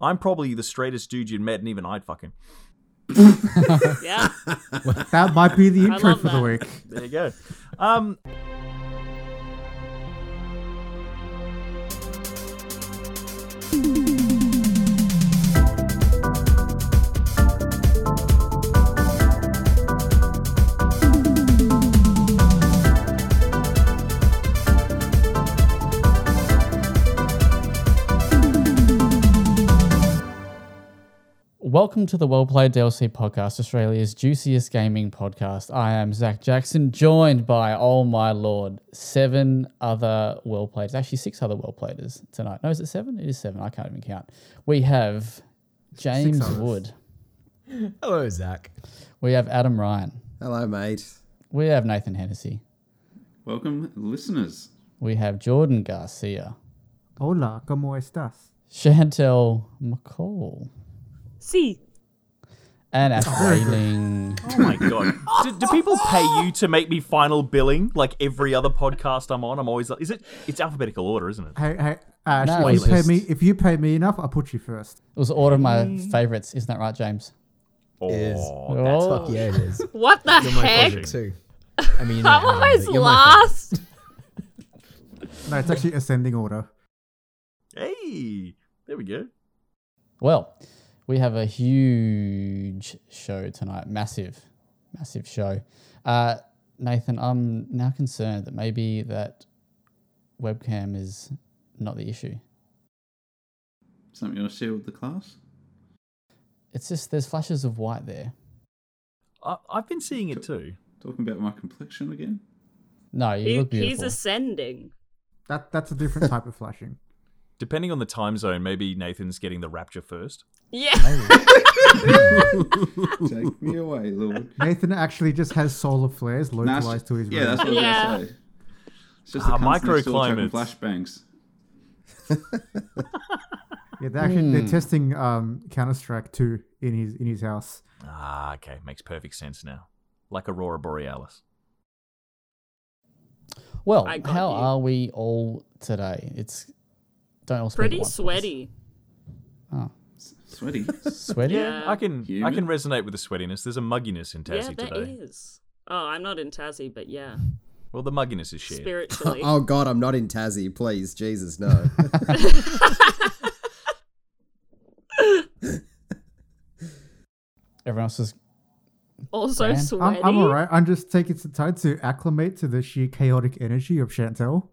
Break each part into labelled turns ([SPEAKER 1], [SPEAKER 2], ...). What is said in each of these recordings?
[SPEAKER 1] I'm probably the straightest dude you'd met, and even I'd fuck him.
[SPEAKER 2] Yeah.
[SPEAKER 3] That might be the
[SPEAKER 2] I
[SPEAKER 3] intro
[SPEAKER 2] love
[SPEAKER 3] for the
[SPEAKER 2] that.
[SPEAKER 3] week.
[SPEAKER 1] There you go. Um,
[SPEAKER 4] Welcome to the Well Played DLC podcast, Australia's juiciest gaming podcast. I am Zach Jackson, joined by, oh my lord, seven other well players. Actually, six other well players tonight. No, is it seven? It is seven. I can't even count. We have James
[SPEAKER 3] others.
[SPEAKER 4] Wood.
[SPEAKER 5] Hello, Zach.
[SPEAKER 4] We have Adam Ryan.
[SPEAKER 5] Hello, mate.
[SPEAKER 4] We have Nathan Hennessy.
[SPEAKER 6] Welcome, listeners.
[SPEAKER 4] We have Jordan Garcia.
[SPEAKER 3] Hola, ¿cómo estás?
[SPEAKER 4] Chantel McCall.
[SPEAKER 2] See.
[SPEAKER 4] And our failing.
[SPEAKER 1] oh my god, do, do people pay you to make me final billing like every other podcast I'm on? I'm always like, is it? It's alphabetical order, isn't it?
[SPEAKER 3] Hey, hey, Ash,
[SPEAKER 4] No,
[SPEAKER 3] if,
[SPEAKER 4] it's
[SPEAKER 3] you pay
[SPEAKER 4] just-
[SPEAKER 3] me, if you pay me enough, I'll put you first.
[SPEAKER 4] It was all of my favorites. Isn't that right, James?
[SPEAKER 1] Oh,
[SPEAKER 5] Is-
[SPEAKER 1] that's
[SPEAKER 4] Oh.
[SPEAKER 5] Fuck yeah, it is.
[SPEAKER 2] What the
[SPEAKER 5] You're my
[SPEAKER 2] heck?
[SPEAKER 5] favorite too. I mean, you're not
[SPEAKER 2] I'm
[SPEAKER 5] mine,
[SPEAKER 2] always
[SPEAKER 5] but you're my
[SPEAKER 2] last.
[SPEAKER 5] favorite.
[SPEAKER 3] No, it's actually ascending order.
[SPEAKER 1] hey, there we go.
[SPEAKER 4] Well, we have a huge show tonight. Massive, massive show. Uh, Nathan, I'm now concerned that maybe that webcam is not the issue.
[SPEAKER 6] Something you want to share with the class?
[SPEAKER 4] It's just there's flashes of white there.
[SPEAKER 1] I, I've been seeing it too.
[SPEAKER 6] Talking about my complexion again?
[SPEAKER 4] No, you
[SPEAKER 2] He-
[SPEAKER 4] look
[SPEAKER 2] he's
[SPEAKER 4] beautiful.
[SPEAKER 2] ascending.
[SPEAKER 3] That that's a different type of flashing.
[SPEAKER 1] Depending on the time zone, maybe Nathan's getting the rapture first.
[SPEAKER 2] Yeah.
[SPEAKER 6] Take me away, Lord.
[SPEAKER 3] Nathan actually just has solar flares
[SPEAKER 6] Nah, it's
[SPEAKER 3] localized
[SPEAKER 6] just-
[SPEAKER 3] to his
[SPEAKER 6] yeah,
[SPEAKER 3] room.
[SPEAKER 6] that's what I
[SPEAKER 2] Yeah.
[SPEAKER 6] was going to say. It's just
[SPEAKER 1] Ah,
[SPEAKER 6] the microclimate.
[SPEAKER 1] microclimates.
[SPEAKER 6] Flashbangs.
[SPEAKER 3] Yeah, they're actually
[SPEAKER 5] Hmm.
[SPEAKER 3] they're testing um, Counter Strike two in his in his house.
[SPEAKER 1] Ah, okay, makes perfect sense now. Like aurora borealis.
[SPEAKER 4] well, how
[SPEAKER 2] I got you.
[SPEAKER 4] are we all today? It's don't all speak at
[SPEAKER 2] Pretty
[SPEAKER 4] once, please.
[SPEAKER 2] sweaty.
[SPEAKER 6] S- Sweaty.
[SPEAKER 4] Sweaty.
[SPEAKER 2] Yeah.
[SPEAKER 1] I can I
[SPEAKER 6] Human.
[SPEAKER 1] can resonate with the sweatiness. There's a mugginess in
[SPEAKER 2] Yeah,
[SPEAKER 1] Tassie
[SPEAKER 2] there
[SPEAKER 1] today.
[SPEAKER 2] is. Oh, I'm not in Tassie, but yeah.
[SPEAKER 1] Well, the mugginess is shared.
[SPEAKER 2] Spiritually.
[SPEAKER 5] oh God, I'm not in Tassie. Please, Jesus, no.
[SPEAKER 4] Everyone else is
[SPEAKER 2] also
[SPEAKER 4] Man.
[SPEAKER 3] I'm,
[SPEAKER 2] sweaty.
[SPEAKER 3] I'm all right. I'm just taking some time to acclimate to the sheer chaotic energy of Chantel.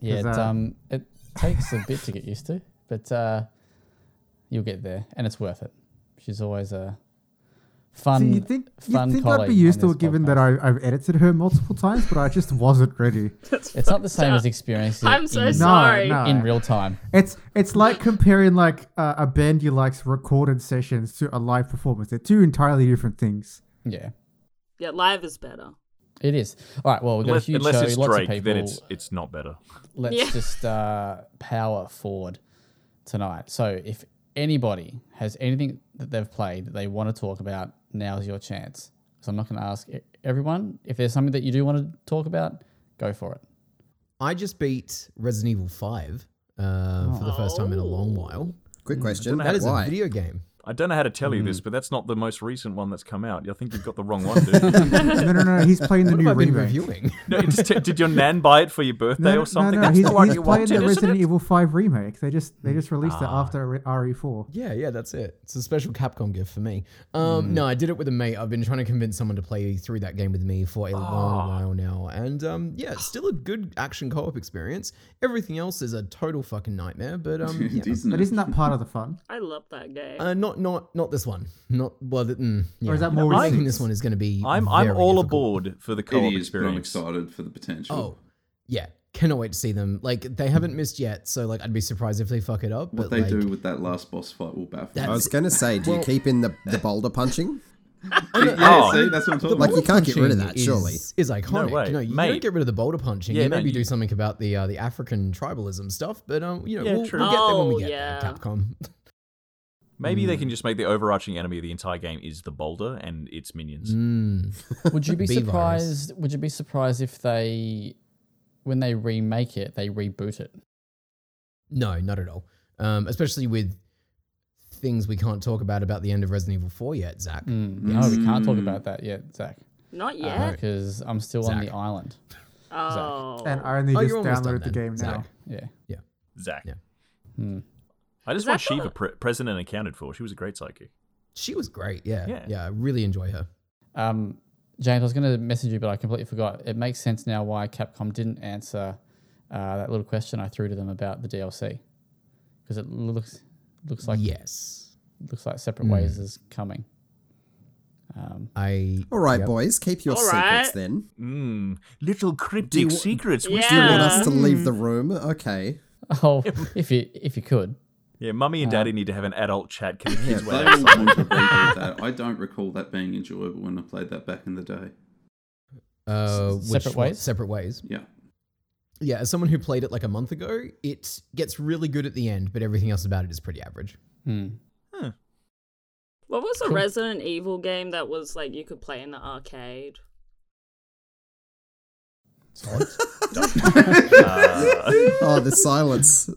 [SPEAKER 4] yeah. It,
[SPEAKER 3] Is that-
[SPEAKER 4] um, it takes a bit to get used to, but uh, you'll get there, and it's worth it. She's always a fun.
[SPEAKER 3] So you think
[SPEAKER 4] fun
[SPEAKER 3] you think I'd
[SPEAKER 4] colleague
[SPEAKER 3] be
[SPEAKER 4] on
[SPEAKER 3] used to
[SPEAKER 4] this
[SPEAKER 3] it, given
[SPEAKER 4] podcast.
[SPEAKER 3] that I, I've edited her multiple times, but I just wasn't ready.
[SPEAKER 4] It's not the same as experiencing
[SPEAKER 2] uh, I'm
[SPEAKER 4] it
[SPEAKER 2] so
[SPEAKER 4] in,
[SPEAKER 2] sorry.
[SPEAKER 3] no.
[SPEAKER 4] in real time.
[SPEAKER 3] It's it's like comparing like uh, a band you like's recorded sessions to a live performance. They're two entirely different things.
[SPEAKER 4] Yeah,
[SPEAKER 2] Yeah, live is better.
[SPEAKER 4] it is. All right. Well, we've got
[SPEAKER 1] Unless,
[SPEAKER 4] a huge
[SPEAKER 1] unless
[SPEAKER 4] show.
[SPEAKER 1] it's
[SPEAKER 4] lots
[SPEAKER 1] Drake,
[SPEAKER 4] of people.
[SPEAKER 1] then it's it's not better.
[SPEAKER 4] Let's
[SPEAKER 2] Yeah.
[SPEAKER 4] just uh, power forward tonight. So if anybody has anything that they've played that they want to talk about, now's your chance. So I'm not going to ask e- everyone. If there's something that you do want to talk about, go for it.
[SPEAKER 7] I just beat Resident Evil 5 uh, for the first time in a long
[SPEAKER 3] Oh.
[SPEAKER 7] while.
[SPEAKER 5] Quick question.
[SPEAKER 7] That is
[SPEAKER 5] Why?
[SPEAKER 7] a video game.
[SPEAKER 1] I don't know how to tell you this, but that's not the most recent one that's come out. I think you've got the wrong one, dude.
[SPEAKER 3] No, no, no. He's playing the
[SPEAKER 7] What
[SPEAKER 3] new
[SPEAKER 7] have I been
[SPEAKER 3] remake.
[SPEAKER 7] reviewing?
[SPEAKER 1] no, it's t- did your nan buy it for your birthday or something?
[SPEAKER 3] No, no,
[SPEAKER 1] that's
[SPEAKER 3] he's,
[SPEAKER 1] the one
[SPEAKER 3] he's
[SPEAKER 1] you
[SPEAKER 3] playing
[SPEAKER 1] wanted,
[SPEAKER 3] the
[SPEAKER 1] isn't
[SPEAKER 3] Resident
[SPEAKER 1] it?
[SPEAKER 3] Evil Five remake. They just they just released it after RE E four.
[SPEAKER 7] Ah. yeah, yeah, that's it. It's a special Capcom gift for me. Um, No, I did it with a mate. I've been trying to convince someone to play through that game with me for a long while now. And um, yeah, it's still a good action co op experience. Everything else is a total fucking nightmare, but um, yeah.
[SPEAKER 6] Isn't
[SPEAKER 3] But
[SPEAKER 6] it?
[SPEAKER 3] isn't that part of the fun?
[SPEAKER 2] I love that game.
[SPEAKER 7] Uh, not not not this one. Not well. th- Mm, yeah.
[SPEAKER 3] Or is that more?
[SPEAKER 7] I
[SPEAKER 3] recent?
[SPEAKER 7] think this one is going to be.
[SPEAKER 1] I'm I'm
[SPEAKER 7] very
[SPEAKER 1] all
[SPEAKER 7] difficult.
[SPEAKER 1] aboard for the co-op
[SPEAKER 6] It is, but I'm
[SPEAKER 1] experience.
[SPEAKER 6] excited for the potential.
[SPEAKER 7] Oh, yeah. Cannot wait to see them. Like they haven't missed yet, so like I'd be surprised if they fuck it up.
[SPEAKER 6] what
[SPEAKER 7] But
[SPEAKER 6] they
[SPEAKER 7] like,
[SPEAKER 6] do with that last boss fight will baffle me.
[SPEAKER 7] That's-
[SPEAKER 5] I was going to say, do you
[SPEAKER 7] Well-
[SPEAKER 5] keep in the, the boulder punching?
[SPEAKER 6] Yeah,
[SPEAKER 1] Oh.
[SPEAKER 6] see, that's what I'm talking
[SPEAKER 5] Like you
[SPEAKER 6] about.
[SPEAKER 5] can't get rid of
[SPEAKER 7] punching
[SPEAKER 5] that, surely.
[SPEAKER 7] is, is iconic.
[SPEAKER 1] way,
[SPEAKER 7] no, you
[SPEAKER 1] mate.
[SPEAKER 7] don't get rid of the boulder punching.
[SPEAKER 1] Yeah,
[SPEAKER 7] you
[SPEAKER 1] no,
[SPEAKER 7] maybe
[SPEAKER 1] you-
[SPEAKER 7] do something about the uh, the African tribalism stuff. But um, you know,
[SPEAKER 1] Yeah,
[SPEAKER 7] we'll,
[SPEAKER 1] true.
[SPEAKER 7] we'll get there when
[SPEAKER 2] Oh,
[SPEAKER 7] we get
[SPEAKER 2] yeah.
[SPEAKER 7] there. Capcom.
[SPEAKER 1] Maybe they can just make the overarching enemy of the entire game is the boulder and its minions.
[SPEAKER 7] Mm.
[SPEAKER 4] Would you be
[SPEAKER 7] Bee virus.
[SPEAKER 4] surprised? Would you be surprised if they, when they remake it, they reboot it?
[SPEAKER 7] No, not at all. Um, especially with things we can't talk about about the end of Resident Evil 4 yet, Zach.
[SPEAKER 5] Mm.
[SPEAKER 1] Hmm.
[SPEAKER 4] No, Oh, we can't talk about that yet, Zach,
[SPEAKER 2] Not yet.
[SPEAKER 4] because Uh-huh. I'm still on the
[SPEAKER 7] Zach.
[SPEAKER 4] island.
[SPEAKER 2] oh.
[SPEAKER 3] And I only
[SPEAKER 7] Oh,
[SPEAKER 3] just
[SPEAKER 7] you're almost done
[SPEAKER 3] downloaded the
[SPEAKER 7] then,
[SPEAKER 3] game now.
[SPEAKER 7] Zach.
[SPEAKER 4] Yeah. Hmm.
[SPEAKER 1] Zach.
[SPEAKER 7] Yeah.
[SPEAKER 1] I just
[SPEAKER 2] that
[SPEAKER 1] want Shiva
[SPEAKER 2] not-
[SPEAKER 1] pre- present and accounted for. She was a great psychic.
[SPEAKER 7] She was great. Yeah.
[SPEAKER 1] Yeah.
[SPEAKER 7] Yeah. I really enjoy her.
[SPEAKER 4] Um, James, I was going to message you, but I completely forgot. It makes sense now why Capcom didn't answer uh, that little question I threw to them about the DLC, because it looks looks like
[SPEAKER 7] yes.
[SPEAKER 4] looks like separate
[SPEAKER 1] Hmm.
[SPEAKER 4] ways is coming.
[SPEAKER 7] I
[SPEAKER 5] All right, boys, keep your
[SPEAKER 2] All
[SPEAKER 5] secrets
[SPEAKER 2] right.
[SPEAKER 5] then.
[SPEAKER 1] Mm, little cryptic secrets. which-
[SPEAKER 2] Yeah.
[SPEAKER 5] Do you want us to leave the room? Okay.
[SPEAKER 4] Oh, if you if you could,
[SPEAKER 1] yeah, mummy and daddy need to have an adult chat. Can the kids
[SPEAKER 6] They
[SPEAKER 1] wait
[SPEAKER 6] all
[SPEAKER 1] outside?
[SPEAKER 6] want to redo that. I don't recall that being enjoyable when I played that back in the day.
[SPEAKER 7] uh, which
[SPEAKER 4] Separate
[SPEAKER 7] one-
[SPEAKER 4] ways?
[SPEAKER 7] Separate ways.
[SPEAKER 6] Yeah.
[SPEAKER 7] Yeah. As someone who played it like a month ago, it gets really good at the end, but everything else about it is pretty average.
[SPEAKER 4] Hmm.
[SPEAKER 2] What was the
[SPEAKER 4] Cool.
[SPEAKER 2] Resident Evil game that was like you could play in the arcade?
[SPEAKER 5] Oh, the silence.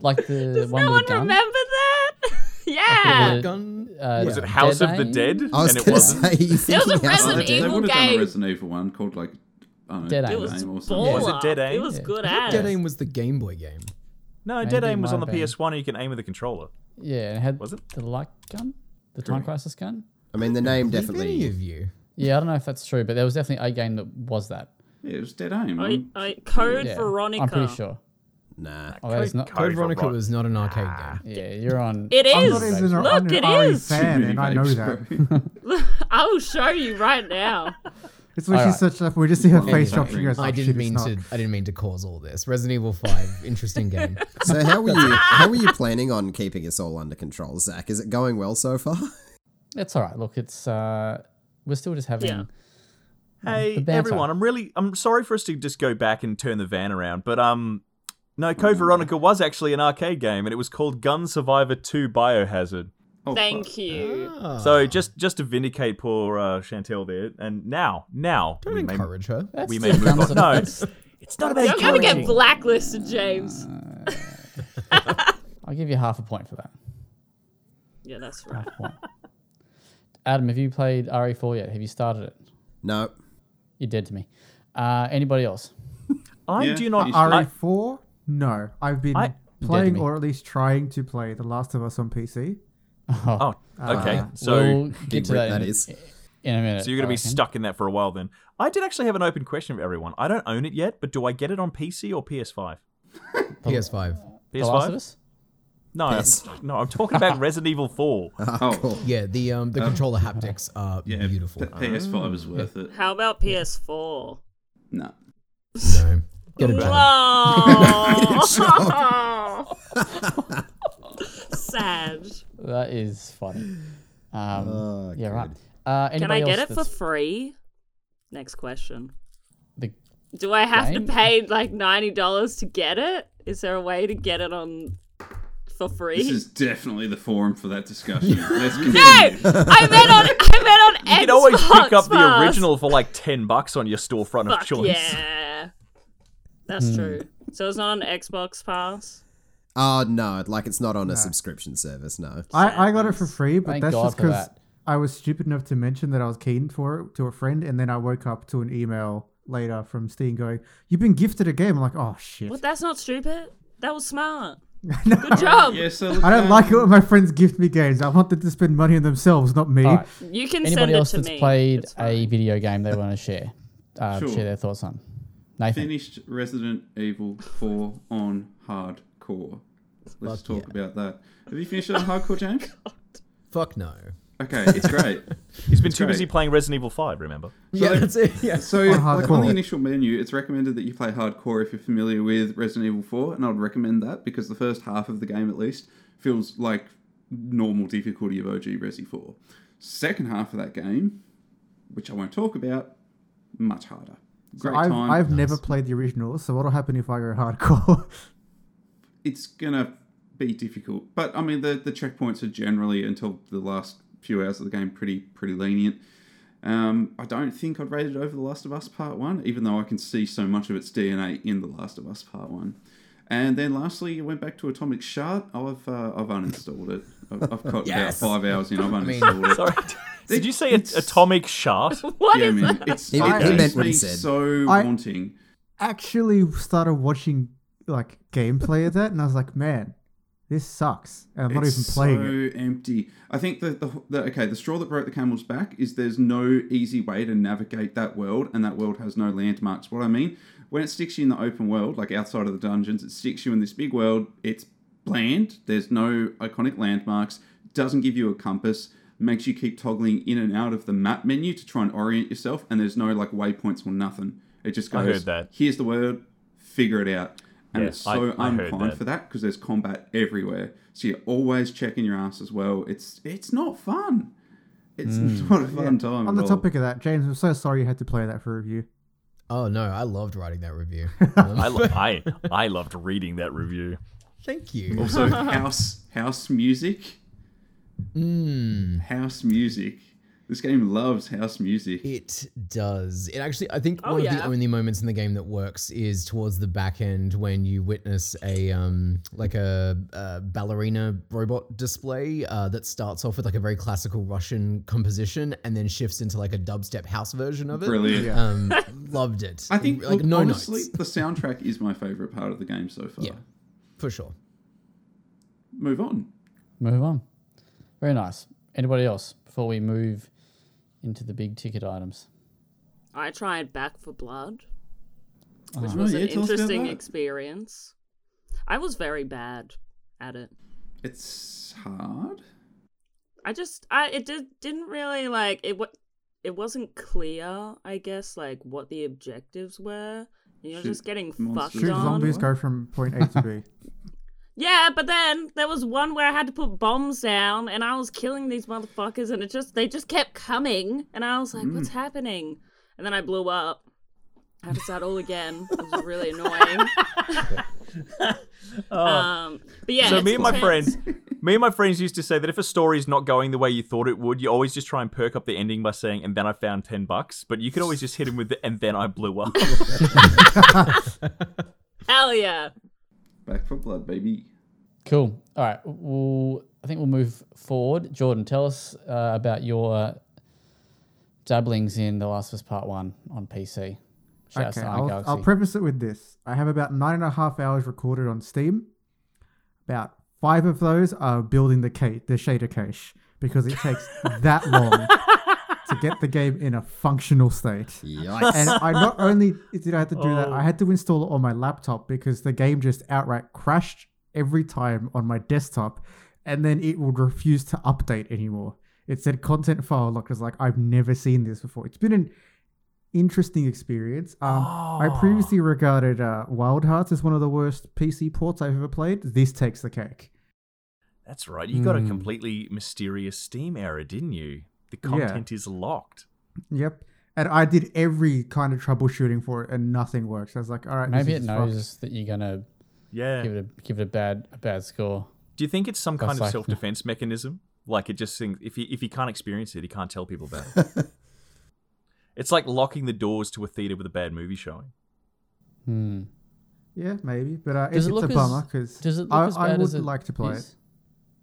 [SPEAKER 4] like the
[SPEAKER 2] Does
[SPEAKER 4] one
[SPEAKER 2] no
[SPEAKER 4] with
[SPEAKER 2] one
[SPEAKER 4] the gun.
[SPEAKER 2] remember that? yeah.
[SPEAKER 4] Like the-
[SPEAKER 7] Gun.
[SPEAKER 4] uh,
[SPEAKER 1] Was it
[SPEAKER 4] Dead
[SPEAKER 1] House of the
[SPEAKER 4] Aim?
[SPEAKER 1] Dead?
[SPEAKER 5] I
[SPEAKER 1] and
[SPEAKER 5] was
[SPEAKER 1] it
[SPEAKER 5] going to
[SPEAKER 1] wasn't.
[SPEAKER 5] say, you
[SPEAKER 2] There was a
[SPEAKER 5] thinking House
[SPEAKER 2] Resident
[SPEAKER 6] Oh,
[SPEAKER 5] of the
[SPEAKER 6] they
[SPEAKER 5] Dead?
[SPEAKER 2] Evil
[SPEAKER 6] would have done
[SPEAKER 2] game.
[SPEAKER 6] a Resident Evil one called like I don't know,
[SPEAKER 4] Dead
[SPEAKER 6] Dead,
[SPEAKER 4] Aim.
[SPEAKER 2] It was
[SPEAKER 6] Aim or
[SPEAKER 2] baller.
[SPEAKER 6] something.
[SPEAKER 1] Was it Dead Aim?
[SPEAKER 2] It was
[SPEAKER 4] Yeah.
[SPEAKER 2] good ass.
[SPEAKER 7] Dead Aim was the Game Boy game.
[SPEAKER 1] No, Dead
[SPEAKER 4] Maybe
[SPEAKER 1] Aim was
[SPEAKER 4] my
[SPEAKER 1] on the
[SPEAKER 4] bad.
[SPEAKER 1] PS1 and you can aim with a controller.
[SPEAKER 4] Yeah, and it had
[SPEAKER 1] Was it?
[SPEAKER 4] the light gun, the time crisis gun.
[SPEAKER 5] I mean, the name
[SPEAKER 7] If Any
[SPEAKER 5] definitely.
[SPEAKER 7] of you?
[SPEAKER 4] Yeah, I don't know if that's true, but there was definitely a game that was that.
[SPEAKER 6] Yeah, it was Dead Aim.
[SPEAKER 2] I,
[SPEAKER 6] I'm-
[SPEAKER 2] I, Code
[SPEAKER 4] Mm. Yeah,
[SPEAKER 2] Veronica.
[SPEAKER 4] I'm pretty sure.
[SPEAKER 5] Nah.
[SPEAKER 4] Oh, that is not.
[SPEAKER 7] Code
[SPEAKER 1] for
[SPEAKER 7] Veronica
[SPEAKER 1] Rod.
[SPEAKER 7] was not an arcade game.
[SPEAKER 4] Yeah, you're on.
[SPEAKER 2] It
[SPEAKER 4] I'm
[SPEAKER 2] is.
[SPEAKER 4] not
[SPEAKER 3] Not
[SPEAKER 2] Look,
[SPEAKER 3] even a- I'm an
[SPEAKER 4] vague.
[SPEAKER 2] it
[SPEAKER 3] RE
[SPEAKER 2] is.
[SPEAKER 3] fan,
[SPEAKER 6] Too
[SPEAKER 3] and I
[SPEAKER 6] many
[SPEAKER 3] know
[SPEAKER 6] vapes,
[SPEAKER 3] that.
[SPEAKER 6] bro.
[SPEAKER 2] I will show you right now.
[SPEAKER 3] It's when she
[SPEAKER 4] Alright.
[SPEAKER 3] such up. We just see her face
[SPEAKER 6] yeah.
[SPEAKER 3] drop. She goes, oh,
[SPEAKER 7] I
[SPEAKER 3] shit,
[SPEAKER 7] didn't
[SPEAKER 3] it's
[SPEAKER 7] mean
[SPEAKER 3] not.
[SPEAKER 7] to. I didn't mean to cause all this. Resident Evil Five, interesting game.
[SPEAKER 5] So how were you? How were you planning on keeping us all under control, Zach? Is it going well so far?
[SPEAKER 4] It's all right. Look, it's uh, we're still just having.
[SPEAKER 2] Yeah.
[SPEAKER 1] Hey
[SPEAKER 4] banter.
[SPEAKER 1] everyone, I'm really I'm sorry for us to just go back and turn the van around, but um no, Code Veronica was actually an arcade game and it was called Gun Survivor 2 Biohazard.
[SPEAKER 6] Oh, fuck.
[SPEAKER 2] Thank you.
[SPEAKER 4] Ah.
[SPEAKER 1] So just just to vindicate poor uh, Chantel there, and now now
[SPEAKER 7] Don't
[SPEAKER 1] we may,
[SPEAKER 7] encourage her.
[SPEAKER 1] we
[SPEAKER 4] That's
[SPEAKER 1] may
[SPEAKER 4] the
[SPEAKER 1] move
[SPEAKER 4] guns
[SPEAKER 1] on.
[SPEAKER 4] of-
[SPEAKER 1] No, it's, it's not about
[SPEAKER 2] You're going to
[SPEAKER 1] encouraging.
[SPEAKER 2] get blacklisted, James.
[SPEAKER 4] Ah. I'll give you half a point for that.
[SPEAKER 2] Yeah, that's right.
[SPEAKER 4] Adam, have you played RE4 yet? Have you started it?
[SPEAKER 5] No.
[SPEAKER 4] You're dead to me. Uh, anybody else?
[SPEAKER 1] I
[SPEAKER 6] Yeah,
[SPEAKER 1] do not.
[SPEAKER 6] you
[SPEAKER 1] I,
[SPEAKER 3] RE4? E No. I've been
[SPEAKER 1] I-
[SPEAKER 4] Dead
[SPEAKER 3] playing
[SPEAKER 4] me.
[SPEAKER 3] or at least trying to play The Last of Us on PC.
[SPEAKER 1] oh, okay. so
[SPEAKER 4] Ah, we'll uh,
[SPEAKER 5] Big
[SPEAKER 4] get to
[SPEAKER 5] rip
[SPEAKER 4] that,
[SPEAKER 5] that
[SPEAKER 4] in,
[SPEAKER 5] is.
[SPEAKER 4] in a minute.
[SPEAKER 1] so you're going to be
[SPEAKER 4] I reckon.
[SPEAKER 1] stuck in that for a while then. I did actually have an open question for everyone. I don't own it yet, but do I get it on PC or PS5?
[SPEAKER 7] PS5.
[SPEAKER 4] The Last of
[SPEAKER 1] PS5?
[SPEAKER 4] Us?
[SPEAKER 1] No, I'm- no, I'm talking about Resident Evil 4.
[SPEAKER 6] Oh,
[SPEAKER 7] Yeah, the um the controller haptics are
[SPEAKER 6] yeah,
[SPEAKER 7] beautiful.
[SPEAKER 6] That PS5 was worth it.
[SPEAKER 2] How about PS4?
[SPEAKER 6] No.
[SPEAKER 7] So get a job.
[SPEAKER 2] Whoa! Sad.
[SPEAKER 4] That is funny. Um,
[SPEAKER 1] Ah,
[SPEAKER 5] Oh,
[SPEAKER 4] yeah, right.
[SPEAKER 5] good.
[SPEAKER 4] Uh,
[SPEAKER 2] Can I
[SPEAKER 4] anybody
[SPEAKER 2] get
[SPEAKER 4] else
[SPEAKER 2] it for
[SPEAKER 4] that's-
[SPEAKER 2] free? Next question.
[SPEAKER 4] the
[SPEAKER 2] Do I have
[SPEAKER 4] Game?
[SPEAKER 2] to pay like $90 to get it? Is there a way to get it on for free?
[SPEAKER 6] This is definitely the forum for that discussion. Let's continue.
[SPEAKER 2] No, I meant on I meant on Xbox.
[SPEAKER 1] You can always pick up the original for like 10 bucks on your storefront of
[SPEAKER 2] Fuck
[SPEAKER 1] choice.
[SPEAKER 2] yeah, that's
[SPEAKER 4] Hmm.
[SPEAKER 2] true. So it's not on Xbox Pass.
[SPEAKER 5] Oh no! Like it's not on a subscription service. No.
[SPEAKER 3] I, I got it for free, but
[SPEAKER 4] Thank
[SPEAKER 3] that's
[SPEAKER 4] God
[SPEAKER 3] just
[SPEAKER 4] for
[SPEAKER 3] because
[SPEAKER 4] that.
[SPEAKER 3] I was stupid enough to mention that I was keen for it to a friend, and then I woke up to an email later from Steam going, "You've been gifted a game." I'm like, "Oh shit!"
[SPEAKER 2] Well, that's not stupid. That was smart. Good job.
[SPEAKER 6] Yeah, so
[SPEAKER 3] I don't
[SPEAKER 6] um,
[SPEAKER 3] like it when my friends gift me games. I want them to spend money on themselves, not me.
[SPEAKER 4] Alright.
[SPEAKER 2] You can send
[SPEAKER 4] anybody
[SPEAKER 2] it
[SPEAKER 4] else
[SPEAKER 2] to
[SPEAKER 4] that's
[SPEAKER 2] me.
[SPEAKER 4] played
[SPEAKER 2] It's
[SPEAKER 4] a
[SPEAKER 2] fine.
[SPEAKER 4] video game they want to share, uh,
[SPEAKER 6] Sure.
[SPEAKER 4] share their thoughts on? Nathan,
[SPEAKER 6] Finished Resident Evil 4 on hardcore. Let's talk about that. Have you finished it on hardcore, James?
[SPEAKER 7] Fuck no.
[SPEAKER 6] Okay, it's great.
[SPEAKER 1] He's been too
[SPEAKER 6] great.
[SPEAKER 1] busy playing Resident Evil 5, remember?
[SPEAKER 7] yeah, that's it. Yeah.
[SPEAKER 6] So, like on
[SPEAKER 3] hardcore.
[SPEAKER 6] the initial menu, it's recommended that you play hardcore if you're familiar with Resident Evil 4, and I'd recommend that because the first half of the game, at least, feels like normal difficulty of OG Resi 4. Second half of that game, which I won't talk about, much harder. Great
[SPEAKER 3] I've,
[SPEAKER 6] time.
[SPEAKER 3] I've never played the original, so what'll happen if I go hardcore?
[SPEAKER 6] it's gonna be difficult. But I mean, the the checkpoints are generally until the last few hours of the game pretty pretty lenient. Um, I don't think I'd rate it over The Last of Us Part One, even though I can see so much of its DNA in The Last of Us Part One. And then lastly, you went back to Atomic Shard. Oh, I've uh, I've uninstalled it. I've, I've caught
[SPEAKER 7] Yes.
[SPEAKER 6] about five hours in. I've
[SPEAKER 7] mean-
[SPEAKER 6] uninstalled it.
[SPEAKER 1] Sorry. Did you say a- atomic shard?
[SPEAKER 2] What
[SPEAKER 6] yeah,
[SPEAKER 2] is
[SPEAKER 6] man,
[SPEAKER 2] that?
[SPEAKER 6] it's
[SPEAKER 5] He-
[SPEAKER 6] it
[SPEAKER 5] he
[SPEAKER 6] makes
[SPEAKER 5] meant what he
[SPEAKER 6] me
[SPEAKER 5] said.
[SPEAKER 6] so
[SPEAKER 3] I-
[SPEAKER 6] wanting.
[SPEAKER 3] Actually, started watching like gameplay of that, and I was like, man, this sucks. And I'm not even
[SPEAKER 6] It's
[SPEAKER 3] playing it.
[SPEAKER 6] so empty. I think that the, the okay, the straw that broke the camel's back is there's no easy way to navigate that world, and that world has no landmarks. What I mean, when it sticks you in the open world, like outside of the dungeons, it sticks you in this big world. It's bland. There's no iconic landmarks. Doesn't give you a compass. Makes you keep toggling in and out of the map menu to try and orient yourself, and there's no like waypoints or nothing. It just
[SPEAKER 1] I
[SPEAKER 6] goes.
[SPEAKER 1] heard that.
[SPEAKER 6] Here's the word. Figure it out. And
[SPEAKER 1] Yeah,
[SPEAKER 6] it's
[SPEAKER 1] I-
[SPEAKER 6] so
[SPEAKER 1] I heard
[SPEAKER 6] unkind
[SPEAKER 1] that.
[SPEAKER 6] for that because there's combat everywhere. So you're always checking your ass as well. It's it's not fun. It's not a fun time.
[SPEAKER 3] On
[SPEAKER 6] at
[SPEAKER 3] the
[SPEAKER 6] all.
[SPEAKER 3] topic of that, James, I'm so sorry you had to play that for review.
[SPEAKER 7] Oh no, I loved writing that review. Um,
[SPEAKER 1] I, lo- I I loved reading that review.
[SPEAKER 7] thank you.
[SPEAKER 6] also house house music.
[SPEAKER 7] Mm,
[SPEAKER 6] House music. This game loves house music.
[SPEAKER 7] it does. It actually, I think
[SPEAKER 2] Oh,
[SPEAKER 7] one of
[SPEAKER 2] yeah.
[SPEAKER 7] the only moments in the game that works is towards the back end when you witness a um like a, uh ballerina robot display uh, that starts off with like a very classical Russian composition and then shifts into like a dubstep house version of it.
[SPEAKER 6] Brilliant.
[SPEAKER 7] Um, loved it.
[SPEAKER 6] I think
[SPEAKER 7] like
[SPEAKER 6] look,
[SPEAKER 7] no
[SPEAKER 6] honestly,
[SPEAKER 7] notes
[SPEAKER 6] the soundtrack is my favorite part of the game so far.
[SPEAKER 7] Yeah. for sure.
[SPEAKER 6] Move on.
[SPEAKER 4] Move on. Very nice. Anybody else before we move into the big ticket items?
[SPEAKER 2] I tried Back for Blood, which
[SPEAKER 4] Uh-huh.
[SPEAKER 6] Oh,
[SPEAKER 2] was
[SPEAKER 6] yeah,
[SPEAKER 2] an
[SPEAKER 6] tell us about
[SPEAKER 2] interesting
[SPEAKER 6] that.
[SPEAKER 2] experience. I was very bad at it.
[SPEAKER 6] It's hard.
[SPEAKER 2] I just I it did didn't really like it what it wasn't clear, I guess, like what the objectives were. You're
[SPEAKER 6] Shoot
[SPEAKER 2] just getting
[SPEAKER 6] monsters.
[SPEAKER 2] fucked
[SPEAKER 3] Shoot
[SPEAKER 2] on.
[SPEAKER 3] zombies go from point A to B.
[SPEAKER 2] Yeah, but then there was one where I had to put bombs down and I was killing these motherfuckers and it just they just kept coming and I was like, What's happening? And then I blew up. I had to start all again. It was really annoying. um, but yeah,
[SPEAKER 1] so
[SPEAKER 2] it's
[SPEAKER 1] me and my
[SPEAKER 2] intense.
[SPEAKER 1] friends, me and my friends used to say that if a story's not going the way you thought it would, you always just try and perk up the ending by saying, "And then I found ten bucks." But you could always just hit him with, the, "And then I blew up."
[SPEAKER 2] Hell yeah.
[SPEAKER 6] Back for blood, baby.
[SPEAKER 4] Cool. All right. We'll, I think we'll move forward. Jordan, tell us uh, about your dabblings in The Last of Us Part 1 on PC. Shout out
[SPEAKER 3] okay,
[SPEAKER 4] to Iron
[SPEAKER 3] I'll,
[SPEAKER 4] Galaxy.
[SPEAKER 3] I'll preface it with this. I have about nine and a half hours recorded on Steam. About five of those are building the cache, the shader cache, because it takes that long to get the game in a functional state.
[SPEAKER 5] Yikes.
[SPEAKER 3] And I not only did I have to do that,
[SPEAKER 4] Oh.
[SPEAKER 3] I had to install it on my laptop because the game just outright crashed every time on my desktop, and then it would refuse to update anymore. It said content file lock. It's like I've never seen this before. It's been an interesting experience. Um,
[SPEAKER 4] Oh.
[SPEAKER 3] I previously regarded uh, Wild Hearts as one of the worst PC ports I've ever played. This takes the cake.
[SPEAKER 1] That's right. You got a
[SPEAKER 4] Hmm.
[SPEAKER 1] completely mysterious Steam error, didn't you? The
[SPEAKER 3] Yeah.
[SPEAKER 1] content is locked.
[SPEAKER 3] Yep. And I did every kind of troubleshooting for it, and nothing works. I was like, all right,
[SPEAKER 4] Maybe
[SPEAKER 3] this
[SPEAKER 4] it
[SPEAKER 3] is fucked.
[SPEAKER 4] knows that you're going to
[SPEAKER 1] Yeah.
[SPEAKER 4] give it a, give it a bad a bad score.
[SPEAKER 1] Do you think it's some kind
[SPEAKER 4] That's
[SPEAKER 1] of
[SPEAKER 4] like-
[SPEAKER 1] self-defense mechanism? Like it just thinks if he if he can't experience it, he can't tell people about it. it's like locking the doors to a theater with a bad movie showing.
[SPEAKER 4] Hmm.
[SPEAKER 3] Yeah, maybe, but uh, it's,
[SPEAKER 4] Does it look
[SPEAKER 3] a
[SPEAKER 4] as-
[SPEAKER 3] bummer because
[SPEAKER 4] Does it look
[SPEAKER 3] I,
[SPEAKER 4] as
[SPEAKER 3] I
[SPEAKER 4] bad
[SPEAKER 3] would
[SPEAKER 4] as it
[SPEAKER 3] like to play
[SPEAKER 4] is?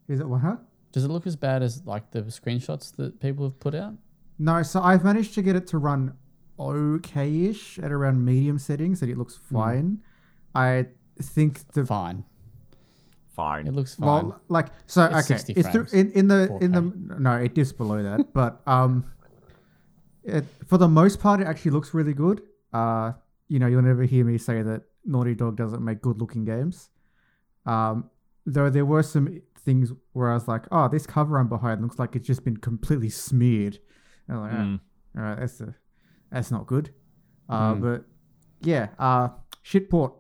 [SPEAKER 3] it. Is it what? Huh?
[SPEAKER 4] Does it look as bad as like the screenshots that people have put out?
[SPEAKER 3] No, so I've managed to get it to run okay-ish at around medium settings, and it looks
[SPEAKER 4] Hmm.
[SPEAKER 3] fine. I think the
[SPEAKER 4] Fine.
[SPEAKER 1] Fine.
[SPEAKER 4] It looks fine.
[SPEAKER 3] well, like so
[SPEAKER 4] It's
[SPEAKER 3] okay,
[SPEAKER 4] 60
[SPEAKER 3] it's through,
[SPEAKER 4] frames,
[SPEAKER 3] in in the in the no, it is below that, but um, it, for the most part, it actually looks really good. Uh, you know, you'll never hear me say that Naughty Dog doesn't make good-looking games. Um, though there were some things where I was like, oh, this cover I'm behind looks like it's just been completely smeared. And I'm like, "Ah,
[SPEAKER 1] Mm.
[SPEAKER 3] all right, that's a, that's not good. Uh,
[SPEAKER 4] Mm.
[SPEAKER 3] but yeah, uh, shit port.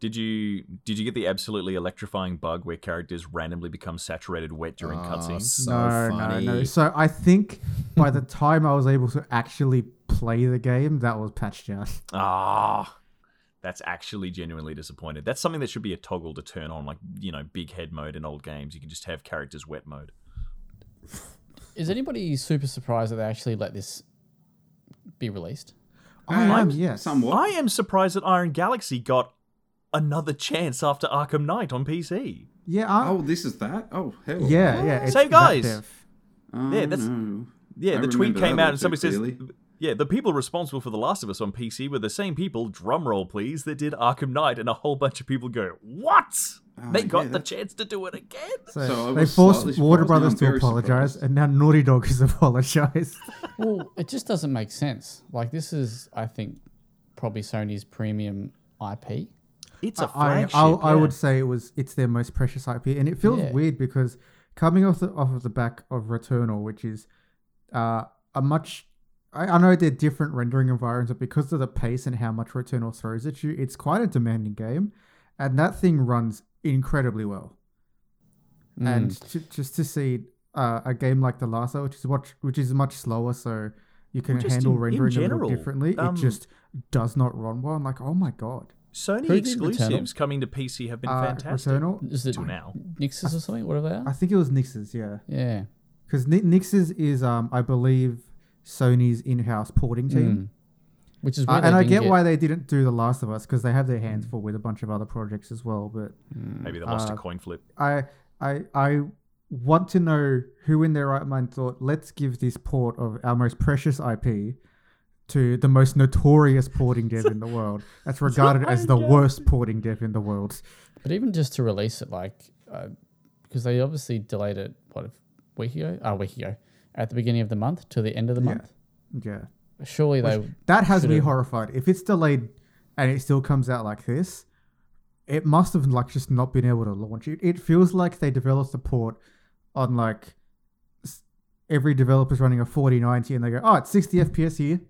[SPEAKER 1] Did you did you get the absolutely electrifying bug where characters randomly become saturated wet during
[SPEAKER 4] Ah,
[SPEAKER 1] cutscenes?
[SPEAKER 5] so
[SPEAKER 3] no,
[SPEAKER 5] funny.
[SPEAKER 3] no, no. So I think by the time I was able to actually play the game, that was patched out.
[SPEAKER 6] Oh,
[SPEAKER 1] Ah, that's actually genuinely disappointed. That's something that should be a toggle to turn on, like you know, big head mode in old games. You can just have characters wet mode.
[SPEAKER 4] Is anybody super surprised that they actually let this be released?
[SPEAKER 3] I am, yes.
[SPEAKER 6] Somewhat.
[SPEAKER 1] I am surprised that Iron Galaxy got another chance after Arkham Knight on PC.
[SPEAKER 3] Yeah,
[SPEAKER 4] Ah.
[SPEAKER 3] I,
[SPEAKER 6] Oh, this is that. Oh hell.
[SPEAKER 3] yeah, yeah. it's
[SPEAKER 1] Same
[SPEAKER 3] that
[SPEAKER 1] guys.
[SPEAKER 3] dev.
[SPEAKER 6] Oh,
[SPEAKER 1] Yeah, that's-
[SPEAKER 6] no.
[SPEAKER 1] Yeah,
[SPEAKER 6] I
[SPEAKER 1] the tweet
[SPEAKER 6] remember
[SPEAKER 1] came
[SPEAKER 6] that
[SPEAKER 1] out
[SPEAKER 6] all
[SPEAKER 1] and somebody
[SPEAKER 6] too
[SPEAKER 1] says,
[SPEAKER 6] clearly.
[SPEAKER 1] "Yeah, the people responsible for The Last of Us on PC were the same people, drumroll please, that did Arkham Knight." And a whole bunch of people go, "What? they
[SPEAKER 6] Oh, yeah,
[SPEAKER 1] got the
[SPEAKER 6] that's-
[SPEAKER 1] chance to do it again?"
[SPEAKER 3] So,
[SPEAKER 6] So I
[SPEAKER 3] they
[SPEAKER 6] was
[SPEAKER 3] forced
[SPEAKER 6] slightly
[SPEAKER 3] Warner
[SPEAKER 6] surprised. Now
[SPEAKER 3] Brothers
[SPEAKER 6] I'm
[SPEAKER 3] to
[SPEAKER 6] very
[SPEAKER 3] apologize,
[SPEAKER 6] surprised.
[SPEAKER 3] and now Naughty Dog has apologized.
[SPEAKER 4] Well, it just doesn't make sense. Like this is, I think, probably Sony's premium IP.
[SPEAKER 1] It's a
[SPEAKER 3] I,
[SPEAKER 1] flagship.
[SPEAKER 3] I, I
[SPEAKER 1] yeah.
[SPEAKER 3] would say it was it's their most precious IP, and it feels
[SPEAKER 4] Yeah.
[SPEAKER 3] weird because coming off the off of the back of Returnal, which is uh, a much I, I know they're different rendering environments, but because of the pace and how much Returnal throws at you, it's quite a demanding game, and that thing runs incredibly well. And
[SPEAKER 1] Mm.
[SPEAKER 3] to, just to see uh, a game like The Last, of Us, which is much which is much slower, so you can
[SPEAKER 1] just
[SPEAKER 3] handle
[SPEAKER 1] in- in
[SPEAKER 3] rendering
[SPEAKER 1] general,
[SPEAKER 3] a little differently.
[SPEAKER 1] um,
[SPEAKER 3] it just does not run well. I'm like, oh my god,
[SPEAKER 1] Sony
[SPEAKER 4] Who did
[SPEAKER 1] exclusives
[SPEAKER 4] Returnal?
[SPEAKER 1] coming to PC have been
[SPEAKER 3] uh,
[SPEAKER 1] fantastic
[SPEAKER 3] Returnal.
[SPEAKER 4] Is it
[SPEAKER 1] till now.
[SPEAKER 4] Nixes or something? Whatever they
[SPEAKER 3] I
[SPEAKER 4] are.
[SPEAKER 3] think it was Nix's, yeah.
[SPEAKER 4] Yeah.
[SPEAKER 3] Because Nix's is, um, I believe, Sony's in-house porting team,
[SPEAKER 4] Which is
[SPEAKER 3] Uh,
[SPEAKER 4] why
[SPEAKER 3] and
[SPEAKER 4] they
[SPEAKER 3] I
[SPEAKER 4] didn't
[SPEAKER 3] get, why they didn't do The Last of Us because they have their hands full with a bunch of other projects as well. But
[SPEAKER 1] Maybe they
[SPEAKER 3] Uh,
[SPEAKER 1] lost a coin flip.
[SPEAKER 3] I, I, I want to know who in their right mind thought, let's give this port of our most precious IP to the most notorious porting dev in the world. That's regarded as the worst porting dev in the world.
[SPEAKER 4] But even just to release it, like, uh, because they obviously delayed it, what, a week ago? Ah, a week ago. At the beginning of the month to the end of the month.
[SPEAKER 3] Yeah.
[SPEAKER 4] Surely they.
[SPEAKER 3] That has me
[SPEAKER 4] Should've-
[SPEAKER 3] horrified. If it's delayed and it still comes out like this, it must have like just not been able to launch it. It feels like they developed the port on like s- every developer's running a 4090 and they go, oh, it's 60 FPS here.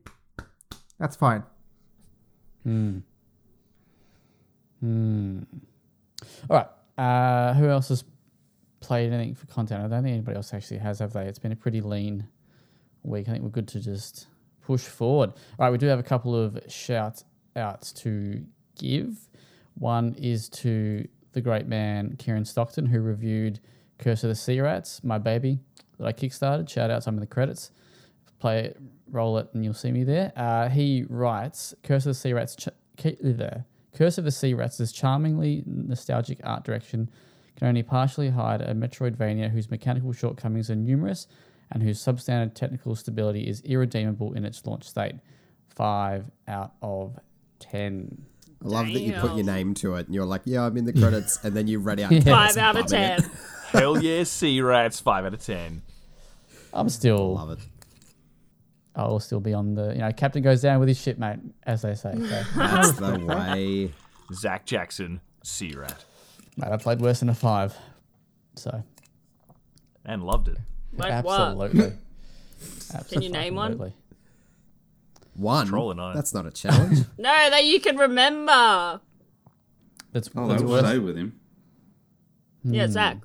[SPEAKER 3] That's fine.
[SPEAKER 4] Hmm. Hmm. All right. Uh, who else has played anything for content? I don't think anybody else actually has, have they? It's been a pretty lean week. I think we're good to just push forward. All right. We do have a couple of shout outs to give. One is to the great man, Kieran Stockton, who reviewed Curse of the Sea Rats, my baby that I kickstarted. Shout out, some of the credits play it, roll it, and you'll see me there. Uh, he writes, "Curse of the Sea Rats." Ch- ca- there. Curse of the Sea Rats' is charmingly nostalgic art direction can only partially hide a Metroidvania whose mechanical shortcomings are numerous and whose substandard technical stability is irredeemable in its launch state. Five out of ten.
[SPEAKER 5] I love that you put your
[SPEAKER 2] Damn.
[SPEAKER 5] name to it and you're like, yeah, I'm in the credits, and then you read out
[SPEAKER 2] Five
[SPEAKER 5] credits
[SPEAKER 2] out of
[SPEAKER 5] bumming
[SPEAKER 2] ten.
[SPEAKER 5] it.
[SPEAKER 1] Hell yeah, Sea Rats, five out of ten.
[SPEAKER 4] I'm still,
[SPEAKER 5] Love it.
[SPEAKER 4] I'll still be on the, you know, captain goes down with his ship, mate, as they say. So, mate,
[SPEAKER 5] That's the way.
[SPEAKER 1] Zach Jackson, Sea Rat,
[SPEAKER 4] I played worse than a five, so
[SPEAKER 1] and loved it.
[SPEAKER 2] Like what?
[SPEAKER 4] absolutely.
[SPEAKER 2] Can you name one?
[SPEAKER 4] Absolutely.
[SPEAKER 5] One.
[SPEAKER 1] Trolling on it.
[SPEAKER 5] That's not a challenge.
[SPEAKER 2] No, that you can remember.
[SPEAKER 4] That's,
[SPEAKER 6] Oh,
[SPEAKER 4] that's
[SPEAKER 6] that will
[SPEAKER 4] worse.
[SPEAKER 6] stay with him.
[SPEAKER 4] Hmm.
[SPEAKER 2] Yeah, Zach.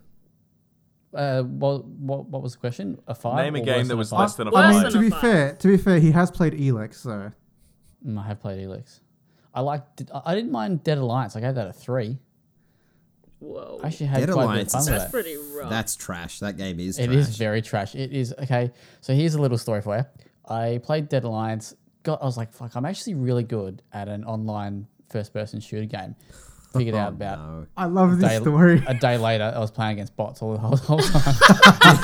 [SPEAKER 4] Uh, what, what what was the question? A five.
[SPEAKER 1] Name a game
[SPEAKER 4] or worse
[SPEAKER 1] that
[SPEAKER 4] than
[SPEAKER 1] was
[SPEAKER 4] a
[SPEAKER 1] less
[SPEAKER 4] five?
[SPEAKER 1] than a
[SPEAKER 2] Worse
[SPEAKER 3] I
[SPEAKER 1] five.
[SPEAKER 3] mean,
[SPEAKER 2] than
[SPEAKER 3] to
[SPEAKER 2] a
[SPEAKER 3] be
[SPEAKER 2] five.
[SPEAKER 3] fair, to be fair, he has played Elex, so
[SPEAKER 4] Mm, I have played Elix. I like. did- I- I didn't mind Dead Alliance. I gave that a three.
[SPEAKER 2] Whoa.
[SPEAKER 4] I actually had
[SPEAKER 5] Dead
[SPEAKER 4] quite
[SPEAKER 5] Alliance
[SPEAKER 4] a bit of
[SPEAKER 5] is
[SPEAKER 4] fun
[SPEAKER 2] That's
[SPEAKER 4] with that.
[SPEAKER 2] pretty rough.
[SPEAKER 5] That's trash. That game is trash.
[SPEAKER 4] It is very trash. It is okay. So here's a little story for you. I played Dead Alliance. Got I was like, fuck. I'm actually really good at an online first-person shooter game. Figured out about
[SPEAKER 3] I love this
[SPEAKER 4] day-
[SPEAKER 3] story.
[SPEAKER 4] a day later. I was playing against bots all the whole, whole time.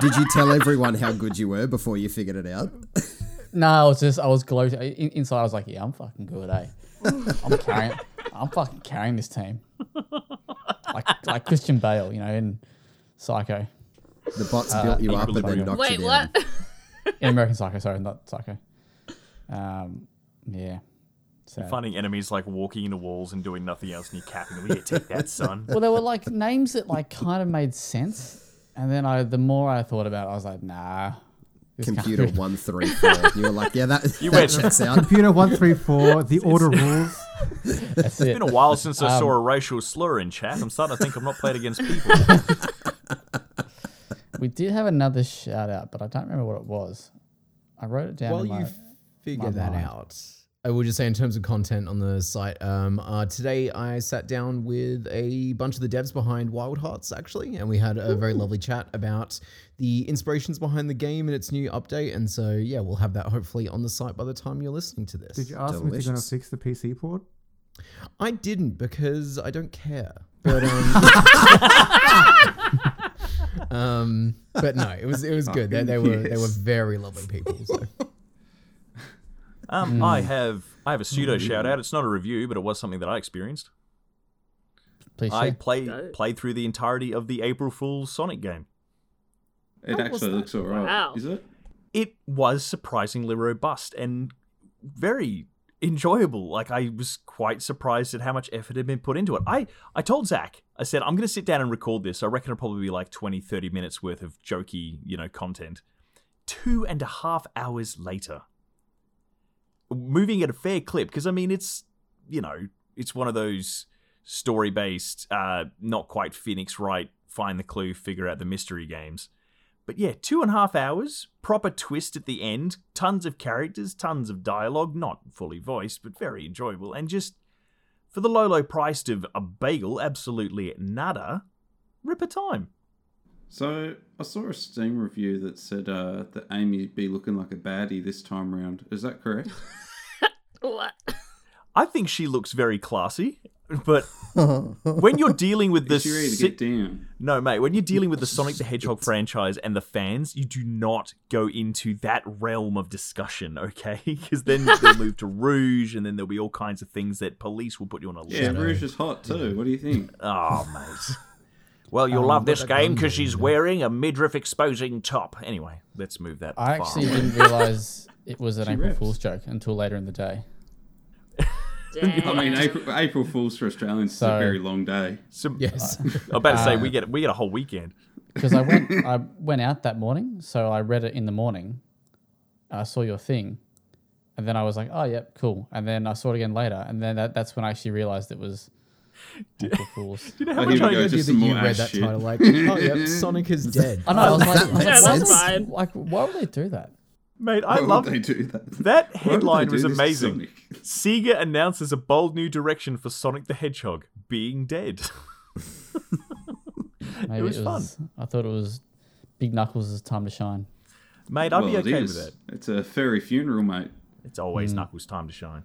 [SPEAKER 5] Did you tell everyone how good you were before you figured it out?
[SPEAKER 4] No, I was just I was gloating in, inside. I was like, yeah, I'm fucking good, eh? I'm carrying, I'm fucking carrying this team, like like Christian Bale, you know, in Psycho,
[SPEAKER 5] The bots
[SPEAKER 4] Uh,
[SPEAKER 5] built you up and then
[SPEAKER 1] Equilibrium.
[SPEAKER 5] knocked
[SPEAKER 2] Wait,
[SPEAKER 5] you down.
[SPEAKER 2] what?
[SPEAKER 4] in American Psycho. Sorry, not Psycho. Um, yeah.
[SPEAKER 1] You're finding enemies like walking into walls and doing nothing else, and you're capping them. Yeah, take that, son.
[SPEAKER 4] Well, there were like names that like kind of made sense, and then I the more I thought about, it, I was like, nah. this can't
[SPEAKER 5] Computer
[SPEAKER 4] be-
[SPEAKER 5] one three four. You were like, yeah, that,
[SPEAKER 1] You
[SPEAKER 5] that
[SPEAKER 1] went-
[SPEAKER 5] checks out.
[SPEAKER 3] Computer one three four, the order rules.
[SPEAKER 4] That's it.
[SPEAKER 1] It's been a while since I saw a racial slur in chat. I'm starting to think I'm not played against people.
[SPEAKER 4] We did have another shout out, but I don't remember what it was. I wrote it down.
[SPEAKER 7] While
[SPEAKER 4] in
[SPEAKER 7] you
[SPEAKER 4] my-
[SPEAKER 7] figure that
[SPEAKER 4] mind.
[SPEAKER 7] out, I will just say in terms of content on the site, um, uh, today I sat down with a bunch of the devs behind Wild Hearts actually, and we had a very lovely chat about the inspirations behind the game and its new update. And so yeah, we'll have that hopefully on the site by the time you're listening to this.
[SPEAKER 3] Did you ask me if they're going to
[SPEAKER 5] Delicious.
[SPEAKER 3] fix the PC port?
[SPEAKER 7] I didn't because I don't care. But um, um, but no, it was it was good. They, they were they were very lovely people. So.
[SPEAKER 1] Um, I have I have a pseudo shout out. It's not a review, but it was something that I experienced.
[SPEAKER 4] Please
[SPEAKER 1] I
[SPEAKER 4] share.
[SPEAKER 1] played
[SPEAKER 2] Dope.
[SPEAKER 1] played through the entirety of the April Fool's Sonic game.
[SPEAKER 6] It actually looks alright.
[SPEAKER 2] Wow.
[SPEAKER 6] Is it?
[SPEAKER 1] It was surprisingly robust and very enjoyable. Like I was quite surprised at how much effort had been put into it. I I told Zach, I said I'm going to sit down and record this. I reckon it'll probably be like 20, 30 minutes worth of jokey, you know, content. Two and a half hours later, moving at a fair clip because I mean it's you know it's one of those story based, uh, not quite Phoenix Wright, find the clue, figure out the mystery games. But yeah, two and a half hours, proper twist at the end, tons of characters, tons of dialogue, not fully voiced, but very enjoyable, and just for the low, low price of a bagel, absolutely nada, ripper time.
[SPEAKER 6] So I saw a Steam review that said uh, that Amy be looking like a baddie this time round. Is that correct?
[SPEAKER 2] What?
[SPEAKER 1] I think she looks very classy, but when you're dealing with
[SPEAKER 6] Is
[SPEAKER 1] this.
[SPEAKER 6] she ready to
[SPEAKER 1] si-
[SPEAKER 6] get down?
[SPEAKER 1] No, mate, when you're dealing with the Sonic the Hedgehog franchise and the fans, you do not go into that realm of discussion, okay? Because then they'll move to Rouge, and then there'll be all kinds of things that police will put you on a list.
[SPEAKER 6] Yeah, Rouge is hot too. What do you think?
[SPEAKER 1] Oh, mate. Well, you'll love this game because she's wearing a midriff exposing top. Anyway, let's move that.
[SPEAKER 4] I
[SPEAKER 1] far
[SPEAKER 4] actually
[SPEAKER 1] away.
[SPEAKER 4] didn't realize it was an April
[SPEAKER 6] rips.
[SPEAKER 4] Fool's joke until later in the day.
[SPEAKER 6] I mean,
[SPEAKER 2] Dang.
[SPEAKER 6] April, April Fools for Australians is a
[SPEAKER 4] So-
[SPEAKER 6] very long day.
[SPEAKER 1] Some-
[SPEAKER 7] Yes.
[SPEAKER 1] I'm about to say
[SPEAKER 6] Uh,
[SPEAKER 1] we get we get a whole weekend.
[SPEAKER 4] because I went I went out that morning, so I read it in the morning. I saw your thing, and then I was like, "Oh, yep, cool." And then I saw it again later, and then that, that's when I actually realized it was April Fools.
[SPEAKER 1] Do you know
[SPEAKER 6] Oh,
[SPEAKER 1] how
[SPEAKER 6] here
[SPEAKER 1] much
[SPEAKER 6] we go.
[SPEAKER 1] I,
[SPEAKER 7] Idea
[SPEAKER 6] just
[SPEAKER 7] that
[SPEAKER 6] some more
[SPEAKER 7] you read
[SPEAKER 6] ass
[SPEAKER 7] that
[SPEAKER 6] shit.
[SPEAKER 7] title like, oh yeah, Sonic is dead.
[SPEAKER 4] I know. I was like,
[SPEAKER 5] That
[SPEAKER 2] yeah,
[SPEAKER 5] makes
[SPEAKER 2] that's
[SPEAKER 5] sense.
[SPEAKER 2] fine.
[SPEAKER 4] like, why would they do that?
[SPEAKER 1] mate? I
[SPEAKER 6] Why would
[SPEAKER 1] love
[SPEAKER 6] they do that.
[SPEAKER 1] that
[SPEAKER 6] Why would
[SPEAKER 1] headline
[SPEAKER 6] they do
[SPEAKER 1] was
[SPEAKER 6] this to
[SPEAKER 1] amazing.
[SPEAKER 6] Sonic?
[SPEAKER 1] Sega announces a bold new direction for Sonic the Hedgehog being dead.
[SPEAKER 4] Maybe
[SPEAKER 1] was
[SPEAKER 4] I thought it was Big Knuckles' time to shine.
[SPEAKER 1] Mate, I'd
[SPEAKER 6] well,
[SPEAKER 1] be
[SPEAKER 6] it
[SPEAKER 1] okay
[SPEAKER 6] is. Hmm.
[SPEAKER 1] with that.
[SPEAKER 6] It's a fairy funeral, mate.
[SPEAKER 1] It's always Knuckles' time to shine.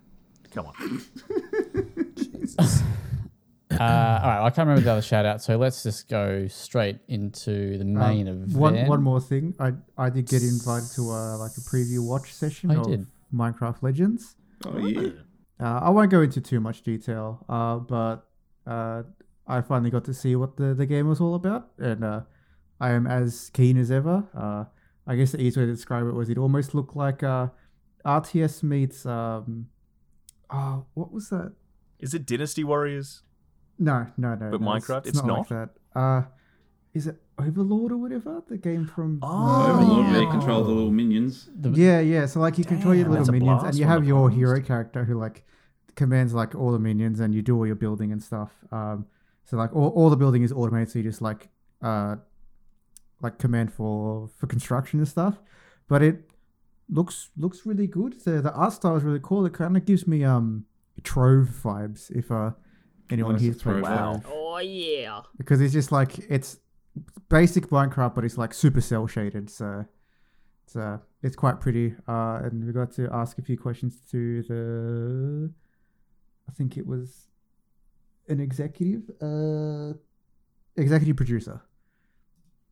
[SPEAKER 1] Come on.
[SPEAKER 4] Uh, all right, I can't remember the other shout out, so let's just go straight into the main
[SPEAKER 3] Um,
[SPEAKER 4] event.
[SPEAKER 3] One one more thing. I I did get invited to uh, like a preview watch session
[SPEAKER 4] I
[SPEAKER 3] of
[SPEAKER 4] did.
[SPEAKER 3] Minecraft Legends.
[SPEAKER 6] Oh yeah.
[SPEAKER 3] Uh, I won't go into too much detail, uh, but uh, I finally got to see what the, the game was all about, and uh, I am as keen as ever. Uh, I guess the easiest way to describe it was it almost looked like uh, RTS meets. Um, oh, what was that?
[SPEAKER 1] Is it Dynasty Warriors?
[SPEAKER 3] No, no, no.
[SPEAKER 1] But
[SPEAKER 3] no, it's-
[SPEAKER 1] Minecraft, it's
[SPEAKER 3] like that. Uh, is it Overlord or whatever? The game from.
[SPEAKER 1] Oh.
[SPEAKER 6] Overlord, where you
[SPEAKER 1] Oh.
[SPEAKER 6] control the little minions.
[SPEAKER 3] Yeah, yeah. So like you control your
[SPEAKER 1] Damn, that's
[SPEAKER 3] little
[SPEAKER 1] a
[SPEAKER 3] minions, and
[SPEAKER 1] blast
[SPEAKER 3] you
[SPEAKER 1] from
[SPEAKER 3] have
[SPEAKER 1] the
[SPEAKER 3] your
[SPEAKER 1] past.
[SPEAKER 3] hero character who like commands like all the minions, and you do all your building and stuff. Um, so like all, all the building is automated, so you just like uh, like command for for construction and stuff. But it looks looks really good. The the art style is really cool. It kind of gives me um Trove vibes. If uh anyone
[SPEAKER 6] Nice
[SPEAKER 3] here's played
[SPEAKER 6] Trove.
[SPEAKER 1] Wow.
[SPEAKER 3] Trove
[SPEAKER 2] Oh yeah.
[SPEAKER 3] because it's just like it's basic Minecraft, but it's like super cell shaded. So it's uh, it's quite pretty. Uh, and we got to ask a few questions to the, I think it was, an executive, uh, executive producer.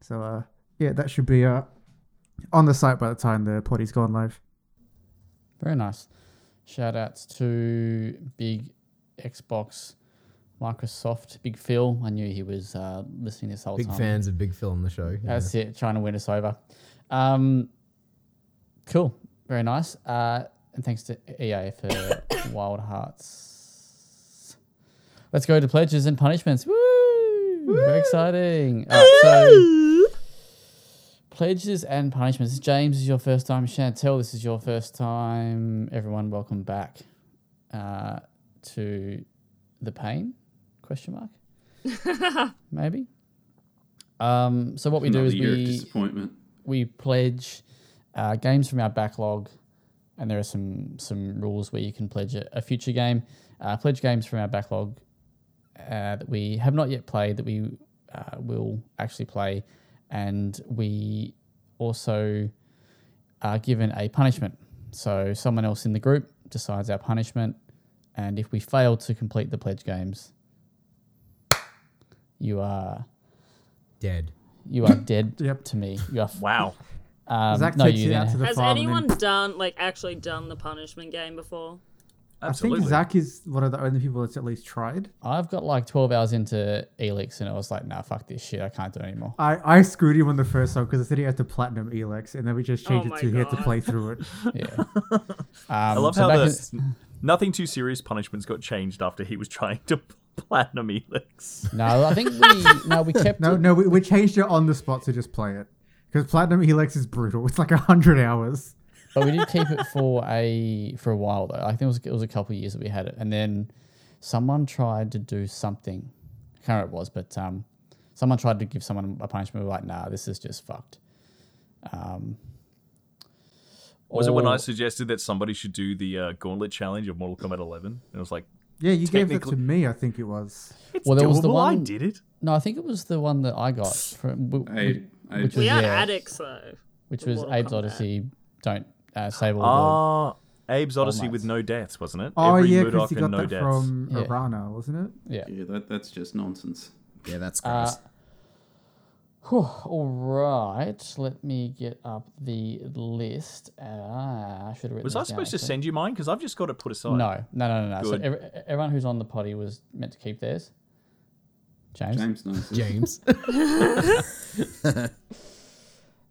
[SPEAKER 3] So uh, yeah, that should be uh, on the site by the time the potty's gone live.
[SPEAKER 4] Very nice. Shout outs to big Xbox, Microsoft, Big Phil. I knew he was uh, listening this whole
[SPEAKER 7] Big
[SPEAKER 4] time.
[SPEAKER 7] fans of Big Phil on the show. Yeah.
[SPEAKER 4] That's it, trying to win us over. Um, cool. Very nice. Uh, and thanks to EA for Wild Hearts. Let's go to pledges and punishments. Woo! Very exciting. All right, so, pledges and punishments. James this is your first time. Chantel, this is your first time. Everyone, welcome back uh, to the pain? Question mark. Maybe. Um, so what we do
[SPEAKER 6] Another
[SPEAKER 4] is
[SPEAKER 6] year of
[SPEAKER 4] we
[SPEAKER 6] disappointment.
[SPEAKER 4] we pledge uh, games from our backlog, and there are some some rules where you can pledge a, a future game. Uh, pledge games from our backlog uh, that we have not yet played that we uh, will actually play, and we also uh, are given a punishment. So someone else in the group decides our punishment, And if we fail to complete the pledge games, you are
[SPEAKER 7] Dead.
[SPEAKER 4] you are dead
[SPEAKER 3] Yep.
[SPEAKER 4] to me. You are f-
[SPEAKER 1] Wow.
[SPEAKER 4] um,
[SPEAKER 3] Zach
[SPEAKER 4] no
[SPEAKER 3] takes
[SPEAKER 4] you
[SPEAKER 3] it
[SPEAKER 4] there.
[SPEAKER 3] out to the
[SPEAKER 2] Has
[SPEAKER 3] farm.
[SPEAKER 2] anyone
[SPEAKER 3] and then,
[SPEAKER 2] done like actually done the punishment game before?
[SPEAKER 3] I think
[SPEAKER 1] Absolutely.
[SPEAKER 3] Zach is one of the only people that's at least tried.
[SPEAKER 4] I've got like twelve hours into Elix and I was like, nah, fuck this shit, I can't do it anymore.
[SPEAKER 3] I, I screwed him on the first one because I said he had to platinum Elex, and then we just changed
[SPEAKER 2] Oh my
[SPEAKER 3] it to he had to
[SPEAKER 2] God.
[SPEAKER 3] play through it.
[SPEAKER 4] Yeah. Um,
[SPEAKER 1] I love
[SPEAKER 4] so
[SPEAKER 1] how
[SPEAKER 4] back in-
[SPEAKER 1] the nothing too serious punishments got changed after he was trying to platinum Elix.
[SPEAKER 4] No, I think we no we kept
[SPEAKER 3] No,
[SPEAKER 4] it.
[SPEAKER 3] no, we, we changed it on the spot to just play it because platinum Elex is brutal. It's like hundred hours.
[SPEAKER 4] but we did keep it for a for a while though. I think it was it was a couple of years that we had it, and then someone tried to do something. I can't remember what it was, but um, someone tried to give someone a punishment. We were like, nah, this is just fucked. Um,
[SPEAKER 1] Was it when
[SPEAKER 4] or-
[SPEAKER 1] I suggested that somebody should do the uh, Gauntlet challenge of Mortal Kombat 11? And it was like,
[SPEAKER 3] Yeah, you gave it to
[SPEAKER 1] Technically-
[SPEAKER 3] me. I think it was.
[SPEAKER 1] it's
[SPEAKER 4] Well, there was the
[SPEAKER 1] doable, I
[SPEAKER 4] one-
[SPEAKER 1] did it.
[SPEAKER 4] No, I think it was the one that I got from w-
[SPEAKER 6] I, I,
[SPEAKER 4] which
[SPEAKER 2] We
[SPEAKER 4] was-
[SPEAKER 2] are
[SPEAKER 4] Yeah.
[SPEAKER 2] addicts though.
[SPEAKER 4] which was
[SPEAKER 2] Mortal
[SPEAKER 4] Abe's
[SPEAKER 2] Kombat.
[SPEAKER 4] Odyssey. Don't uh, save all the world.
[SPEAKER 1] Ah, Abe's Odyssey with
[SPEAKER 4] Almights.
[SPEAKER 1] no deaths, wasn't it?
[SPEAKER 3] Oh
[SPEAKER 1] Every
[SPEAKER 3] yeah, because
[SPEAKER 1] Murdoch
[SPEAKER 3] he
[SPEAKER 1] and
[SPEAKER 3] got
[SPEAKER 1] no
[SPEAKER 3] that
[SPEAKER 1] deaths.
[SPEAKER 3] from
[SPEAKER 4] Yeah.
[SPEAKER 3] Arana, wasn't it?
[SPEAKER 4] Yeah.
[SPEAKER 6] yeah, that, that's just nonsense.
[SPEAKER 5] Yeah, that's
[SPEAKER 4] Uh,
[SPEAKER 5] gross.
[SPEAKER 4] whew, all right, let me get up the list. Uh, I should have written.
[SPEAKER 1] Was
[SPEAKER 4] this
[SPEAKER 1] I
[SPEAKER 4] down,
[SPEAKER 1] supposed to
[SPEAKER 4] actually.
[SPEAKER 1] send you mine? Because I've just got it put aside.
[SPEAKER 4] No, no, no, no. no. So
[SPEAKER 1] Good.
[SPEAKER 4] every, everyone who's on the potty was meant to keep theirs. James.
[SPEAKER 6] James knows. this.
[SPEAKER 7] James.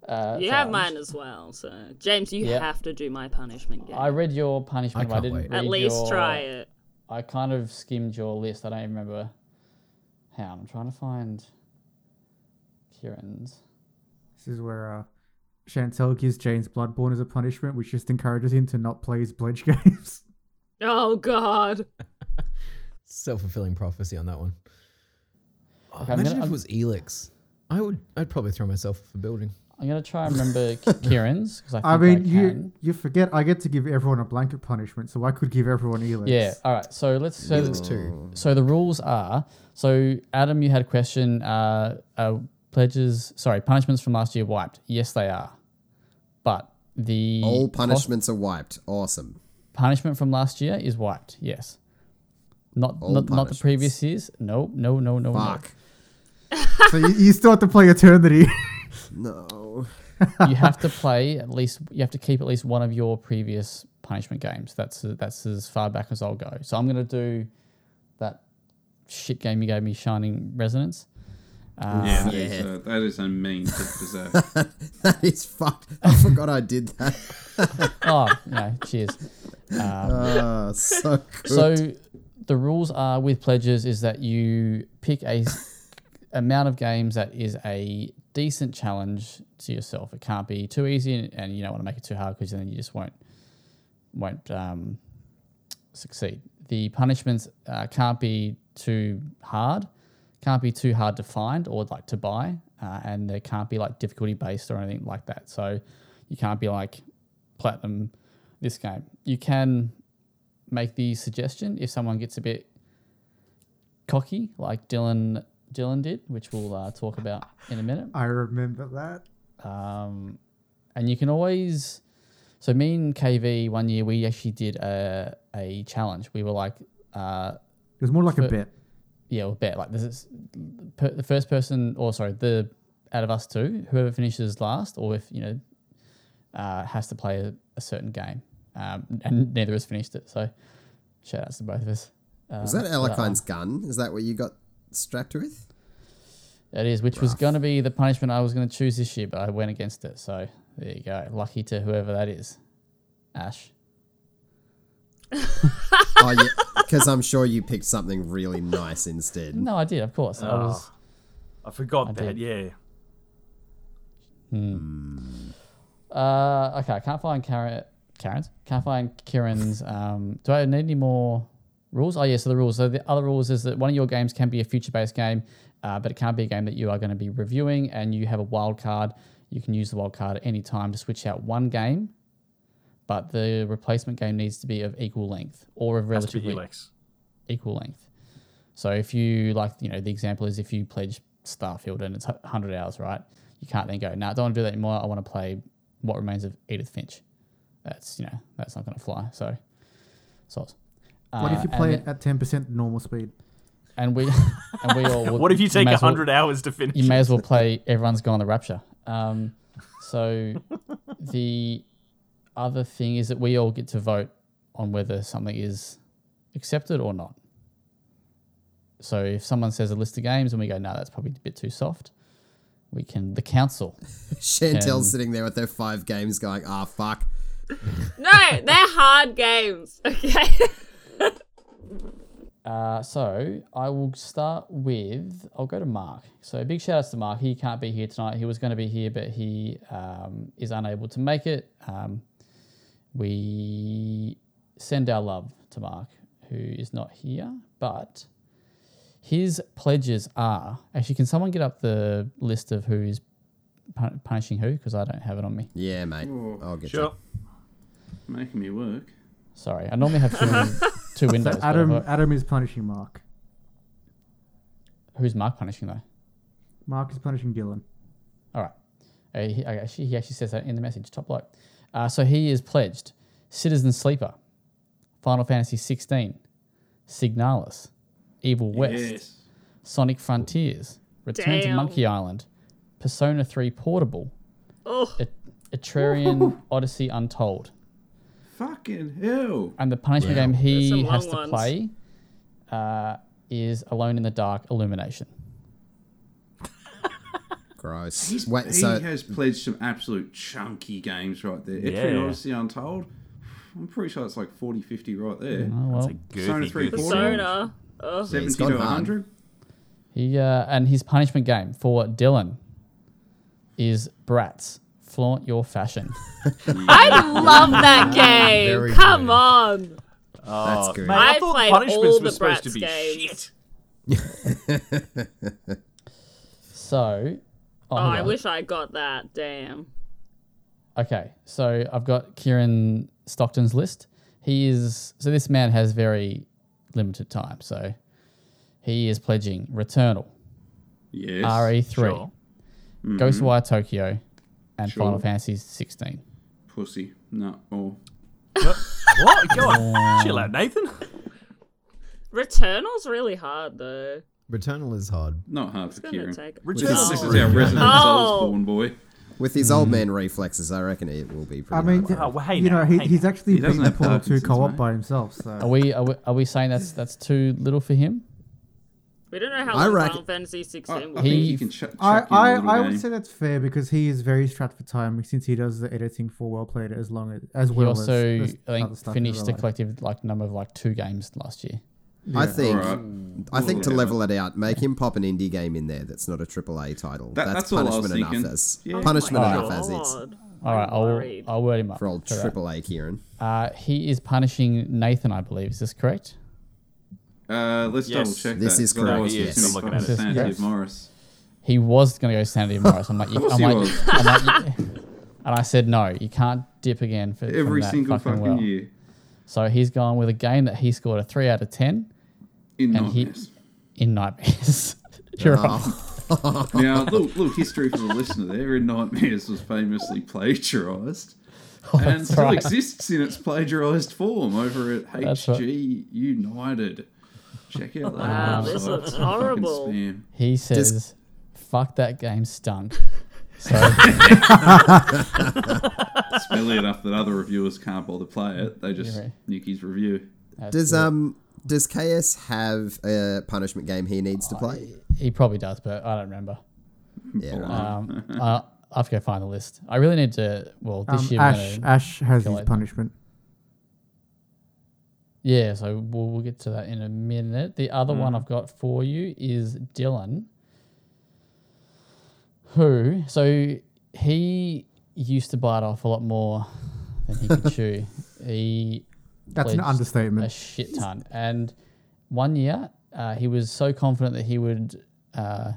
[SPEAKER 4] Uh,
[SPEAKER 2] You
[SPEAKER 4] so
[SPEAKER 2] have
[SPEAKER 4] I'm
[SPEAKER 2] mine as well, so James, you
[SPEAKER 4] Yeah.
[SPEAKER 2] have to do my punishment
[SPEAKER 4] just-
[SPEAKER 2] game.
[SPEAKER 4] I read your punishment.
[SPEAKER 7] I
[SPEAKER 4] but I,
[SPEAKER 7] can't
[SPEAKER 4] didn't
[SPEAKER 7] wait.
[SPEAKER 2] At
[SPEAKER 4] read
[SPEAKER 2] least
[SPEAKER 4] your-
[SPEAKER 2] try it.
[SPEAKER 4] I kind of skimmed your list. I don't even remember how. I'm trying to find Kieran's.
[SPEAKER 3] This is where uh, Chantel gives James Bloodborne as a punishment, which just encourages him to not play his pledge games.
[SPEAKER 2] Oh god.
[SPEAKER 7] Self fulfilling prophecy on that one. Oh,
[SPEAKER 4] Okay, I'm
[SPEAKER 7] imagine
[SPEAKER 4] gonna- I'm-
[SPEAKER 7] if it was Elix. I would. I'd probably throw myself off a building.
[SPEAKER 4] I'm gonna try and remember K- Kieran's because I think
[SPEAKER 3] I mean, you
[SPEAKER 4] can.
[SPEAKER 3] you forget I get to give everyone a blanket punishment, so I could give everyone Elex.
[SPEAKER 4] Yeah. All right. So let's. So,
[SPEAKER 7] Elix too.
[SPEAKER 4] so the rules are. So Adam, you had a question. Uh, uh, pledges. Sorry, punishments from last year wiped. Yes, they are. But the
[SPEAKER 5] All
[SPEAKER 4] cost-
[SPEAKER 5] punishments are wiped. Awesome.
[SPEAKER 4] punishment from last year is wiped. Yes. Not not,
[SPEAKER 5] All
[SPEAKER 4] not the
[SPEAKER 5] punishments.
[SPEAKER 4] previous years. No, no, no, no,
[SPEAKER 5] Fuck.
[SPEAKER 3] So you, you still have to play Eternity.
[SPEAKER 5] No.
[SPEAKER 4] no. You have to play at least. You have to keep at least one of your previous punishment games. That's that's as far back as I'll go. So I'm gonna do that shit game you gave me, Shining Resonance. Uh,
[SPEAKER 6] Yeah, that is a, that is a mean tip to say.
[SPEAKER 5] that is fucked. I forgot I did that.
[SPEAKER 4] Oh no, cheers. Um,
[SPEAKER 5] Ah, so good.
[SPEAKER 4] So the rules are with pledges is that you pick a s- amount of games that is a decent challenge to yourself. It can't be too easy, and, and you don't want to make it too hard because then you just won't won't um, succeed. The punishments uh, can't be too hard, can't be too hard to find or like to buy, uh, and they can't be like difficulty based or anything like that. So you can't be like platinum this game. You can make the suggestion if someone gets a bit cocky, like Dylan Dylan did, which we'll uh, talk about in a minute.
[SPEAKER 3] I remember that.
[SPEAKER 4] Um, and you can always. So me and KV one year we actually did a a challenge. We were like, uh,
[SPEAKER 3] It was more like a
[SPEAKER 4] But-
[SPEAKER 3] bit.
[SPEAKER 4] yeah, we'll bet like this is per, the first person, or sorry, the out of us two, whoever finishes last, or if you know, uh, has to play a, a certain game, um, and neither has finished it. So shout outs to both of us. Uh,
[SPEAKER 5] Is that
[SPEAKER 4] for one.
[SPEAKER 5] Alakine's gun? Is that what you got strapped with?
[SPEAKER 4] That is, which was going to be the punishment I was going to choose this year, but I went against it. So there you go. Lucky to whoever that is, Ash.
[SPEAKER 5] Oh, yeah. Because I'm sure you picked something really nice instead.
[SPEAKER 4] No, I did, of course.
[SPEAKER 1] Ah.
[SPEAKER 4] I was.
[SPEAKER 1] I forgot that.
[SPEAKER 4] did.
[SPEAKER 1] Yeah.
[SPEAKER 4] Uh, okay, I can't find Karen. Karen's can't find Kieran's. Um, do I need any more rules? Oh yeah, so the rules. So the other rules is that one of your games can be a future-based game, uh, but it can't be a game that you are going to be reviewing, and you have a wild card. You can use the wild card at any time to switch out one game, but the replacement game needs to be of equal length or of
[SPEAKER 1] Has to be
[SPEAKER 4] relatively
[SPEAKER 1] Elex.
[SPEAKER 4] equal length. So if you like, you know, the example is if you pledge Starfield and it's 100 hours, right? You can't then go, no, I don't want to do that anymore. I want to play What Remains of Edith Finch. That's, you know, that's not going to fly. So, so
[SPEAKER 3] What if you
[SPEAKER 4] Uh,
[SPEAKER 3] play
[SPEAKER 4] and
[SPEAKER 3] it at ten percent normal speed?
[SPEAKER 4] and we and we all. would-
[SPEAKER 1] What if you take
[SPEAKER 4] may as well-
[SPEAKER 1] hundred hours to finish?
[SPEAKER 4] you may
[SPEAKER 1] it?
[SPEAKER 4] as well play everyone's gone the rapture um, so the other thing is that we all get to vote on whether something is accepted or not so if someone says a list of games and we go no that's probably a bit too soft we can the council
[SPEAKER 5] Chantel's
[SPEAKER 4] Um,
[SPEAKER 5] sitting there with their five games going, ah, fuck.
[SPEAKER 2] No, they're hard games. Okay.
[SPEAKER 4] Uh, so I will start with I'll go to Mark. So big shout outs to Mark. He can't be here tonight. He was going to be here, but he um, is unable to make it. Um, we send our love to Mark, who is not here, but his pledges are actually. Can someone get up the list of who is pun- punishing who? Because I don't have it on me.
[SPEAKER 5] Yeah, mate. I'll get
[SPEAKER 1] Sure.
[SPEAKER 6] Making me work.
[SPEAKER 4] Sorry, I normally have two, two windows.
[SPEAKER 3] So
[SPEAKER 4] but
[SPEAKER 3] Adam,
[SPEAKER 4] I've got-
[SPEAKER 3] Adam is punishing Mark.
[SPEAKER 4] who's Mark punishing though?
[SPEAKER 3] Mark is punishing Dylan.
[SPEAKER 4] All right. Uh, he, I- actually, he actually says that in the message, top bloke. Uh, so he is pledged Citizen Sleeper, Final Fantasy 16, Signalis, Evil West,
[SPEAKER 6] Yes.
[SPEAKER 4] Sonic Frontiers, Return to
[SPEAKER 2] Damn.
[SPEAKER 4] Monkey Island, Persona 3 Portable,
[SPEAKER 2] oh,
[SPEAKER 4] E- Etrurian Odyssey Untold.
[SPEAKER 6] Fucking hell.
[SPEAKER 4] And the punishment game
[SPEAKER 2] There's
[SPEAKER 4] he
[SPEAKER 2] some
[SPEAKER 4] has
[SPEAKER 2] long ones.
[SPEAKER 4] to play uh, is Alone in the Dark Illumination.
[SPEAKER 5] Gross. Wait, so
[SPEAKER 6] he has pledged some absolute chunky games right there. Yeah.
[SPEAKER 1] Yeah.
[SPEAKER 6] Odyssey Untold. I'm pretty sure it's like 40, 50 right there.
[SPEAKER 4] Oh, well.
[SPEAKER 1] It's a girthy,
[SPEAKER 6] Persona three,
[SPEAKER 1] girthy-
[SPEAKER 6] four.
[SPEAKER 2] persona. Oh,
[SPEAKER 6] 70
[SPEAKER 5] gone
[SPEAKER 6] to
[SPEAKER 5] hard.
[SPEAKER 6] 100.
[SPEAKER 4] He uh, and his punishment game for Dylan is brats. Flaunt your fashion.
[SPEAKER 2] I love that
[SPEAKER 7] Very
[SPEAKER 2] game. Come
[SPEAKER 7] good.
[SPEAKER 2] on.
[SPEAKER 5] that's good.
[SPEAKER 1] Mate, I,
[SPEAKER 2] I
[SPEAKER 1] thought
[SPEAKER 2] played
[SPEAKER 1] punishments
[SPEAKER 2] all
[SPEAKER 1] were
[SPEAKER 2] the
[SPEAKER 1] supposed to
[SPEAKER 2] Bratz
[SPEAKER 1] be
[SPEAKER 2] games.
[SPEAKER 1] shit.
[SPEAKER 4] So, oh,
[SPEAKER 2] Oh,
[SPEAKER 4] hang
[SPEAKER 2] I
[SPEAKER 4] on.
[SPEAKER 2] wish I got that. Damn.
[SPEAKER 4] Okay, so I've got Kieran Stockton's list. He is so this man has very limited time, so he is pledging Returnal, E
[SPEAKER 6] Yes.
[SPEAKER 4] RE3,
[SPEAKER 1] Sure.
[SPEAKER 4] Ghostwire Tokyo, and Final
[SPEAKER 6] Sure.
[SPEAKER 4] Fantasy 16.
[SPEAKER 6] Pussy. No. Oh.
[SPEAKER 1] What? Go on. Chill out, Nathan.
[SPEAKER 2] Returnal's really hard though.
[SPEAKER 7] Returnal is hard.
[SPEAKER 6] Not hard for
[SPEAKER 2] It's gonna
[SPEAKER 6] Kieran.
[SPEAKER 2] take.
[SPEAKER 1] Richard,
[SPEAKER 5] This
[SPEAKER 6] This
[SPEAKER 5] Oh.
[SPEAKER 6] is our resident
[SPEAKER 2] Oh.
[SPEAKER 6] Soulsborne boy.
[SPEAKER 5] With his
[SPEAKER 4] Mm.
[SPEAKER 5] old man reflexes, I reckon it will be
[SPEAKER 3] I
[SPEAKER 5] pretty
[SPEAKER 3] mean,
[SPEAKER 5] hard.
[SPEAKER 1] Oh, well, hey
[SPEAKER 3] you
[SPEAKER 1] now,
[SPEAKER 3] know, he,
[SPEAKER 1] hey
[SPEAKER 3] he's
[SPEAKER 1] now.
[SPEAKER 3] actually
[SPEAKER 6] He doesn't
[SPEAKER 3] beaten the
[SPEAKER 6] have
[SPEAKER 3] Portal 2
[SPEAKER 6] Parkinson's,
[SPEAKER 3] co-op
[SPEAKER 6] mate.
[SPEAKER 3] by himself. So
[SPEAKER 4] Are we, are we are we saying that's that's too little for him?
[SPEAKER 2] We don't know how
[SPEAKER 5] I
[SPEAKER 2] long
[SPEAKER 5] reckon-
[SPEAKER 2] Final Fantasy
[SPEAKER 6] I, I
[SPEAKER 2] 16 will
[SPEAKER 6] think
[SPEAKER 2] be.
[SPEAKER 4] He-
[SPEAKER 6] Oh, he can ch- chuck
[SPEAKER 3] I,
[SPEAKER 6] in a
[SPEAKER 3] I,
[SPEAKER 6] little
[SPEAKER 3] I
[SPEAKER 6] game.
[SPEAKER 3] would say that's fair because he is very strapped for time since he does the editing for Wellplayed as long as as
[SPEAKER 4] He
[SPEAKER 3] well as
[SPEAKER 4] also
[SPEAKER 3] this
[SPEAKER 4] I
[SPEAKER 3] other
[SPEAKER 4] think
[SPEAKER 3] stuff in
[SPEAKER 4] finished
[SPEAKER 3] real
[SPEAKER 4] the
[SPEAKER 3] life.
[SPEAKER 4] collective like number of like two games last year.
[SPEAKER 5] I think,
[SPEAKER 6] All right.
[SPEAKER 5] I think to
[SPEAKER 6] Yeah.
[SPEAKER 5] level it out, make him pop an indie game in there that's not a AAA title.
[SPEAKER 6] That-
[SPEAKER 5] that's,
[SPEAKER 6] that's all I was
[SPEAKER 5] punishment enough
[SPEAKER 6] thinking.
[SPEAKER 5] as
[SPEAKER 6] Yeah.
[SPEAKER 5] punishment
[SPEAKER 4] Oh my
[SPEAKER 5] enough as it's
[SPEAKER 2] God.
[SPEAKER 4] All right,
[SPEAKER 2] worried.
[SPEAKER 4] I'll, I'll word him up.
[SPEAKER 5] for old
[SPEAKER 4] for that.
[SPEAKER 5] AAA Kieran.
[SPEAKER 4] Uh, he is punishing Nathan, I believe. Is this correct?
[SPEAKER 6] Uh, let's
[SPEAKER 1] Yes.
[SPEAKER 6] double check
[SPEAKER 5] This
[SPEAKER 6] that,
[SPEAKER 5] is
[SPEAKER 6] 'cause otherwise
[SPEAKER 5] correct,
[SPEAKER 6] it's
[SPEAKER 5] yes.
[SPEAKER 6] gonna be
[SPEAKER 1] I'm looking at
[SPEAKER 6] fucking
[SPEAKER 4] it.
[SPEAKER 6] Sanity
[SPEAKER 4] Yes.
[SPEAKER 6] of Morris.
[SPEAKER 4] He was going to go Sanity of Morris. I'm like, you,
[SPEAKER 6] course
[SPEAKER 4] I'm
[SPEAKER 6] he
[SPEAKER 4] like,
[SPEAKER 6] was.
[SPEAKER 4] I'm like you- and I said no, you can't dip again for from
[SPEAKER 6] Every
[SPEAKER 4] that
[SPEAKER 6] single
[SPEAKER 4] fucking,
[SPEAKER 6] fucking
[SPEAKER 4] well.
[SPEAKER 6] year.
[SPEAKER 4] So he's gone with a game that he scored a three out of ten
[SPEAKER 6] In
[SPEAKER 4] And he-
[SPEAKER 6] nightmares.
[SPEAKER 4] in Nightmares. You're right.
[SPEAKER 6] now, little, little history for the listener there. In Nightmares was famously plagiarised. and still
[SPEAKER 4] Oh, right.
[SPEAKER 6] exists in its plagiarised form over at
[SPEAKER 4] That's
[SPEAKER 6] HG United. Check out that.
[SPEAKER 2] Wow,
[SPEAKER 6] website.
[SPEAKER 2] this looks
[SPEAKER 6] Fucking
[SPEAKER 2] horrible.
[SPEAKER 6] spam.
[SPEAKER 4] He says, "Fuck that game, stunk." So
[SPEAKER 6] Smelly enough that other reviewers can't bother to play it. They just
[SPEAKER 4] Yeah.
[SPEAKER 6] nick his review.
[SPEAKER 4] that's
[SPEAKER 5] Does
[SPEAKER 4] it.
[SPEAKER 5] um does KS have a punishment game he needs to play?
[SPEAKER 4] he probably does, but I don't remember.
[SPEAKER 5] Yeah, right.
[SPEAKER 4] Um, I I have to go find the list. I really need to. Well, this
[SPEAKER 3] Um,
[SPEAKER 4] year, we're
[SPEAKER 3] Ash,
[SPEAKER 4] gonna-
[SPEAKER 3] Ash has his
[SPEAKER 4] it.
[SPEAKER 3] punishment.
[SPEAKER 4] Yeah, so we'll, we'll get to that in a minute. The other
[SPEAKER 3] Hmm.
[SPEAKER 4] one I've got for you is Dylan, who, so he used to bite off a lot more than he could chew. He
[SPEAKER 3] That's an
[SPEAKER 4] pledged a
[SPEAKER 3] understatement.
[SPEAKER 4] shit ton. And one year, uh, he was so confident that he would uh,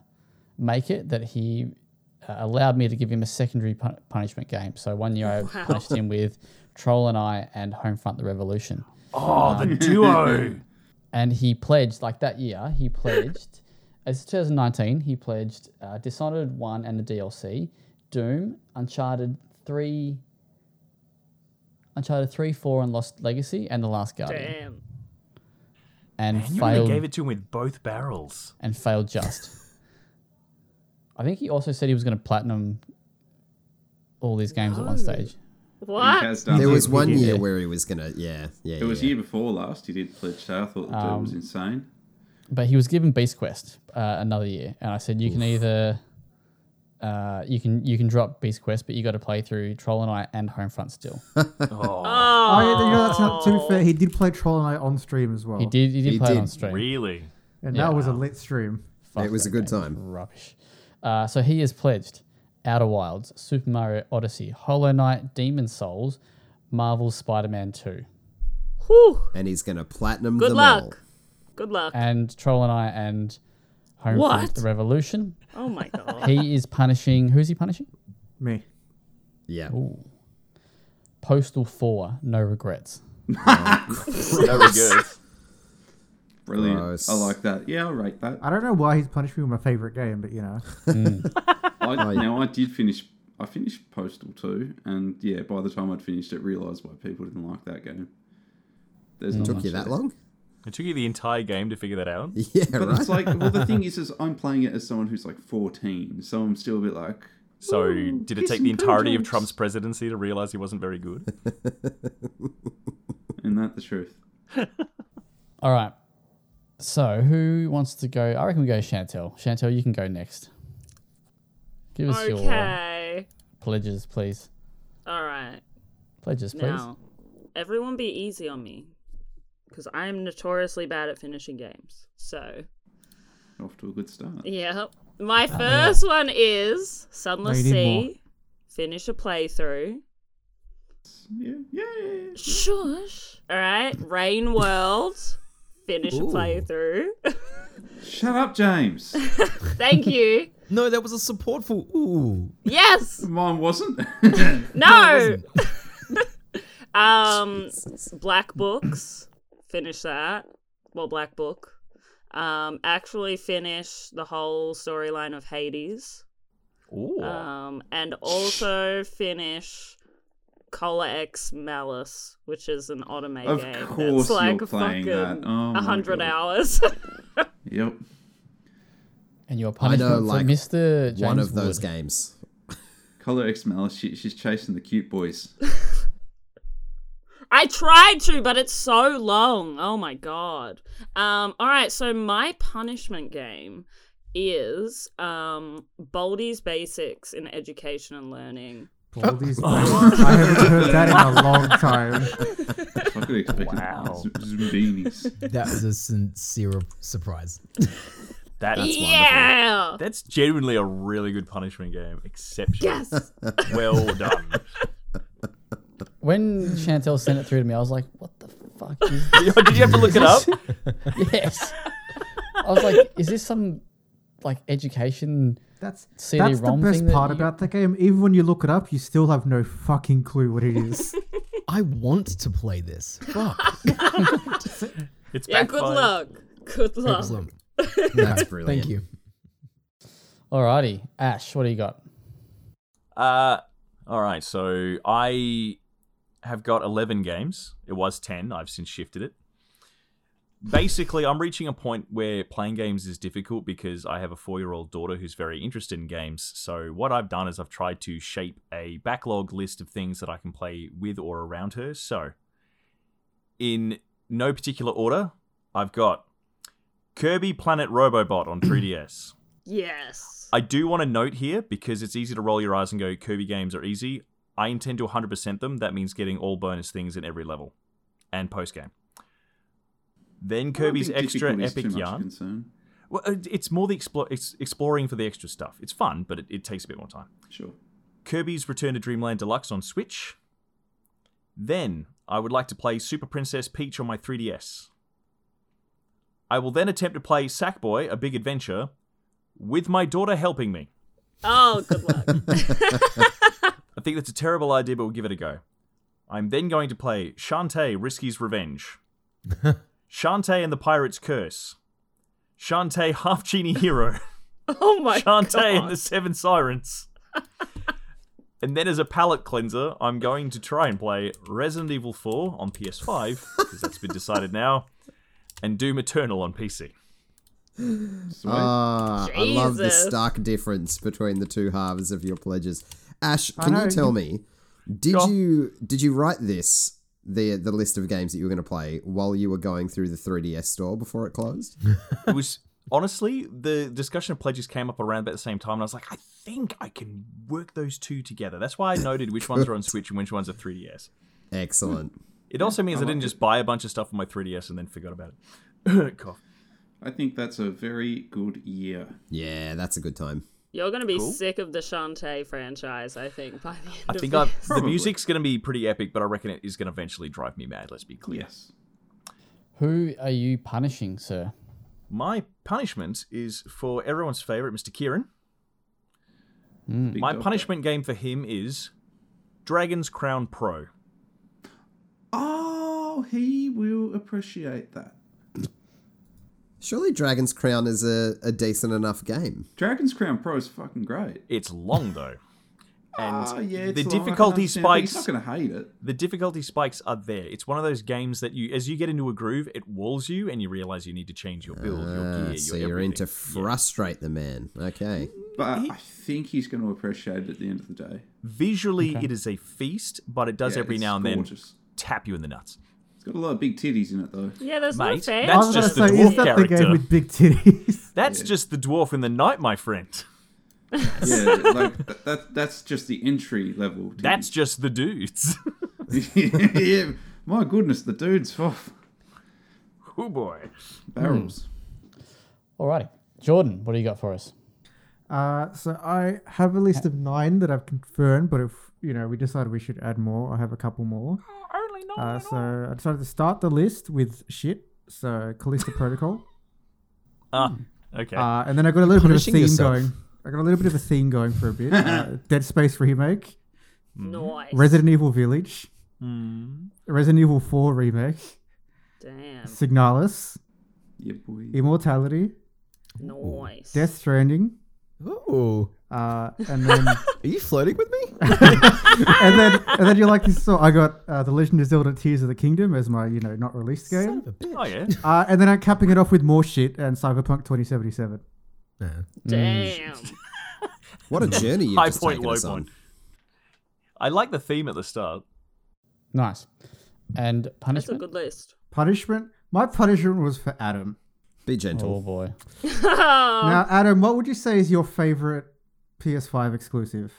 [SPEAKER 4] make it that he uh, allowed me to give him a secondary pun- punishment game. So one year, I punished him with Troll and I and Homefront the Revolution
[SPEAKER 1] Oh, the duo.
[SPEAKER 4] and he pledged like that year he pledged as 2019 he pledged uh, dishonored 1 and the dlc doom uncharted 3 uncharted 3 4 and lost legacy and the last guardian
[SPEAKER 2] Damn.
[SPEAKER 4] and
[SPEAKER 1] And you
[SPEAKER 4] failed
[SPEAKER 1] really gave it to him with both barrels.
[SPEAKER 4] and failed just. I think he also said he was going to platinum all these games at one stage.
[SPEAKER 6] He
[SPEAKER 2] What?
[SPEAKER 6] has done
[SPEAKER 5] There
[SPEAKER 6] that.
[SPEAKER 5] was one
[SPEAKER 4] did.
[SPEAKER 5] year where he was gonna, yeah, yeah.
[SPEAKER 6] It was
[SPEAKER 5] yeah.
[SPEAKER 6] year before last. He did Pledge South. Thought the dude was
[SPEAKER 4] Um,
[SPEAKER 6] insane.
[SPEAKER 4] But he was given Beast Quest uh, another year, and I said you can either uh, you can you can drop Beast Quest, but you got to play through Troll and I and Homefront still.
[SPEAKER 3] Oh, yeah, you know, that's not, to be fair, he did play Troll and I on stream as well.
[SPEAKER 4] Oh. He did he did
[SPEAKER 5] He
[SPEAKER 4] play it on
[SPEAKER 5] did.
[SPEAKER 4] stream.
[SPEAKER 1] Really?
[SPEAKER 3] And that was a lit stream.
[SPEAKER 4] Fuck
[SPEAKER 5] It was
[SPEAKER 4] that
[SPEAKER 5] a good
[SPEAKER 4] game's
[SPEAKER 5] time.
[SPEAKER 4] Rubbish. Uh, so he has pledged Outer Wilds, Super Mario Odyssey, Hollow Knight, Demon Souls, Marvel's Spider-Man 2,
[SPEAKER 2] Whew.
[SPEAKER 5] and he's gonna platinum
[SPEAKER 2] Good
[SPEAKER 5] them
[SPEAKER 2] luck. Good luck.
[SPEAKER 4] and Troll and I and Homefront:
[SPEAKER 2] What?
[SPEAKER 4] The Revolution.
[SPEAKER 2] Oh my god.
[SPEAKER 4] He is punishing. Who's he punishing?
[SPEAKER 3] Me.
[SPEAKER 5] all. Yeah,
[SPEAKER 4] Postal 4, No Regrets.
[SPEAKER 1] Very good.
[SPEAKER 6] Brilliant.
[SPEAKER 5] Gross.
[SPEAKER 6] I like that. Yeah, I'll rate that.
[SPEAKER 3] I don't know why he's punished me with my favorite game, but you know.
[SPEAKER 6] I, now I did finish. I finished Postal two, and yeah, by the time I'd finished it, realised why people didn't like that game. There's
[SPEAKER 1] Mm.
[SPEAKER 6] not
[SPEAKER 5] took
[SPEAKER 6] much
[SPEAKER 5] you
[SPEAKER 6] there.
[SPEAKER 5] that long?
[SPEAKER 1] It took you the entire game to figure that out.
[SPEAKER 5] Yeah,
[SPEAKER 6] But
[SPEAKER 5] right.
[SPEAKER 6] it's like, well, the thing is, is I'm playing it as someone who's like 14, so I'm still a bit like,
[SPEAKER 1] So, did it
[SPEAKER 6] kiss
[SPEAKER 1] take the
[SPEAKER 6] and
[SPEAKER 1] entirety of
[SPEAKER 6] cookies.
[SPEAKER 1] Trump's presidency to realize he wasn't very good?
[SPEAKER 6] isn't that the truth?
[SPEAKER 4] All right. So who wants to go? I reckon we go Chantel. Chantel, you can go next. Give us your
[SPEAKER 2] Okay.
[SPEAKER 4] pledges, please.
[SPEAKER 2] All right.
[SPEAKER 4] Pledges, please.
[SPEAKER 2] Now, everyone be easy on me because I am notoriously bad at finishing games. So,
[SPEAKER 6] Off to a good start.
[SPEAKER 2] yeah. My first one is Sunless
[SPEAKER 3] Uh, No, you need more.
[SPEAKER 2] Sea. Finish a playthrough.
[SPEAKER 6] Yeah, yeah, yeah.
[SPEAKER 2] Shush. All right. Rain World. Finish a
[SPEAKER 5] Ooh.
[SPEAKER 2] playthrough.
[SPEAKER 6] Shut up, James.
[SPEAKER 2] Thank you.
[SPEAKER 7] No, that was a supportful. Ooh.
[SPEAKER 2] Yes.
[SPEAKER 6] Mine wasn't.
[SPEAKER 2] No. um, Black Books. Finish that. Well, Black Book. Um, actually finish the whole storyline of Hades.
[SPEAKER 1] Ooh.
[SPEAKER 2] Um, and also finish Cola X Malice, which is an automate
[SPEAKER 6] Of
[SPEAKER 2] game.
[SPEAKER 6] course
[SPEAKER 2] that's like
[SPEAKER 6] you're playing that.
[SPEAKER 2] fucking
[SPEAKER 6] Oh my
[SPEAKER 2] 100
[SPEAKER 6] God.
[SPEAKER 2] hours.
[SPEAKER 6] yep.
[SPEAKER 4] and your
[SPEAKER 5] I
[SPEAKER 4] punishment
[SPEAKER 5] know,
[SPEAKER 4] for
[SPEAKER 5] like
[SPEAKER 4] Mr. James
[SPEAKER 5] one of those
[SPEAKER 4] Wood.
[SPEAKER 5] games.
[SPEAKER 6] Color X Malice, she, she's chasing the cute boys.
[SPEAKER 2] I tried to, but it's so long. Oh my god. Um, all right, so my punishment game is um Baldi's Basics in Education and Learning.
[SPEAKER 3] All these Oh. I haven't heard that in a long time.
[SPEAKER 6] I could have expected
[SPEAKER 1] Wow.
[SPEAKER 6] z- Zumbinis.
[SPEAKER 7] That was a sincere surprise.
[SPEAKER 1] That- that's wonderful.
[SPEAKER 2] yeah.
[SPEAKER 1] That's genuinely a really good punishment game. Exceptional.
[SPEAKER 2] Yes.
[SPEAKER 1] Well done.
[SPEAKER 4] When Chantel sent it through to me, I was like, what the fuck is
[SPEAKER 1] did you have to look it up?
[SPEAKER 4] this? I was like, is this some like education?
[SPEAKER 3] That's
[SPEAKER 4] CD
[SPEAKER 3] that's the
[SPEAKER 4] ROM thing
[SPEAKER 3] best
[SPEAKER 4] that
[SPEAKER 3] part
[SPEAKER 4] you-
[SPEAKER 3] about the game. Even when you look it up, you still have no fucking clue what it is.
[SPEAKER 7] I want to play this. Fuck.
[SPEAKER 1] It's
[SPEAKER 2] Yeah,
[SPEAKER 1] backfired.
[SPEAKER 2] good luck. Good luck.
[SPEAKER 7] Excellent.
[SPEAKER 5] That's brilliant.
[SPEAKER 7] Thank you.
[SPEAKER 4] Alrighty, Ash, what do you got?
[SPEAKER 1] Uh, all right. So I have got 11 games. It was 10. I've since shifted it. Basically, I'm reaching a point where playing games is difficult because I have a four year old daughter who's very interested in games. So, what I've done is I've tried to shape a backlog list of things that I can play with or around her. So, in no particular order, I've got Kirby Planet Robobot on 3DS.
[SPEAKER 2] Yes.
[SPEAKER 1] I do want to note here because it's easy to roll your eyes and go Kirby games are easy. I intend to 100% them. That means getting all bonus things in every level and post game. Then Kirby's
[SPEAKER 6] I don't think
[SPEAKER 1] extra
[SPEAKER 6] difficulty is too
[SPEAKER 1] epic
[SPEAKER 6] much a
[SPEAKER 1] yarn.
[SPEAKER 6] concern.
[SPEAKER 1] Well, it- it's more the explo- it's exploring for the extra stuff. It's fun, but it, it takes a bit more time.
[SPEAKER 6] Sure.
[SPEAKER 1] Kirby's Return to Dreamland Deluxe on Switch. Then I would like to play Super Princess Peach on my 3DS. I will then attempt to play Sackboy: A Big Adventure with my daughter helping me.
[SPEAKER 2] Oh, good luck.
[SPEAKER 1] I think that's a terrible idea, but we'll give it a go. I'm then going to play Shantae Risky's Revenge, Shantae and the Pirate's Curse, Shantae Half Genie Hero,
[SPEAKER 2] oh my god.
[SPEAKER 1] Shantae and the Seven Sirens. and then, as a palate cleanser, I'm going to try and play Resident Evil 4 on PS5, because that's been decided now, and Doom Eternal on PC.
[SPEAKER 6] Sweet.
[SPEAKER 1] Uh,
[SPEAKER 5] Ah, I love the
[SPEAKER 2] Jesus.
[SPEAKER 5] stark difference between the two halves of your pledges. Ash, can
[SPEAKER 3] know.
[SPEAKER 5] you tell me, did
[SPEAKER 1] Sure.
[SPEAKER 5] you did you write this the the list of games that you were going to play while you were going through the 3DS store before it closed?
[SPEAKER 1] it was honestly the discussion of pledges came up around about the same time, and I was like, I think I can work those two together. That's why I noted which ones are on Switch and which ones are 3DS.
[SPEAKER 5] Excellent.
[SPEAKER 1] It also means I didn't just buy a bunch of stuff on my 3DS and then forgot about it. Cough.
[SPEAKER 6] I think that's a very good year.
[SPEAKER 5] Yeah, that's a good time.
[SPEAKER 2] You're going to be sick of the Shantae franchise, I think, by the end
[SPEAKER 1] I
[SPEAKER 2] of
[SPEAKER 1] think
[SPEAKER 2] this.
[SPEAKER 1] I've, the music's going to be pretty epic, but I reckon it is going to eventually drive me mad. Let's be clear.
[SPEAKER 6] Yes.
[SPEAKER 4] Who are you punishing, sir?
[SPEAKER 1] My punishment is for everyone's favorite, Mr. Kieran.
[SPEAKER 6] Hmm. Big
[SPEAKER 1] My
[SPEAKER 6] dog.
[SPEAKER 1] punishment game for him is Dragon's Crown Pro.
[SPEAKER 6] Oh, he will appreciate that.
[SPEAKER 5] Surely Dragon's Crown is a, a decent enough game.
[SPEAKER 6] Dragon's Crown Pro is fucking great.
[SPEAKER 1] It's long though, and
[SPEAKER 6] Ah, yeah,
[SPEAKER 1] the
[SPEAKER 6] it's long. I can
[SPEAKER 1] difficulty
[SPEAKER 6] understand, but
[SPEAKER 1] spikes.
[SPEAKER 6] He's not going to hate it.
[SPEAKER 1] the difficulty spikes are there. It's one of those games that you, as you get into a groove, it walls you, and you realize you need to change your build, your
[SPEAKER 5] Ah,
[SPEAKER 1] gear,
[SPEAKER 5] so
[SPEAKER 1] your
[SPEAKER 5] you're in to
[SPEAKER 1] everything.
[SPEAKER 5] frustrate the man. Okay.
[SPEAKER 6] But I think he's going to appreciate it at the end of the day.
[SPEAKER 1] Visually, it is a feast, but it does
[SPEAKER 6] Yeah,
[SPEAKER 1] every
[SPEAKER 6] it's
[SPEAKER 1] now and
[SPEAKER 6] gorgeous.
[SPEAKER 1] then tap you in the nuts.
[SPEAKER 6] It's got a lot of big titties in it, though.
[SPEAKER 2] Yeah, there's no
[SPEAKER 1] Mate,
[SPEAKER 2] fair.
[SPEAKER 3] I
[SPEAKER 1] that's
[SPEAKER 3] was
[SPEAKER 1] just the
[SPEAKER 3] gonna say,
[SPEAKER 1] dwarf
[SPEAKER 3] is that the
[SPEAKER 1] character.
[SPEAKER 3] game with big titties?
[SPEAKER 1] That's just the dwarf in the night, my friend.
[SPEAKER 6] Yeah, like th- that, that's just the entry level. titties.
[SPEAKER 1] That's just the dudes.
[SPEAKER 6] yeah, my goodness, the dude's off
[SPEAKER 1] oh boy. Hmm.
[SPEAKER 6] barrels.
[SPEAKER 4] Alrighty. Jordan, what do you got for us?
[SPEAKER 3] Uh, so I have a list of nine that I've confirmed, but if you know we decided we should add more, I have a couple more.
[SPEAKER 1] Only not.
[SPEAKER 3] Uh, so I decided to start the list with shit. So Callisto Protocol,
[SPEAKER 1] Ah, okay.
[SPEAKER 3] uh, and then I got a little bit of a
[SPEAKER 7] Punishing
[SPEAKER 3] theme
[SPEAKER 7] yourself.
[SPEAKER 3] going. I got a little bit of a theme going for a bit. Uh, Dead Space remake,
[SPEAKER 2] Nice.
[SPEAKER 3] Resident Evil Village, Resident Evil Four remake,
[SPEAKER 2] Damn.
[SPEAKER 3] Signalis,
[SPEAKER 6] Yeah, boy.
[SPEAKER 3] Immortality,
[SPEAKER 2] Nice.
[SPEAKER 3] Death Stranding,
[SPEAKER 7] Ooh.
[SPEAKER 3] uh, and then
[SPEAKER 7] Are you flirting with me?
[SPEAKER 3] and then and then you're like this. So I got uh, the Legend of Zelda: Tears of the Kingdom as my you know not released game.
[SPEAKER 7] Son of a bitch.
[SPEAKER 1] oh yeah.
[SPEAKER 3] Uh, and then I'm capping it off with more shit and Cyberpunk 2077.
[SPEAKER 7] Nah.
[SPEAKER 1] Mm.
[SPEAKER 2] Damn.
[SPEAKER 5] What a journey you've
[SPEAKER 1] High
[SPEAKER 5] just
[SPEAKER 1] point,
[SPEAKER 5] taken
[SPEAKER 1] low
[SPEAKER 5] us on.
[SPEAKER 1] point. I like the theme at the start.
[SPEAKER 4] Nice. And
[SPEAKER 2] That's a
[SPEAKER 4] punishment.
[SPEAKER 2] good list.
[SPEAKER 3] Punishment? My punishment was for Adam.
[SPEAKER 5] Be gentle.
[SPEAKER 4] Oh boy.
[SPEAKER 3] Now, Adam, what would you say is your favorite PS5 exclusive?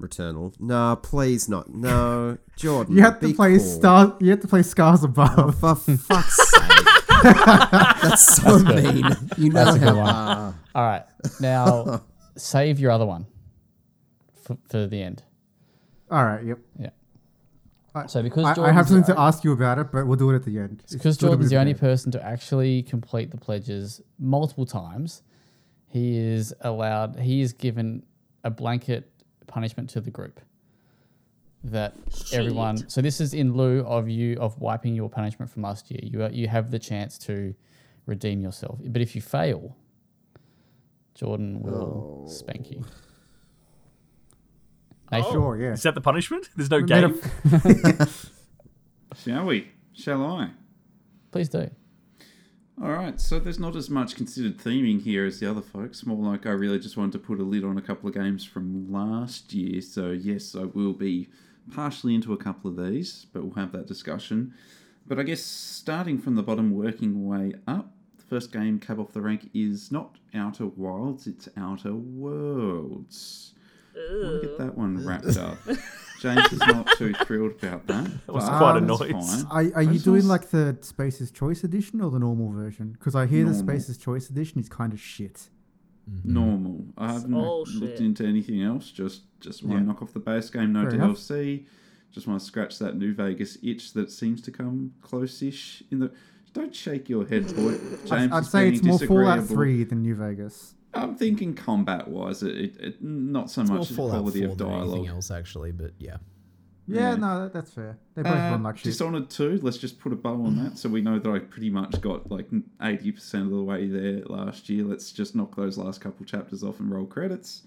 [SPEAKER 5] Returnal. No, please not. No, Jordan.
[SPEAKER 3] You have to
[SPEAKER 5] be
[SPEAKER 3] play
[SPEAKER 5] cool.
[SPEAKER 3] Star. You have to play Scars Above.
[SPEAKER 5] For fuck's sake. That's so mean. You know
[SPEAKER 4] That's a good
[SPEAKER 5] how.
[SPEAKER 4] one.
[SPEAKER 3] Uh-huh.
[SPEAKER 5] ah.
[SPEAKER 4] All right. Now save your other one for, for the end.
[SPEAKER 3] All right. Yep.
[SPEAKER 4] Yeah.
[SPEAKER 3] I-
[SPEAKER 4] so because
[SPEAKER 3] I, I
[SPEAKER 4] Jordan's
[SPEAKER 3] have
[SPEAKER 4] the-
[SPEAKER 3] something to ask you about it, but we'll do it at the end. It's
[SPEAKER 4] because
[SPEAKER 3] a little
[SPEAKER 4] Jordan's
[SPEAKER 3] bit of
[SPEAKER 4] the only
[SPEAKER 3] a-
[SPEAKER 4] person to actually complete the pledges multiple times, he is allowed. He is given a blanket punishment to the group. That everyone. So this is in lieu of you of wiping your punishment from last year. You are, you have the chance to redeem yourself, but if you fail, Jordan will spank you.
[SPEAKER 6] Oh.
[SPEAKER 4] Nathan,
[SPEAKER 3] Sure. Yeah.
[SPEAKER 1] Is that the punishment? There's no
[SPEAKER 3] made a-
[SPEAKER 1] game.
[SPEAKER 6] Shall we? Shall I?
[SPEAKER 4] please do.
[SPEAKER 6] All right, so there's not as much considered theming here as the other folks. More like I really just wanted to put a lid on a couple of games from last year. So, yes, I will be partially into a couple of these, but we'll have that discussion. But I guess starting from the bottom, working way up, the first game cab off the rank is not Outer Wilds, it's Outer Worlds. I want to get that one wrapped up. James is not too thrilled about that. That
[SPEAKER 1] was quite a noise.
[SPEAKER 3] Are, are you doing like the Spaces Choice Edition or the normal version? Because I hear the
[SPEAKER 6] Normal.
[SPEAKER 3] Spaces Choice Edition is kind of shit.
[SPEAKER 6] normal. I haven't
[SPEAKER 2] all
[SPEAKER 6] looked
[SPEAKER 2] shit.
[SPEAKER 6] into anything else. Just just want to knock off the base game, no
[SPEAKER 3] Fair enough.
[SPEAKER 6] DLC. Just want to scratch that New Vegas itch that seems to come close-ish in the. Don't shake your head, boy. James
[SPEAKER 3] I'd
[SPEAKER 6] is
[SPEAKER 3] say
[SPEAKER 6] being
[SPEAKER 3] it's more Fallout
[SPEAKER 6] disagreeable.
[SPEAKER 3] 3 than New Vegas.
[SPEAKER 6] I'm thinking combat-wise, it, it, it not so
[SPEAKER 7] More
[SPEAKER 6] much the
[SPEAKER 7] Fallout 4
[SPEAKER 6] quality of
[SPEAKER 7] than anything
[SPEAKER 6] dialogue.
[SPEAKER 7] else, actually, but yeah.
[SPEAKER 3] Yeah,
[SPEAKER 6] Yeah.
[SPEAKER 3] no, that, that's fair. They both
[SPEAKER 6] Uh,
[SPEAKER 3] run like shit.
[SPEAKER 6] Dishonored 2, let's just put a bow on that so we know that I pretty much got like 80% of the way there last year. Let's just knock those last couple chapters off and roll credits.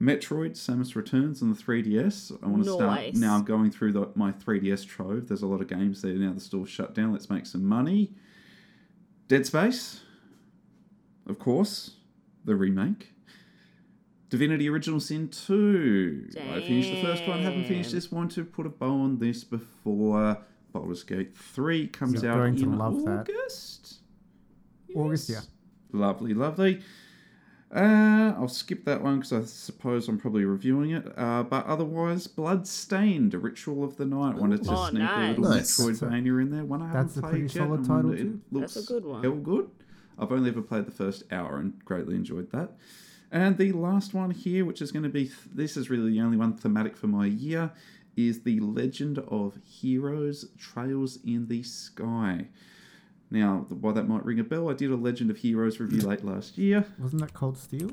[SPEAKER 6] Metroid Samus Returns on the 3DS. I want to start
[SPEAKER 2] Nice.
[SPEAKER 6] now going through the, my 3DS trove. There's a lot of games there now. The store's shut down. Let's make some money. Dead Space, of course, the remake. Divinity Original Sin 2. I finished the first one, haven't finished this one to put a bow on this before Baldur's Gate 3 comes
[SPEAKER 3] You're
[SPEAKER 6] out
[SPEAKER 3] going to
[SPEAKER 6] in
[SPEAKER 3] love that.
[SPEAKER 6] August.
[SPEAKER 3] August, yeah.
[SPEAKER 6] Yes. Lovely, lovely. Uh, I'll skip that one because I suppose I'm probably reviewing it. Uh, but otherwise, Bloodstained, a Ritual of the Night. Wanted to
[SPEAKER 2] Oh,
[SPEAKER 6] sneak
[SPEAKER 2] nice.
[SPEAKER 6] a little
[SPEAKER 5] Nice.
[SPEAKER 6] Metroidvania in there. One I haven't
[SPEAKER 3] That's a
[SPEAKER 6] played
[SPEAKER 3] pretty
[SPEAKER 6] yet,
[SPEAKER 3] solid
[SPEAKER 6] and
[SPEAKER 3] title
[SPEAKER 6] it
[SPEAKER 3] too.
[SPEAKER 6] Looks
[SPEAKER 2] That's a good one.
[SPEAKER 6] Hell good. I've only ever played the first hour and greatly enjoyed that. And the last one here, which is going to be th- this is really the only one thematic for my year, is the Legend of Heroes: Trails in the Sky. Now, th- while that might ring a bell, I did a Legend of Heroes review late last year.
[SPEAKER 3] Wasn't that Cold Steel?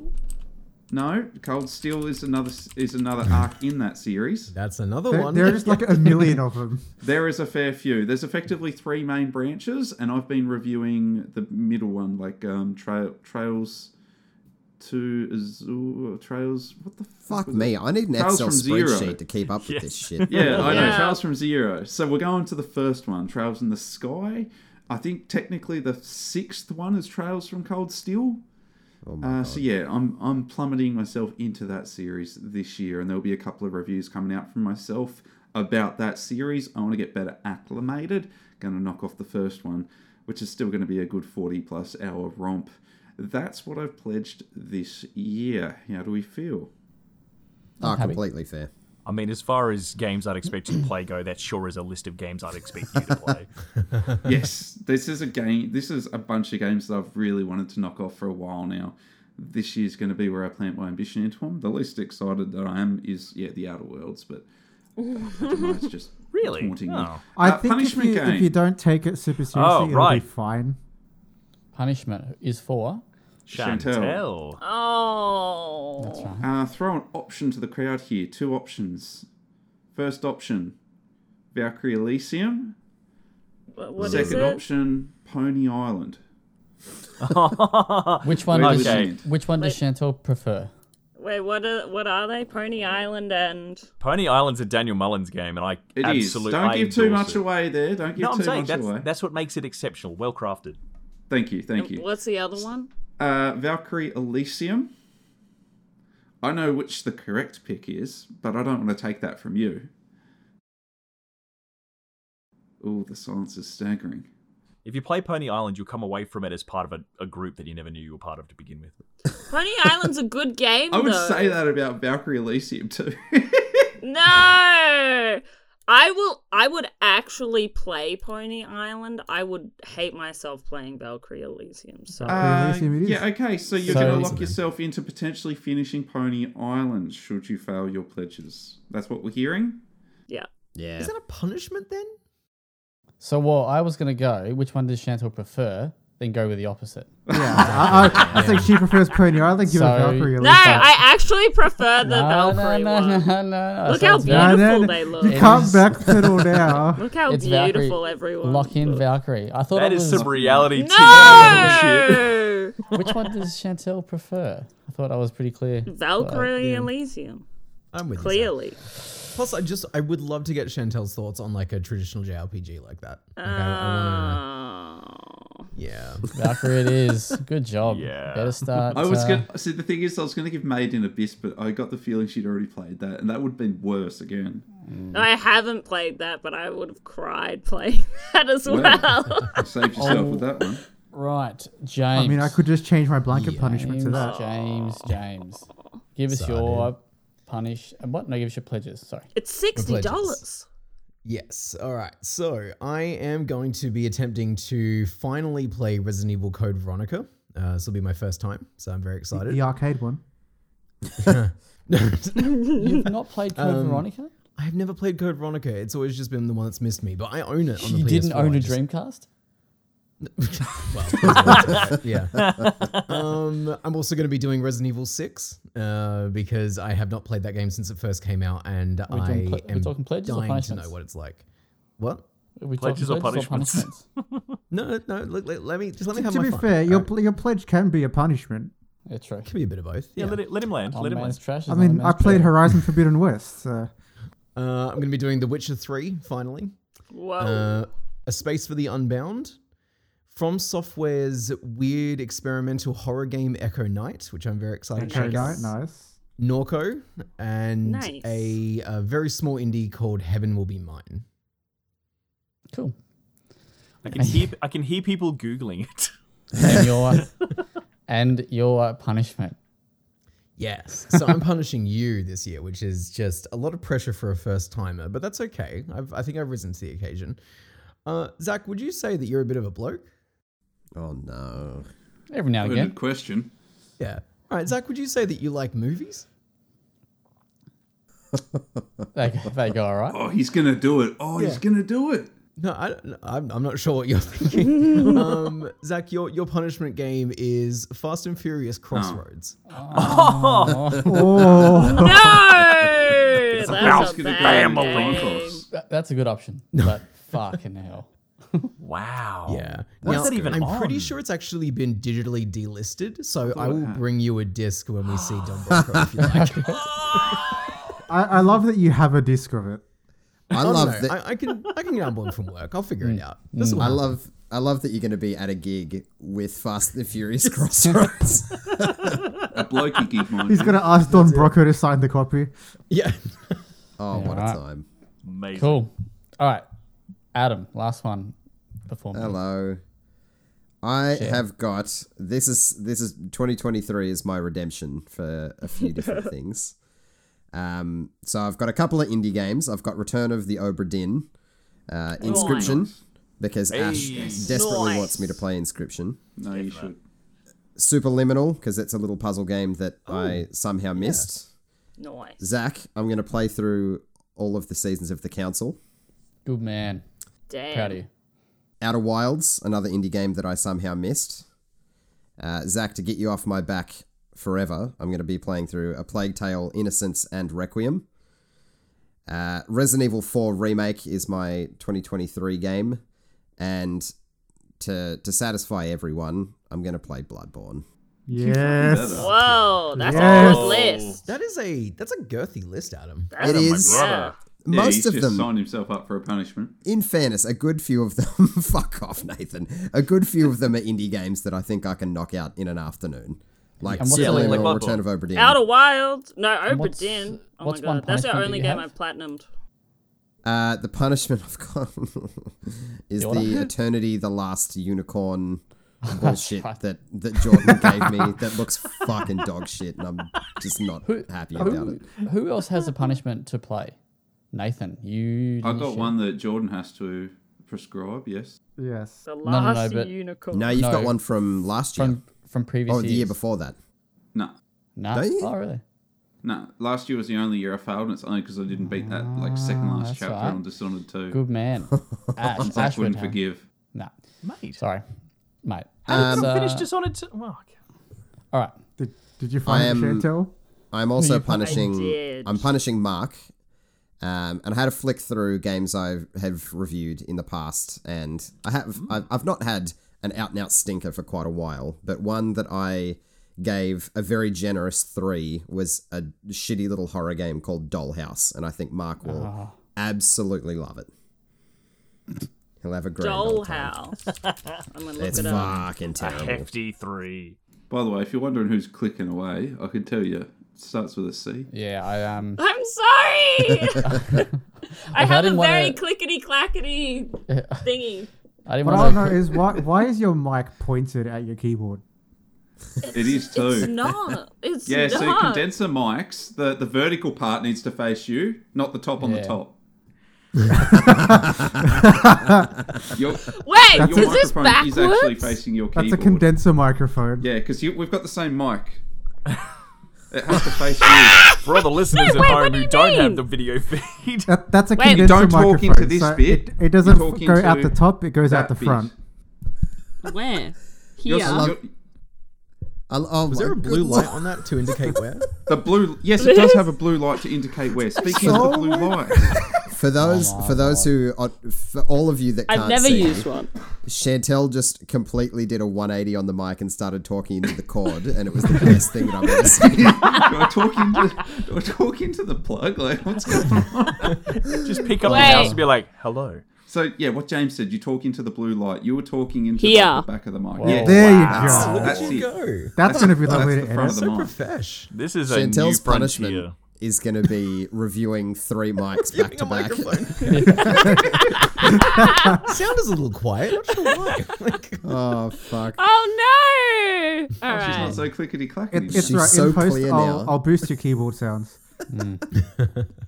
[SPEAKER 6] No, Cold Steel is another s- is another arc in that series.
[SPEAKER 7] That's another
[SPEAKER 3] There,
[SPEAKER 7] one.
[SPEAKER 3] there are just like a million of them.
[SPEAKER 6] There is a fair few. There's effectively three main branches, and I've been reviewing the middle one, like um, trail, Trails to Azure. Trails. What the fuck?
[SPEAKER 5] Fuck
[SPEAKER 6] was
[SPEAKER 5] me.
[SPEAKER 6] it?
[SPEAKER 5] I need an
[SPEAKER 6] Trails
[SPEAKER 5] Excel
[SPEAKER 6] from zero.
[SPEAKER 5] spreadsheet to keep up with this shit.
[SPEAKER 6] Yeah, I know.
[SPEAKER 2] Yeah.
[SPEAKER 6] Trails from Zero. So we're going to the first one, Trails in the Sky. I think technically the sixth one is Trails from Cold Steel.
[SPEAKER 5] Oh my
[SPEAKER 6] Uh,
[SPEAKER 5] god.
[SPEAKER 6] so yeah, I'm I'm plummeting myself into that series this year, and there'll be a couple of reviews coming out from myself about that series. I want to get better acclimated. Going to knock off the first one, which is still going to be a good forty plus hour romp. That's what I've pledged this year. How do we feel?
[SPEAKER 5] Ah, completely fair.
[SPEAKER 1] I mean, as far as games I'd expect you to play go, that sure is a list of games I'd expect you to play.
[SPEAKER 6] yes, this is a game. This is a bunch of games that I've really wanted to knock off for a while now. This year's going to be where I plant my ambition into them. The least excited that I am is yeah, the Outer Worlds, but I don't know, it's just
[SPEAKER 1] Really?
[SPEAKER 6] haunting me.
[SPEAKER 1] Oh.
[SPEAKER 3] I
[SPEAKER 6] Uh,
[SPEAKER 3] think if
[SPEAKER 6] punishment
[SPEAKER 3] you,
[SPEAKER 6] game.
[SPEAKER 3] if you don't take it super seriously,
[SPEAKER 1] Oh,
[SPEAKER 3] it'll
[SPEAKER 1] right.
[SPEAKER 3] be fine.
[SPEAKER 4] Punishment is for.
[SPEAKER 6] Chantel.
[SPEAKER 1] Chantel.
[SPEAKER 2] Oh.
[SPEAKER 4] That's right.
[SPEAKER 6] Uh, throw an option to the crowd here. Two options. First option, Valkyrie Elysium.
[SPEAKER 2] What, what is
[SPEAKER 6] Second
[SPEAKER 2] it?
[SPEAKER 6] option, Pony Island.
[SPEAKER 4] Which one?
[SPEAKER 6] Wait,
[SPEAKER 4] Does,
[SPEAKER 1] okay.
[SPEAKER 4] Which one does Chantel prefer?
[SPEAKER 2] Wait, what are what are they? Pony Island and
[SPEAKER 1] Pony Island's a Daniel Mullins game, and I
[SPEAKER 6] It is.
[SPEAKER 1] absolutely
[SPEAKER 6] Don't
[SPEAKER 1] I
[SPEAKER 6] give too
[SPEAKER 1] endorse
[SPEAKER 6] much
[SPEAKER 1] it.
[SPEAKER 6] away there. Don't give
[SPEAKER 1] No, I'm
[SPEAKER 6] too
[SPEAKER 1] saying
[SPEAKER 6] much
[SPEAKER 1] that's
[SPEAKER 6] away.
[SPEAKER 1] that's what makes it exceptional. Well crafted.
[SPEAKER 6] Thank you. Thank you.
[SPEAKER 2] what's the other one?
[SPEAKER 6] Uh, Valkyrie Elysium. I know which the correct pick is, but I don't want to take that from you. Oh, the silence is staggering.
[SPEAKER 1] If you play Pony Island, you'll come away from it as part of a, a group that you never knew you were part of to begin with.
[SPEAKER 2] Pony Island's a good game.
[SPEAKER 6] I would
[SPEAKER 2] though.
[SPEAKER 6] say that about Valkyrie Elysium too.
[SPEAKER 2] No. I will. I would actually play Pony Island. I would hate myself playing Valkyrie Elysium. So
[SPEAKER 6] Uh,
[SPEAKER 3] Elysium it is.
[SPEAKER 6] yeah, okay, so you're
[SPEAKER 4] So-
[SPEAKER 6] going to lock yourself into potentially finishing Pony Island should you fail your pledges. That's what we're hearing?
[SPEAKER 2] yeah,
[SPEAKER 5] Yeah.
[SPEAKER 7] Is that a punishment then?
[SPEAKER 4] So, well, I was going to go. Which one does Chantel prefer? Then go with the opposite.
[SPEAKER 3] Yeah, I, I, I think she prefers Pony Island. Give
[SPEAKER 4] So-
[SPEAKER 3] it Valkyrie. at
[SPEAKER 2] no.
[SPEAKER 3] least.
[SPEAKER 2] I actually prefer the Valkyrie
[SPEAKER 4] Ah, no,
[SPEAKER 2] one.
[SPEAKER 4] no, no, no.
[SPEAKER 2] Look
[SPEAKER 4] So
[SPEAKER 2] how
[SPEAKER 4] it's
[SPEAKER 2] beautiful
[SPEAKER 4] Valkyrie.
[SPEAKER 2] they look.
[SPEAKER 3] You
[SPEAKER 4] It
[SPEAKER 3] can't
[SPEAKER 4] is-
[SPEAKER 3] backpedal now.
[SPEAKER 2] Look how
[SPEAKER 4] It's
[SPEAKER 2] beautiful
[SPEAKER 4] Valkyrie.
[SPEAKER 2] everyone.
[SPEAKER 4] Lock in
[SPEAKER 2] looks.
[SPEAKER 4] Valkyrie. I thought
[SPEAKER 1] That
[SPEAKER 4] it
[SPEAKER 1] is
[SPEAKER 4] was,
[SPEAKER 1] some reality TV shit.
[SPEAKER 2] No.
[SPEAKER 4] Which one does Chantel prefer? I thought I was pretty clear.
[SPEAKER 2] Valkyrie Elysium.
[SPEAKER 7] I'm with you, Zach.
[SPEAKER 2] Clearly.
[SPEAKER 7] Plus, I just I would love to get Chantel's thoughts on like a traditional JRPG like that. Like, I, I
[SPEAKER 2] Ah.
[SPEAKER 7] wanna,
[SPEAKER 2] Oh.
[SPEAKER 7] yeah.
[SPEAKER 4] Valkyrie, it is. Good job.
[SPEAKER 1] Yeah.
[SPEAKER 4] Better start.
[SPEAKER 6] I was
[SPEAKER 4] uh,
[SPEAKER 6] going to. See, the thing is, I was going to give Maiden Abyss, but I got the feeling she'd already played that, and that would have been worse again.
[SPEAKER 2] I haven't played that, but I would have cried playing that as well.
[SPEAKER 6] Well. Saved yourself with that one.
[SPEAKER 4] Right, James.
[SPEAKER 3] I mean, I could just change my blanket punishment
[SPEAKER 4] James,
[SPEAKER 3] to that.
[SPEAKER 4] James, James. Give us your punish. And what? No, give us your pledges. Sorry.
[SPEAKER 2] It's sixty dollars.
[SPEAKER 7] Yes. All right. So I am going to be attempting to finally play Resident Evil Code Veronica. Uh, this will be my first time, so I'm very excited.
[SPEAKER 3] The arcade one.
[SPEAKER 4] You've not played Code Veronica?
[SPEAKER 7] I've never played Code Veronica. It's always just been the one that's missed me, but I own it. On the
[SPEAKER 4] You didn't
[SPEAKER 7] PS4,
[SPEAKER 4] own
[SPEAKER 7] I
[SPEAKER 4] a
[SPEAKER 7] just-
[SPEAKER 4] Dreamcast?
[SPEAKER 7] yeah. Um, I'm also going to be doing Resident Evil 6 uh, because I have not played that game since it first came out, and I
[SPEAKER 4] doing ple- we're
[SPEAKER 7] am
[SPEAKER 4] talking pledges or
[SPEAKER 7] dying to know
[SPEAKER 4] punishments?
[SPEAKER 7] what it's like. What?
[SPEAKER 4] Are we
[SPEAKER 1] Pledges or
[SPEAKER 4] talking
[SPEAKER 1] punishments?
[SPEAKER 7] No, no. Let, let, let me just let me
[SPEAKER 3] To,
[SPEAKER 7] have
[SPEAKER 3] to
[SPEAKER 7] my
[SPEAKER 3] be
[SPEAKER 7] fun.
[SPEAKER 3] fair,
[SPEAKER 7] All
[SPEAKER 3] your
[SPEAKER 7] right.
[SPEAKER 3] pl- your pledge can be a punishment.
[SPEAKER 4] yeah, true.
[SPEAKER 7] Could be a bit of both.
[SPEAKER 1] Yeah, let, it, let him land.
[SPEAKER 4] One
[SPEAKER 1] let him
[SPEAKER 4] man's
[SPEAKER 1] land.
[SPEAKER 4] trash. is
[SPEAKER 3] I
[SPEAKER 4] another
[SPEAKER 3] mean, I
[SPEAKER 4] man's
[SPEAKER 3] played
[SPEAKER 4] treasure.
[SPEAKER 3] Horizon Forbidden West. So.
[SPEAKER 7] Uh, I'm going to
[SPEAKER 2] Oh.
[SPEAKER 7] be doing The Witcher 3 finally.
[SPEAKER 2] Whoa.
[SPEAKER 7] Uh, a Space for the Unbound. From Software's weird experimental horror game Echo Knight, which I'm very excited to
[SPEAKER 3] Okay,
[SPEAKER 7] check out.
[SPEAKER 3] nice. nice.
[SPEAKER 7] Norco and
[SPEAKER 2] Nice.
[SPEAKER 7] a, a very small indie called Heaven Will Be Mine.
[SPEAKER 4] Cool.
[SPEAKER 1] I can hear I can hear people googling it.
[SPEAKER 4] And your and your punishment.
[SPEAKER 7] Yes. So I'm punishing you this year, which is just a lot of pressure for a first timer, but that's okay. I've, I think I've risen to the occasion. Uh, Zach, would you say that you're a bit of a bloke?
[SPEAKER 5] Oh no.
[SPEAKER 4] Every now and
[SPEAKER 6] Loaded
[SPEAKER 4] again.
[SPEAKER 6] question.
[SPEAKER 7] Yeah. All right, Zach, would you say that you like movies?
[SPEAKER 4] They, they go all right.
[SPEAKER 6] Oh, he's gonna do it. Oh, he's
[SPEAKER 7] Yeah.
[SPEAKER 6] gonna do it.
[SPEAKER 7] No, I don't, I'm, I'm not sure what you're thinking. um, Zach, your, your punishment game is Fast and Furious Crossroads.
[SPEAKER 3] Oh,
[SPEAKER 2] No, that's a
[SPEAKER 6] mouse gonna
[SPEAKER 2] bad
[SPEAKER 6] go in the
[SPEAKER 2] game.
[SPEAKER 6] concourse.
[SPEAKER 4] That- that's a good option. But fucking hell.
[SPEAKER 1] Wow.
[SPEAKER 7] Yeah.
[SPEAKER 1] What's
[SPEAKER 7] Now,
[SPEAKER 1] that even
[SPEAKER 7] I'm pretty
[SPEAKER 1] on?
[SPEAKER 7] sure it's actually been digitally delisted, so I will bring you a disc when we see Don Broco if you like.
[SPEAKER 3] I, I love that you have a disc of it.
[SPEAKER 5] I
[SPEAKER 7] I
[SPEAKER 5] love
[SPEAKER 7] don't know.
[SPEAKER 5] that.
[SPEAKER 7] I, I can I can gamble one from work. I'll figure it out. This will
[SPEAKER 5] I
[SPEAKER 7] happen.
[SPEAKER 5] love I love that you're going to be at a gig with Fast and the Furious Crossroads.
[SPEAKER 6] A blokey gig, mind
[SPEAKER 3] He's
[SPEAKER 6] you.
[SPEAKER 3] gonna ask Don Brocco to sign the copy.
[SPEAKER 7] Yeah.
[SPEAKER 5] oh, what
[SPEAKER 4] right.
[SPEAKER 5] a time.
[SPEAKER 1] Amazing.
[SPEAKER 4] Cool. All right. Adam, last one before me.
[SPEAKER 5] Hello. I have got this is this is 2023 is my redemption for a few different things. Um, so I've got a couple of indie games. I've got Return of the Obra Dinn, uh, Inscription, because Ash desperately
[SPEAKER 2] Nice.
[SPEAKER 5] wants me to play Inscription.
[SPEAKER 6] No, you should.
[SPEAKER 5] Superliminal, because it's a little puzzle game that I somehow missed.
[SPEAKER 2] Nice.
[SPEAKER 5] Zach, I'm going to play through all of the seasons of The Council.
[SPEAKER 4] Good man.
[SPEAKER 2] Damn.
[SPEAKER 4] Proud of you.
[SPEAKER 5] Outer Wilds, another indie game that I somehow missed. Uh, Zach, to get you off my back forever, I'm going to be playing through A Plague Tale, Innocence, and Requiem. Uh, Resident Evil 4 Remake is my 2023 game. And to, to satisfy everyone, I'm going to play Bloodborne.
[SPEAKER 3] Yes.
[SPEAKER 6] Better.
[SPEAKER 2] Whoa, that's a
[SPEAKER 3] Yes.
[SPEAKER 2] good list.
[SPEAKER 7] That is a that's a girthy list, Adam.
[SPEAKER 2] That's
[SPEAKER 5] It
[SPEAKER 2] a-
[SPEAKER 5] is-
[SPEAKER 2] Yeah.
[SPEAKER 6] Yeah,
[SPEAKER 5] Most
[SPEAKER 6] he's
[SPEAKER 5] of
[SPEAKER 6] just
[SPEAKER 5] them,
[SPEAKER 6] signed himself up for a punishment.
[SPEAKER 5] in fairness, a good few of them, fuck off, Nathan. A good few of them are indie games that I think I can knock out in an afternoon. Like
[SPEAKER 4] And what's the-
[SPEAKER 5] Superliminal,
[SPEAKER 1] Yeah, like
[SPEAKER 5] Return of Obra Dinn.
[SPEAKER 2] Outer Wild. No, Obra
[SPEAKER 4] what's-
[SPEAKER 2] Dinn. Oh my
[SPEAKER 4] what's one
[SPEAKER 2] god, that's the
[SPEAKER 4] punishment
[SPEAKER 2] only
[SPEAKER 4] that you
[SPEAKER 2] game
[SPEAKER 4] have?
[SPEAKER 2] I've platinumed.
[SPEAKER 5] Uh, the punishment I've got is
[SPEAKER 4] Your
[SPEAKER 5] the
[SPEAKER 4] honor.
[SPEAKER 5] eternity, the last unicorn bullshit that, that Jordan gave me that looks fucking dog shit, and I'm just not happy about it.
[SPEAKER 4] Who else has a punishment to play? Nathan, you.
[SPEAKER 6] I
[SPEAKER 4] didn't
[SPEAKER 6] got
[SPEAKER 4] share.
[SPEAKER 6] one that Jordan has to prescribe. Yes.
[SPEAKER 3] Yes.
[SPEAKER 2] The
[SPEAKER 4] no, no,
[SPEAKER 2] last
[SPEAKER 4] but-
[SPEAKER 2] unicorn.
[SPEAKER 5] No, you've
[SPEAKER 4] No.
[SPEAKER 5] got one from last year.
[SPEAKER 4] from from previous
[SPEAKER 5] oh, the year
[SPEAKER 4] years.
[SPEAKER 5] before that.
[SPEAKER 6] Nah,
[SPEAKER 4] Nah.
[SPEAKER 5] Don't you?
[SPEAKER 4] Oh, really?
[SPEAKER 6] nah. Last year was the only year I failed, and it's only because I didn't beat that like second last
[SPEAKER 4] that's
[SPEAKER 6] chapter
[SPEAKER 4] right.
[SPEAKER 6] on Dishonored Two.
[SPEAKER 4] Good man. Ash,
[SPEAKER 6] And Zach
[SPEAKER 4] Ash would
[SPEAKER 6] wouldn't
[SPEAKER 4] have.
[SPEAKER 6] forgive.
[SPEAKER 4] Nah.
[SPEAKER 1] Mate.
[SPEAKER 4] Sorry, mate.
[SPEAKER 1] How did
[SPEAKER 4] Um,
[SPEAKER 1] you finish
[SPEAKER 4] uh,
[SPEAKER 1] Dishonored? T- well, okay.
[SPEAKER 4] All right.
[SPEAKER 3] Did, did you find
[SPEAKER 5] I
[SPEAKER 3] it,
[SPEAKER 5] am-
[SPEAKER 3] Chantel?
[SPEAKER 5] I'm also punishing.
[SPEAKER 2] did.
[SPEAKER 5] I'm punishing Mark. Um, and I had a flick through games I have reviewed in the past, and I have
[SPEAKER 2] Mm.
[SPEAKER 5] I've, I've not had an out and out stinker for quite a while, but one that I gave a very generous three was a shitty little horror game called Dollhouse, and I think Mark will
[SPEAKER 2] Ah.
[SPEAKER 5] absolutely love it. He'll have a great
[SPEAKER 2] Dollhouse. um, I'm gonna look
[SPEAKER 5] It's
[SPEAKER 2] it up.
[SPEAKER 5] fucking terrible.
[SPEAKER 1] Hefty three.
[SPEAKER 6] By the way, if you're wondering who's clicking away, I can tell you. It starts with a C.
[SPEAKER 4] Yeah, I um.
[SPEAKER 2] I'm sorry. I have a
[SPEAKER 4] didn't wanna-
[SPEAKER 2] very clickety clackety thingy.
[SPEAKER 4] I didn't
[SPEAKER 3] What I don't
[SPEAKER 4] want
[SPEAKER 3] know
[SPEAKER 4] to.
[SPEAKER 3] is why why is your mic pointed at your keyboard?
[SPEAKER 6] It is two.
[SPEAKER 2] It's not. It's
[SPEAKER 6] yeah,
[SPEAKER 2] not.
[SPEAKER 6] so condenser mics, the, the vertical part needs to face you, not the top on
[SPEAKER 4] Yeah.
[SPEAKER 6] the top. your
[SPEAKER 2] Wait,
[SPEAKER 6] your
[SPEAKER 2] is this
[SPEAKER 6] microphone
[SPEAKER 2] backwards?
[SPEAKER 6] is actually facing your keyboard.
[SPEAKER 3] That's a condenser microphone.
[SPEAKER 6] Yeah, because we've got the same mic. It has to face you.
[SPEAKER 1] For all the listeners at
[SPEAKER 2] wait,
[SPEAKER 1] home
[SPEAKER 2] what do
[SPEAKER 1] who
[SPEAKER 2] you
[SPEAKER 1] don't have
[SPEAKER 2] mean?
[SPEAKER 1] the video feed,
[SPEAKER 3] That, that's a
[SPEAKER 2] Wait,
[SPEAKER 3] condenser
[SPEAKER 6] don't talk
[SPEAKER 3] microphone.
[SPEAKER 6] into this
[SPEAKER 3] so
[SPEAKER 6] bit.
[SPEAKER 3] It, it doesn't
[SPEAKER 6] You talk
[SPEAKER 3] go out
[SPEAKER 6] into
[SPEAKER 3] the top. It goes out
[SPEAKER 6] that
[SPEAKER 3] the
[SPEAKER 6] bit.
[SPEAKER 3] front.
[SPEAKER 2] Where?
[SPEAKER 6] Your-
[SPEAKER 2] Here.
[SPEAKER 6] your-
[SPEAKER 5] I, oh
[SPEAKER 7] Was
[SPEAKER 5] my
[SPEAKER 7] there a blue
[SPEAKER 5] good
[SPEAKER 7] light
[SPEAKER 5] lord.
[SPEAKER 7] on that to indicate where?
[SPEAKER 6] the blue. Yes, it does have a blue light to indicate where. Speaking of the blue light,
[SPEAKER 5] For those, for those who, are, for all of you that can't
[SPEAKER 2] Oh I've never
[SPEAKER 5] see,
[SPEAKER 2] used one.
[SPEAKER 5] Chantel just completely did a 180 on the mic and started talking into the cord, and it was the best thing that I've ever seen.
[SPEAKER 6] do I talk into do I talk into the plug? Like, what's going on?
[SPEAKER 1] just pick up
[SPEAKER 2] Wait.
[SPEAKER 1] the mouse and be like, "Hello."
[SPEAKER 6] So yeah, what James said, you talk into the blue light. You were talking into
[SPEAKER 2] Here.
[SPEAKER 6] the back of the mic. Yeah,
[SPEAKER 3] There you
[SPEAKER 6] That's-
[SPEAKER 3] go.
[SPEAKER 6] that's it.
[SPEAKER 7] go.
[SPEAKER 3] That's going to be the
[SPEAKER 6] That's
[SPEAKER 3] way
[SPEAKER 6] the
[SPEAKER 3] to
[SPEAKER 6] front
[SPEAKER 3] end
[SPEAKER 6] of
[SPEAKER 3] it.
[SPEAKER 6] the
[SPEAKER 7] So
[SPEAKER 6] mic.
[SPEAKER 7] profesh.
[SPEAKER 1] This is a
[SPEAKER 5] Chantel's
[SPEAKER 1] new
[SPEAKER 5] punishment
[SPEAKER 1] punishment.
[SPEAKER 5] is going to be reviewing three mics back
[SPEAKER 7] Giving
[SPEAKER 5] to
[SPEAKER 7] a
[SPEAKER 5] back.
[SPEAKER 7] microphone. Sound is a little quiet. Not sure why. Like,
[SPEAKER 5] Oh fuck!
[SPEAKER 2] Ah. Oh no! All
[SPEAKER 6] She's not
[SPEAKER 2] right,
[SPEAKER 6] so clickety clackety.
[SPEAKER 3] It, it's
[SPEAKER 5] She's
[SPEAKER 3] right.
[SPEAKER 5] so
[SPEAKER 3] in post,
[SPEAKER 5] clear
[SPEAKER 3] I'll,
[SPEAKER 5] now.
[SPEAKER 3] I'll boost your keyboard sounds.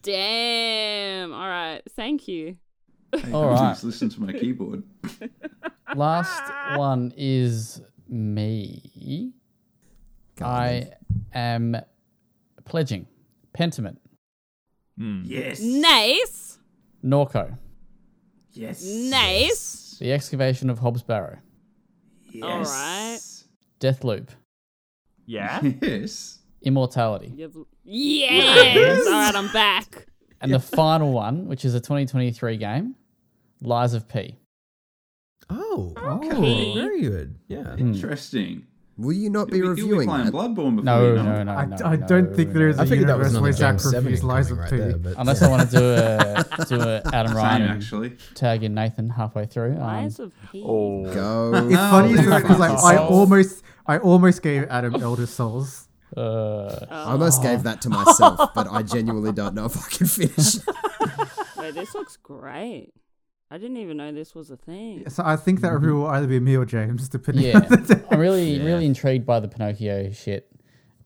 [SPEAKER 2] damn. All right, thank you.
[SPEAKER 4] All right.
[SPEAKER 6] Just listen to my keyboard.
[SPEAKER 4] Last one is me. I am pledging Pentiment,
[SPEAKER 1] Hmm.
[SPEAKER 6] Yes.
[SPEAKER 2] Nice,
[SPEAKER 4] Norco,
[SPEAKER 6] Yes.
[SPEAKER 2] nice.
[SPEAKER 4] The Excavation of Hobbs Barrow,
[SPEAKER 2] All right.
[SPEAKER 4] Deathloop,
[SPEAKER 6] Hmm.
[SPEAKER 1] Yeah.
[SPEAKER 6] Yes.
[SPEAKER 4] Immortality.
[SPEAKER 2] You've- Yes. All right, I'm back.
[SPEAKER 4] And the final one, which is a 2023 game, Lies of P.
[SPEAKER 7] oh,
[SPEAKER 2] Okay.
[SPEAKER 7] very good. Yeah.
[SPEAKER 6] Interesting.
[SPEAKER 5] Will you not be
[SPEAKER 6] You'll be- you'll be
[SPEAKER 5] reviewing
[SPEAKER 6] playing
[SPEAKER 5] that?
[SPEAKER 6] Bloodborne before
[SPEAKER 4] No,
[SPEAKER 6] you know
[SPEAKER 4] no,
[SPEAKER 6] it.
[SPEAKER 4] no,
[SPEAKER 3] I,
[SPEAKER 4] no,
[SPEAKER 3] I
[SPEAKER 4] no,
[SPEAKER 3] don't think there is
[SPEAKER 4] no.
[SPEAKER 3] a
[SPEAKER 7] I figured that
[SPEAKER 3] universe
[SPEAKER 7] was another
[SPEAKER 3] where Zach
[SPEAKER 7] James Seven
[SPEAKER 3] reviews
[SPEAKER 7] incoming
[SPEAKER 3] Lies of
[SPEAKER 7] right
[SPEAKER 3] P.
[SPEAKER 7] there, but
[SPEAKER 4] Unless I want to do a do a Adam Ryan
[SPEAKER 6] Same,
[SPEAKER 4] and
[SPEAKER 6] actually.
[SPEAKER 4] tag in Nathan halfway through. Um,
[SPEAKER 2] Eyes of P.
[SPEAKER 1] Oh.
[SPEAKER 5] Go.
[SPEAKER 3] It's funny
[SPEAKER 6] there it
[SPEAKER 3] because like
[SPEAKER 6] is.
[SPEAKER 3] I
[SPEAKER 6] Souls.
[SPEAKER 3] almost, I almost gave Adam Elder Souls.
[SPEAKER 4] uh,
[SPEAKER 5] I almost gave that to myself, but I genuinely don't know if I can finish.
[SPEAKER 2] Oh, Wait, this looks great. I didn't even know this was a thing.
[SPEAKER 3] So I think
[SPEAKER 5] Mm-hmm.
[SPEAKER 3] that review will either be me or James, depending.
[SPEAKER 4] yeah,
[SPEAKER 3] on the day.
[SPEAKER 4] I'm really really intrigued by the Pinocchio shit.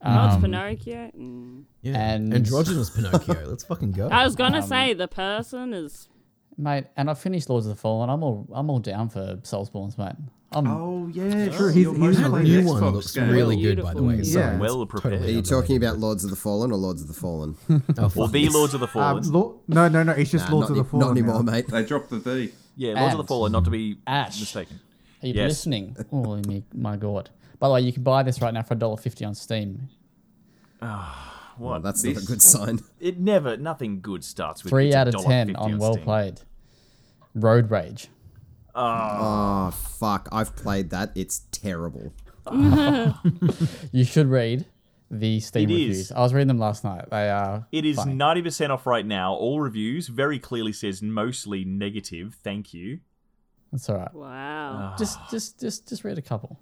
[SPEAKER 2] oh, it's
[SPEAKER 4] Um,
[SPEAKER 2] Pinocchio. Mm.
[SPEAKER 7] yeah.
[SPEAKER 4] And-
[SPEAKER 7] androgynous Pinocchio. Let's fucking go.
[SPEAKER 2] I was gonna
[SPEAKER 4] um,
[SPEAKER 2] say the person is.
[SPEAKER 4] mate, and I finished Lords of the Fallen. I'm all I'm all down for Soulsborns, mate. I'm
[SPEAKER 6] Oh yeah,
[SPEAKER 3] Sure, he's-
[SPEAKER 6] it's your
[SPEAKER 3] he's
[SPEAKER 6] most
[SPEAKER 3] a
[SPEAKER 6] played
[SPEAKER 7] new
[SPEAKER 6] Xbox
[SPEAKER 7] one looks
[SPEAKER 6] game.
[SPEAKER 7] really good, by the
[SPEAKER 2] Beautiful.
[SPEAKER 7] way. so
[SPEAKER 3] Yeah.
[SPEAKER 7] it's
[SPEAKER 1] Well prepared.
[SPEAKER 5] Are
[SPEAKER 7] totally
[SPEAKER 5] you talking
[SPEAKER 7] unrelated.
[SPEAKER 5] about Lords of the Fallen or Lords of the Fallen?
[SPEAKER 7] Oh,
[SPEAKER 1] Or
[SPEAKER 7] fuck.
[SPEAKER 1] the Lords of the
[SPEAKER 3] Um,
[SPEAKER 1] Fallen.
[SPEAKER 3] Lo- no, no, no. It's just
[SPEAKER 5] Nah,
[SPEAKER 3] Lords
[SPEAKER 5] not,
[SPEAKER 3] of the
[SPEAKER 5] any-
[SPEAKER 3] Fallen.
[SPEAKER 5] not anymore,
[SPEAKER 3] now.
[SPEAKER 5] mate.
[SPEAKER 6] They dropped the V.
[SPEAKER 1] yeah, Lords of the
[SPEAKER 4] Ash.
[SPEAKER 1] Fallen, not to be
[SPEAKER 4] Ash.
[SPEAKER 1] mistaken.
[SPEAKER 4] Are you
[SPEAKER 1] Yes.
[SPEAKER 4] listening? Oh my- my god! By the way, you can buy this right now for $1.50 on Steam.
[SPEAKER 1] What?
[SPEAKER 5] That's not
[SPEAKER 6] This-
[SPEAKER 5] a good sign.
[SPEAKER 1] It never. Nothing good starts with
[SPEAKER 4] Three
[SPEAKER 1] it's
[SPEAKER 4] out of
[SPEAKER 1] $1.50
[SPEAKER 4] ten on Well
[SPEAKER 1] Steam.
[SPEAKER 4] Played. Road Rage.
[SPEAKER 5] Oh fuck! I've played that. It's terrible.
[SPEAKER 4] You should read the Steam
[SPEAKER 1] It is.
[SPEAKER 4] reviews. I was reading them last night. They are.
[SPEAKER 1] It is ninety percent off right now. All reviews very clearly says mostly negative. Thank you.
[SPEAKER 4] That's all right.
[SPEAKER 2] Wow.
[SPEAKER 4] Just, just, just, just read a couple.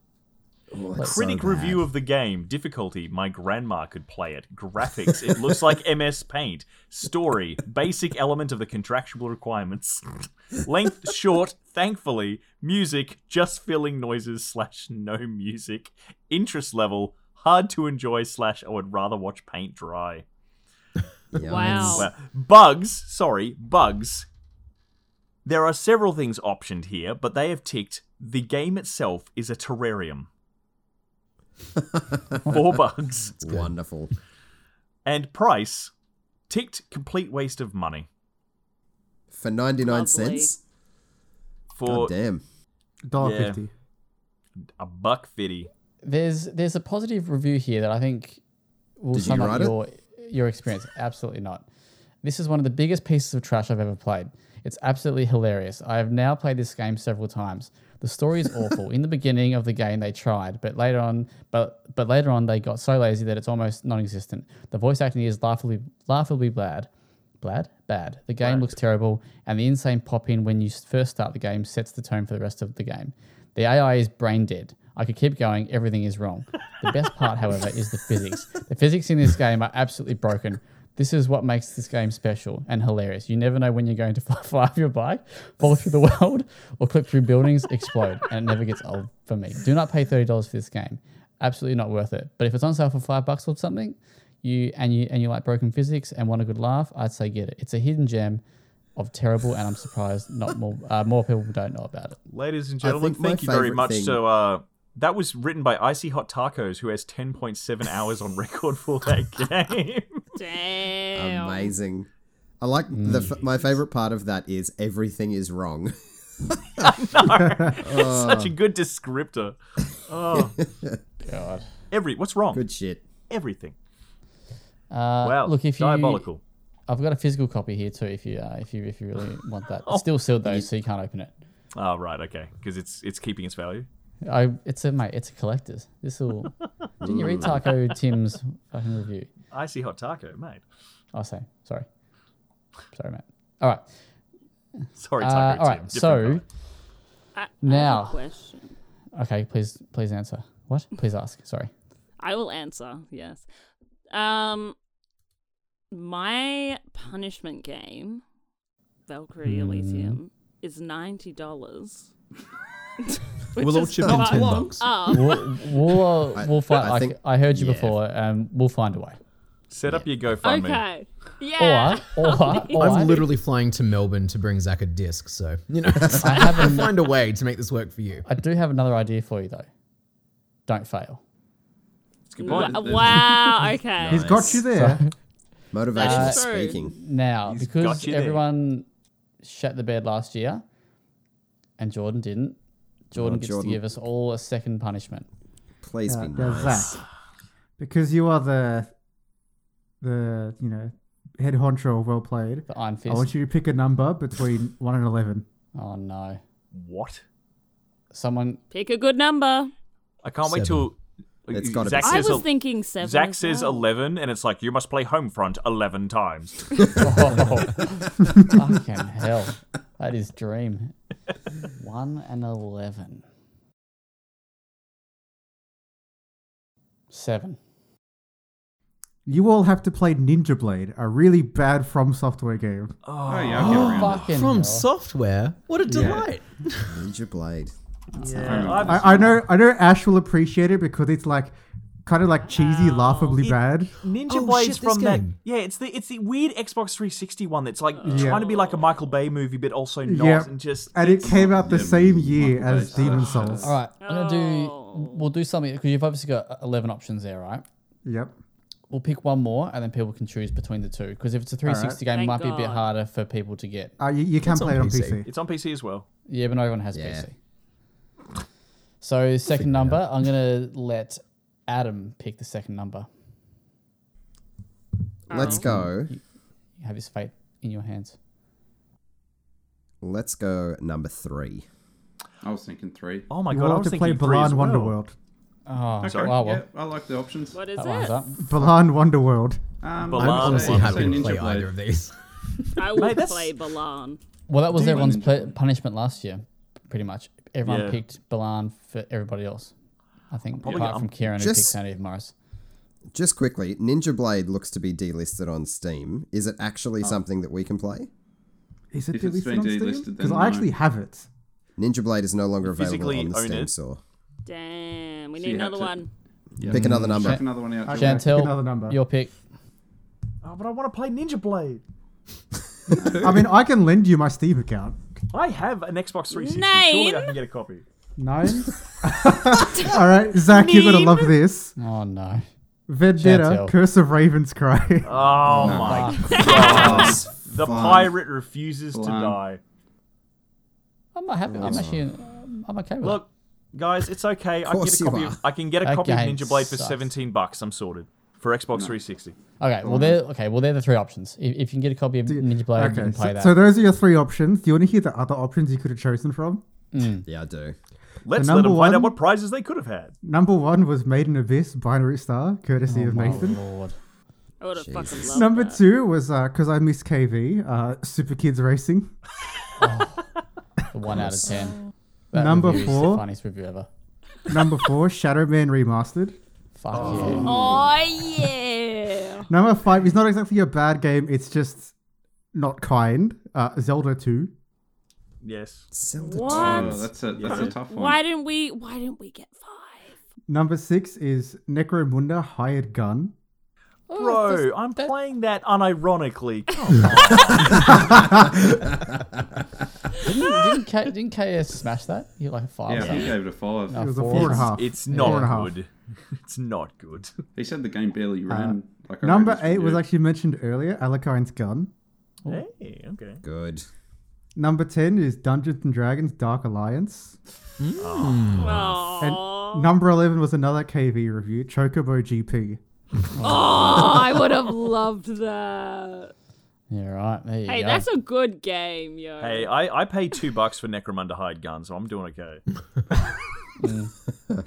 [SPEAKER 5] Oh, it's so
[SPEAKER 1] Critic
[SPEAKER 5] bad.
[SPEAKER 1] review of the game. Difficulty. My grandma could play it. Graphics. It looks like MS Paint. Story. Basic element of the contractual requirements. Length short. Thankfully. Music. Just filling noises slash no music. Interest level. Hard to enjoy slash I would rather watch paint dry.
[SPEAKER 5] Yeah,
[SPEAKER 2] wow.
[SPEAKER 1] Well, bugs, sorry, bugs. There are several things optioned here, but they have ticked the game itself is a terrarium. Four bugs.
[SPEAKER 5] It's wonderful.
[SPEAKER 1] And price ticked complete waste of money
[SPEAKER 5] For ninety nine
[SPEAKER 2] Lovely.
[SPEAKER 5] cents.
[SPEAKER 1] for
[SPEAKER 5] God damn.
[SPEAKER 3] Dollar
[SPEAKER 1] Yeah.
[SPEAKER 3] fifty.
[SPEAKER 1] a buck fifty.
[SPEAKER 4] There's, there's a positive review here that I think will
[SPEAKER 5] Did you
[SPEAKER 4] sum up
[SPEAKER 5] write it?
[SPEAKER 4] your, your experience. Absolutely not. This is one of the biggest pieces of trash I've ever played. It's absolutely hilarious. I have now played this game several times. The story is awful. In the beginning of the game, they tried, but later on, but but later on, they got so lazy that it's almost non-existent. The voice acting is laughably laughably bad, bad, bad. The game looks terrible, and the insane pop-in when you s- first start the game sets the tone for the rest of the game. The AI is brain dead. I could keep going. Everything is wrong. The best part, however, is the physics. The physics in this game are absolutely broken. This is what makes this game special and hilarious. You never know when you're going to fly, fly off your bike, fall through the world, or clip through buildings, explode, and it never gets old for me. Do not pay thirty dollars for this game. Absolutely not worth it. But if it's on sale for five bucks or something, you and you and you like broken physics and want a good laugh, I'd say get it. It's a hidden gem of terrible, and I'm surprised not more uh, more people don't know about it.
[SPEAKER 1] Ladies and gentlemen,
[SPEAKER 5] think my
[SPEAKER 1] thank you very
[SPEAKER 5] favourite
[SPEAKER 1] much.
[SPEAKER 5] thing-
[SPEAKER 1] So uh that was written by Icy Hot Tacos, who has ten point seven hours on record for that game.
[SPEAKER 2] Damn.
[SPEAKER 4] um,
[SPEAKER 5] Amazing. I like the f- my favorite part of that is everything is wrong.
[SPEAKER 1] Such
[SPEAKER 5] Uh.
[SPEAKER 1] a good descriptor. Oh,
[SPEAKER 4] God.
[SPEAKER 1] every what's wrong?
[SPEAKER 5] Good shit.
[SPEAKER 1] Everything.
[SPEAKER 4] Uh,
[SPEAKER 1] Wow.
[SPEAKER 4] look if you
[SPEAKER 1] diabolical.
[SPEAKER 4] I've got a physical copy here too. If you uh, if you if you really want that, it's still sealed though, so you can't open it.
[SPEAKER 1] Oh right, okay, because it's it's keeping its value.
[SPEAKER 4] I it's a mate, it's a collector's. This will. Didn't you
[SPEAKER 7] Mm.
[SPEAKER 4] read Taco Tim's fucking review?
[SPEAKER 1] I see hot taco, mate.
[SPEAKER 4] Oh, say sorry, sorry, mate. All right,
[SPEAKER 1] Sorry,
[SPEAKER 4] Uh,
[SPEAKER 1] Taco
[SPEAKER 4] all
[SPEAKER 1] Tim.
[SPEAKER 4] right,
[SPEAKER 1] different
[SPEAKER 4] so
[SPEAKER 1] guy.
[SPEAKER 2] I, I
[SPEAKER 4] Now.
[SPEAKER 2] have a question.
[SPEAKER 4] okay, please please answer. What? Please ask. Sorry.
[SPEAKER 2] I will answer. Yes. Um, my punishment game, Valkyrie
[SPEAKER 4] Mm.
[SPEAKER 2] Elysium, is ninety dollars. Oh,
[SPEAKER 1] We'll all chip in ten bucks.
[SPEAKER 4] We'll we'll, uh,
[SPEAKER 5] I-
[SPEAKER 4] we'll find.
[SPEAKER 5] I
[SPEAKER 4] like,
[SPEAKER 5] think-
[SPEAKER 4] I heard you
[SPEAKER 5] yeah.
[SPEAKER 4] before. Um, we'll find a way.
[SPEAKER 1] Set up your GoFundMe.
[SPEAKER 2] Okay. Yeah.
[SPEAKER 4] Or or or
[SPEAKER 7] I'm literally flying to Melbourne to bring Zach a disc, so you know,
[SPEAKER 4] I
[SPEAKER 7] I
[SPEAKER 4] have
[SPEAKER 7] will
[SPEAKER 4] an,
[SPEAKER 7] find a way to make this work for you.
[SPEAKER 4] I do have another idea for you though. Don't fail.
[SPEAKER 1] It's a good point.
[SPEAKER 2] Wa- Wow. Okay.
[SPEAKER 3] He's got you there.
[SPEAKER 5] Motivation
[SPEAKER 2] Uh,
[SPEAKER 5] is
[SPEAKER 2] Sorry.
[SPEAKER 5] speaking.
[SPEAKER 4] Now,
[SPEAKER 1] He's got
[SPEAKER 4] because
[SPEAKER 1] you there.
[SPEAKER 4] everyone shut the bed last year, and Jordan didn't. Jordan
[SPEAKER 5] Oh,
[SPEAKER 4] gets
[SPEAKER 5] Jordan.
[SPEAKER 4] to give us all a second punishment.
[SPEAKER 5] Please
[SPEAKER 3] Uh,
[SPEAKER 5] be
[SPEAKER 3] now,
[SPEAKER 5] nice.
[SPEAKER 3] Zach, because you are the the you know head honcho of well played.
[SPEAKER 4] The Iron
[SPEAKER 3] I want
[SPEAKER 4] Fist.
[SPEAKER 3] you to pick a number between one and eleven.
[SPEAKER 4] Oh no!
[SPEAKER 1] What?
[SPEAKER 4] Someone
[SPEAKER 2] Pick a good number.
[SPEAKER 1] I can't wait
[SPEAKER 7] Seven.
[SPEAKER 1] till uh,
[SPEAKER 5] It's gotta be
[SPEAKER 1] Zach
[SPEAKER 5] seven.
[SPEAKER 2] I
[SPEAKER 1] says
[SPEAKER 2] was
[SPEAKER 1] el-
[SPEAKER 2] thinking seven.
[SPEAKER 1] Zach
[SPEAKER 2] as
[SPEAKER 1] says
[SPEAKER 2] well.
[SPEAKER 1] eleven, and it's like you must play Homefront eleven times.
[SPEAKER 4] Oh, fucking hell. That is dream. 1 and 11. 7.
[SPEAKER 3] You all have to play Ninja Blade, a really bad From Software game.
[SPEAKER 1] Oh,
[SPEAKER 6] Oh, yeah, I'll get around it.
[SPEAKER 4] Fucking
[SPEAKER 7] From
[SPEAKER 4] hell.
[SPEAKER 7] software, what a delight!
[SPEAKER 5] Ninja Blade.
[SPEAKER 1] Yeah, I've-
[SPEAKER 3] I, I know, I know. Ash will appreciate it because it's like kind of like cheesy, laughably
[SPEAKER 1] It-
[SPEAKER 3] bad.
[SPEAKER 1] Ninja
[SPEAKER 7] Oh,
[SPEAKER 1] Blade's
[SPEAKER 7] shit, this
[SPEAKER 1] from that.
[SPEAKER 7] game.
[SPEAKER 1] Yeah, it's the it's the weird Xbox 360 one that's like
[SPEAKER 3] Yeah.
[SPEAKER 1] trying to be like a Michael Bay movie, but also not,
[SPEAKER 3] Yeah.
[SPEAKER 1] and just
[SPEAKER 3] And it came out the same year as Demon Souls.
[SPEAKER 4] All right, I'm going to do.
[SPEAKER 2] Oh.
[SPEAKER 4] We'll do something because you've obviously got 11 options there, right?
[SPEAKER 3] Yep.
[SPEAKER 4] We'll pick one more and then people can choose between the two because if it's a 360 game, it
[SPEAKER 2] Thank
[SPEAKER 4] might be a bit
[SPEAKER 2] God.
[SPEAKER 4] harder for people to get.
[SPEAKER 3] Uh, you, you can
[SPEAKER 7] It's on
[SPEAKER 3] play it on
[SPEAKER 7] PC.
[SPEAKER 3] PC.
[SPEAKER 1] it's on PC as well.
[SPEAKER 4] Yeah, but not everyone has
[SPEAKER 5] Yeah.
[SPEAKER 4] PC. So, second number, I'm going to let Adam pick the second number.
[SPEAKER 1] Oh.
[SPEAKER 5] Let's go.
[SPEAKER 4] You have his fate in your hands.
[SPEAKER 5] Let's go number three.
[SPEAKER 6] I was thinking three.
[SPEAKER 1] Oh my
[SPEAKER 3] You
[SPEAKER 1] god,
[SPEAKER 3] all
[SPEAKER 1] I
[SPEAKER 3] have
[SPEAKER 1] was
[SPEAKER 3] to play
[SPEAKER 1] thinking three
[SPEAKER 3] Balan
[SPEAKER 1] as well.
[SPEAKER 3] Wonderworld.
[SPEAKER 4] Oh,
[SPEAKER 6] Okay,
[SPEAKER 4] wow.
[SPEAKER 6] yeah,
[SPEAKER 4] Well,
[SPEAKER 6] I like the options.
[SPEAKER 2] What is
[SPEAKER 4] that lines up.
[SPEAKER 2] it?
[SPEAKER 3] Balan Wonderworld.
[SPEAKER 6] Um,
[SPEAKER 1] Balan
[SPEAKER 7] I'm
[SPEAKER 1] Wow.
[SPEAKER 7] honestly
[SPEAKER 1] Wow.
[SPEAKER 7] happy
[SPEAKER 1] So
[SPEAKER 7] to
[SPEAKER 6] Ninja
[SPEAKER 7] play
[SPEAKER 6] Blade.
[SPEAKER 7] either of these.
[SPEAKER 2] I will
[SPEAKER 1] Mate, that's-
[SPEAKER 2] play Balan.
[SPEAKER 4] Well, that was
[SPEAKER 6] Do you
[SPEAKER 4] everyone's
[SPEAKER 6] mind?
[SPEAKER 4] pla punishment last year, pretty much. Everyone
[SPEAKER 1] Yeah.
[SPEAKER 4] picked Balan for everybody else. I think
[SPEAKER 1] Probably
[SPEAKER 4] apart
[SPEAKER 1] not.
[SPEAKER 4] from Kieran who picked
[SPEAKER 5] Just-
[SPEAKER 4] Sanity of Morris.
[SPEAKER 5] Just quickly, Ninja Blade looks to be delisted on Steam. Is it
[SPEAKER 1] Oh.
[SPEAKER 5] actually something that we can play?
[SPEAKER 3] Is it
[SPEAKER 6] If it's
[SPEAKER 3] delisted
[SPEAKER 6] been
[SPEAKER 3] on Steam?
[SPEAKER 6] delisted, then
[SPEAKER 3] Because
[SPEAKER 6] no.
[SPEAKER 3] I actually have it.
[SPEAKER 5] Ninja Blade is no longer
[SPEAKER 1] You
[SPEAKER 5] available
[SPEAKER 1] physically
[SPEAKER 5] on the
[SPEAKER 1] own
[SPEAKER 5] Steam
[SPEAKER 1] it?
[SPEAKER 5] store.
[SPEAKER 2] Damn, we
[SPEAKER 6] So
[SPEAKER 2] need
[SPEAKER 6] you have
[SPEAKER 2] another
[SPEAKER 6] to-
[SPEAKER 2] one.
[SPEAKER 5] Pick another number.
[SPEAKER 6] Check another one out.
[SPEAKER 3] Okay.
[SPEAKER 6] Jordan.
[SPEAKER 4] Chantel,
[SPEAKER 3] another number.
[SPEAKER 4] your pick.
[SPEAKER 1] Oh, but I want to play Ninja Blade.
[SPEAKER 3] I mean, I can lend you my Steam account.
[SPEAKER 1] I have an Xbox 360. Surely I
[SPEAKER 2] Nine.
[SPEAKER 1] can get a copy.
[SPEAKER 3] Nine. All right, Zach, you're gonna love this.
[SPEAKER 4] Oh, no.
[SPEAKER 3] Vendetta,
[SPEAKER 4] Chantel.
[SPEAKER 3] Curse of Raven's Cry.
[SPEAKER 1] Oh my!
[SPEAKER 5] Yes.
[SPEAKER 1] The
[SPEAKER 5] Fine.
[SPEAKER 1] pirate refuses to
[SPEAKER 6] Balan.
[SPEAKER 1] die.
[SPEAKER 4] I'm not happy. I'm actually. I'm okay with
[SPEAKER 1] Look, guys, it's okay. I can
[SPEAKER 5] course
[SPEAKER 1] get a
[SPEAKER 5] you
[SPEAKER 1] copy.
[SPEAKER 5] are.
[SPEAKER 1] Of, I can get a
[SPEAKER 4] That
[SPEAKER 1] copy of
[SPEAKER 4] game
[SPEAKER 1] Ninja Blade for
[SPEAKER 4] sucks.
[SPEAKER 1] seventeen bucks. I'm sorted for Xbox 360.
[SPEAKER 4] it. Okay, well, they're, okay, well, they're the three options. If, if you can get a copy of Ninja Blade, you
[SPEAKER 3] okay,
[SPEAKER 4] can play
[SPEAKER 3] so,
[SPEAKER 4] that.
[SPEAKER 3] so those are your three options. Do you want to hear the other options you could have chosen from?
[SPEAKER 5] Yeah, I do.
[SPEAKER 1] Let's
[SPEAKER 3] The
[SPEAKER 1] let them
[SPEAKER 3] number
[SPEAKER 1] find out
[SPEAKER 3] one-
[SPEAKER 1] what prizes they could have had.
[SPEAKER 3] Number one was Maiden Abyss, Binary Star, courtesy of
[SPEAKER 4] Oh,
[SPEAKER 3] Nathan.
[SPEAKER 4] Lord.
[SPEAKER 2] I would have fucking loved
[SPEAKER 3] Number
[SPEAKER 2] that.
[SPEAKER 3] two was uh, because I missed KV, uh, Super Kids Racing.
[SPEAKER 4] The one out of ten. That
[SPEAKER 3] Number
[SPEAKER 4] review is the
[SPEAKER 3] four.
[SPEAKER 4] funniest review ever.
[SPEAKER 3] Number four, Shadow Man Remastered.
[SPEAKER 4] Fuck
[SPEAKER 2] Oh
[SPEAKER 6] Oh,
[SPEAKER 2] yeah.
[SPEAKER 3] Number five is not exactly a bad game, it's just not kind. Uh, Zelda 2.
[SPEAKER 1] Yes.
[SPEAKER 5] Zelda
[SPEAKER 2] What?
[SPEAKER 6] Oh, that's a that's a tough one.
[SPEAKER 2] Why didn't we? Why didn't we get five?
[SPEAKER 3] Number six is Necromunda Hired Gun. Oh,
[SPEAKER 4] yeah.
[SPEAKER 1] Bro,
[SPEAKER 4] that's-
[SPEAKER 1] I'm
[SPEAKER 4] that-
[SPEAKER 1] playing that unironically. Come
[SPEAKER 4] Didn't, didn't, K, didn't KS smash that? You like a five. or
[SPEAKER 6] Yeah, he
[SPEAKER 4] something?
[SPEAKER 6] gave it a five.
[SPEAKER 3] It was a
[SPEAKER 4] Four.
[SPEAKER 3] four and a
[SPEAKER 4] It's-
[SPEAKER 3] half.
[SPEAKER 1] on. it's
[SPEAKER 3] Four and a
[SPEAKER 1] not
[SPEAKER 3] half.
[SPEAKER 1] good. It's not good.
[SPEAKER 6] He said the game
[SPEAKER 4] Uh,
[SPEAKER 6] barely ran. like I read
[SPEAKER 3] Number
[SPEAKER 6] this
[SPEAKER 3] eight was
[SPEAKER 6] review.
[SPEAKER 3] actually mentioned earlier, Alakine's Gun. Oh.
[SPEAKER 1] Hey, okay.
[SPEAKER 5] Good.
[SPEAKER 3] Number 10 is Dungeons and Dragons Dark Alliance. And
[SPEAKER 2] Oh,
[SPEAKER 3] number 11 was another KV review, Chocobo GP.
[SPEAKER 2] Oh, I would have loved that.
[SPEAKER 4] Yeah, right. There you
[SPEAKER 2] Hey,
[SPEAKER 4] go.
[SPEAKER 2] that's a good game, yo.
[SPEAKER 1] Hey, I, I paid two bucks for Necromunda Hide Gun, so I'm doing okay.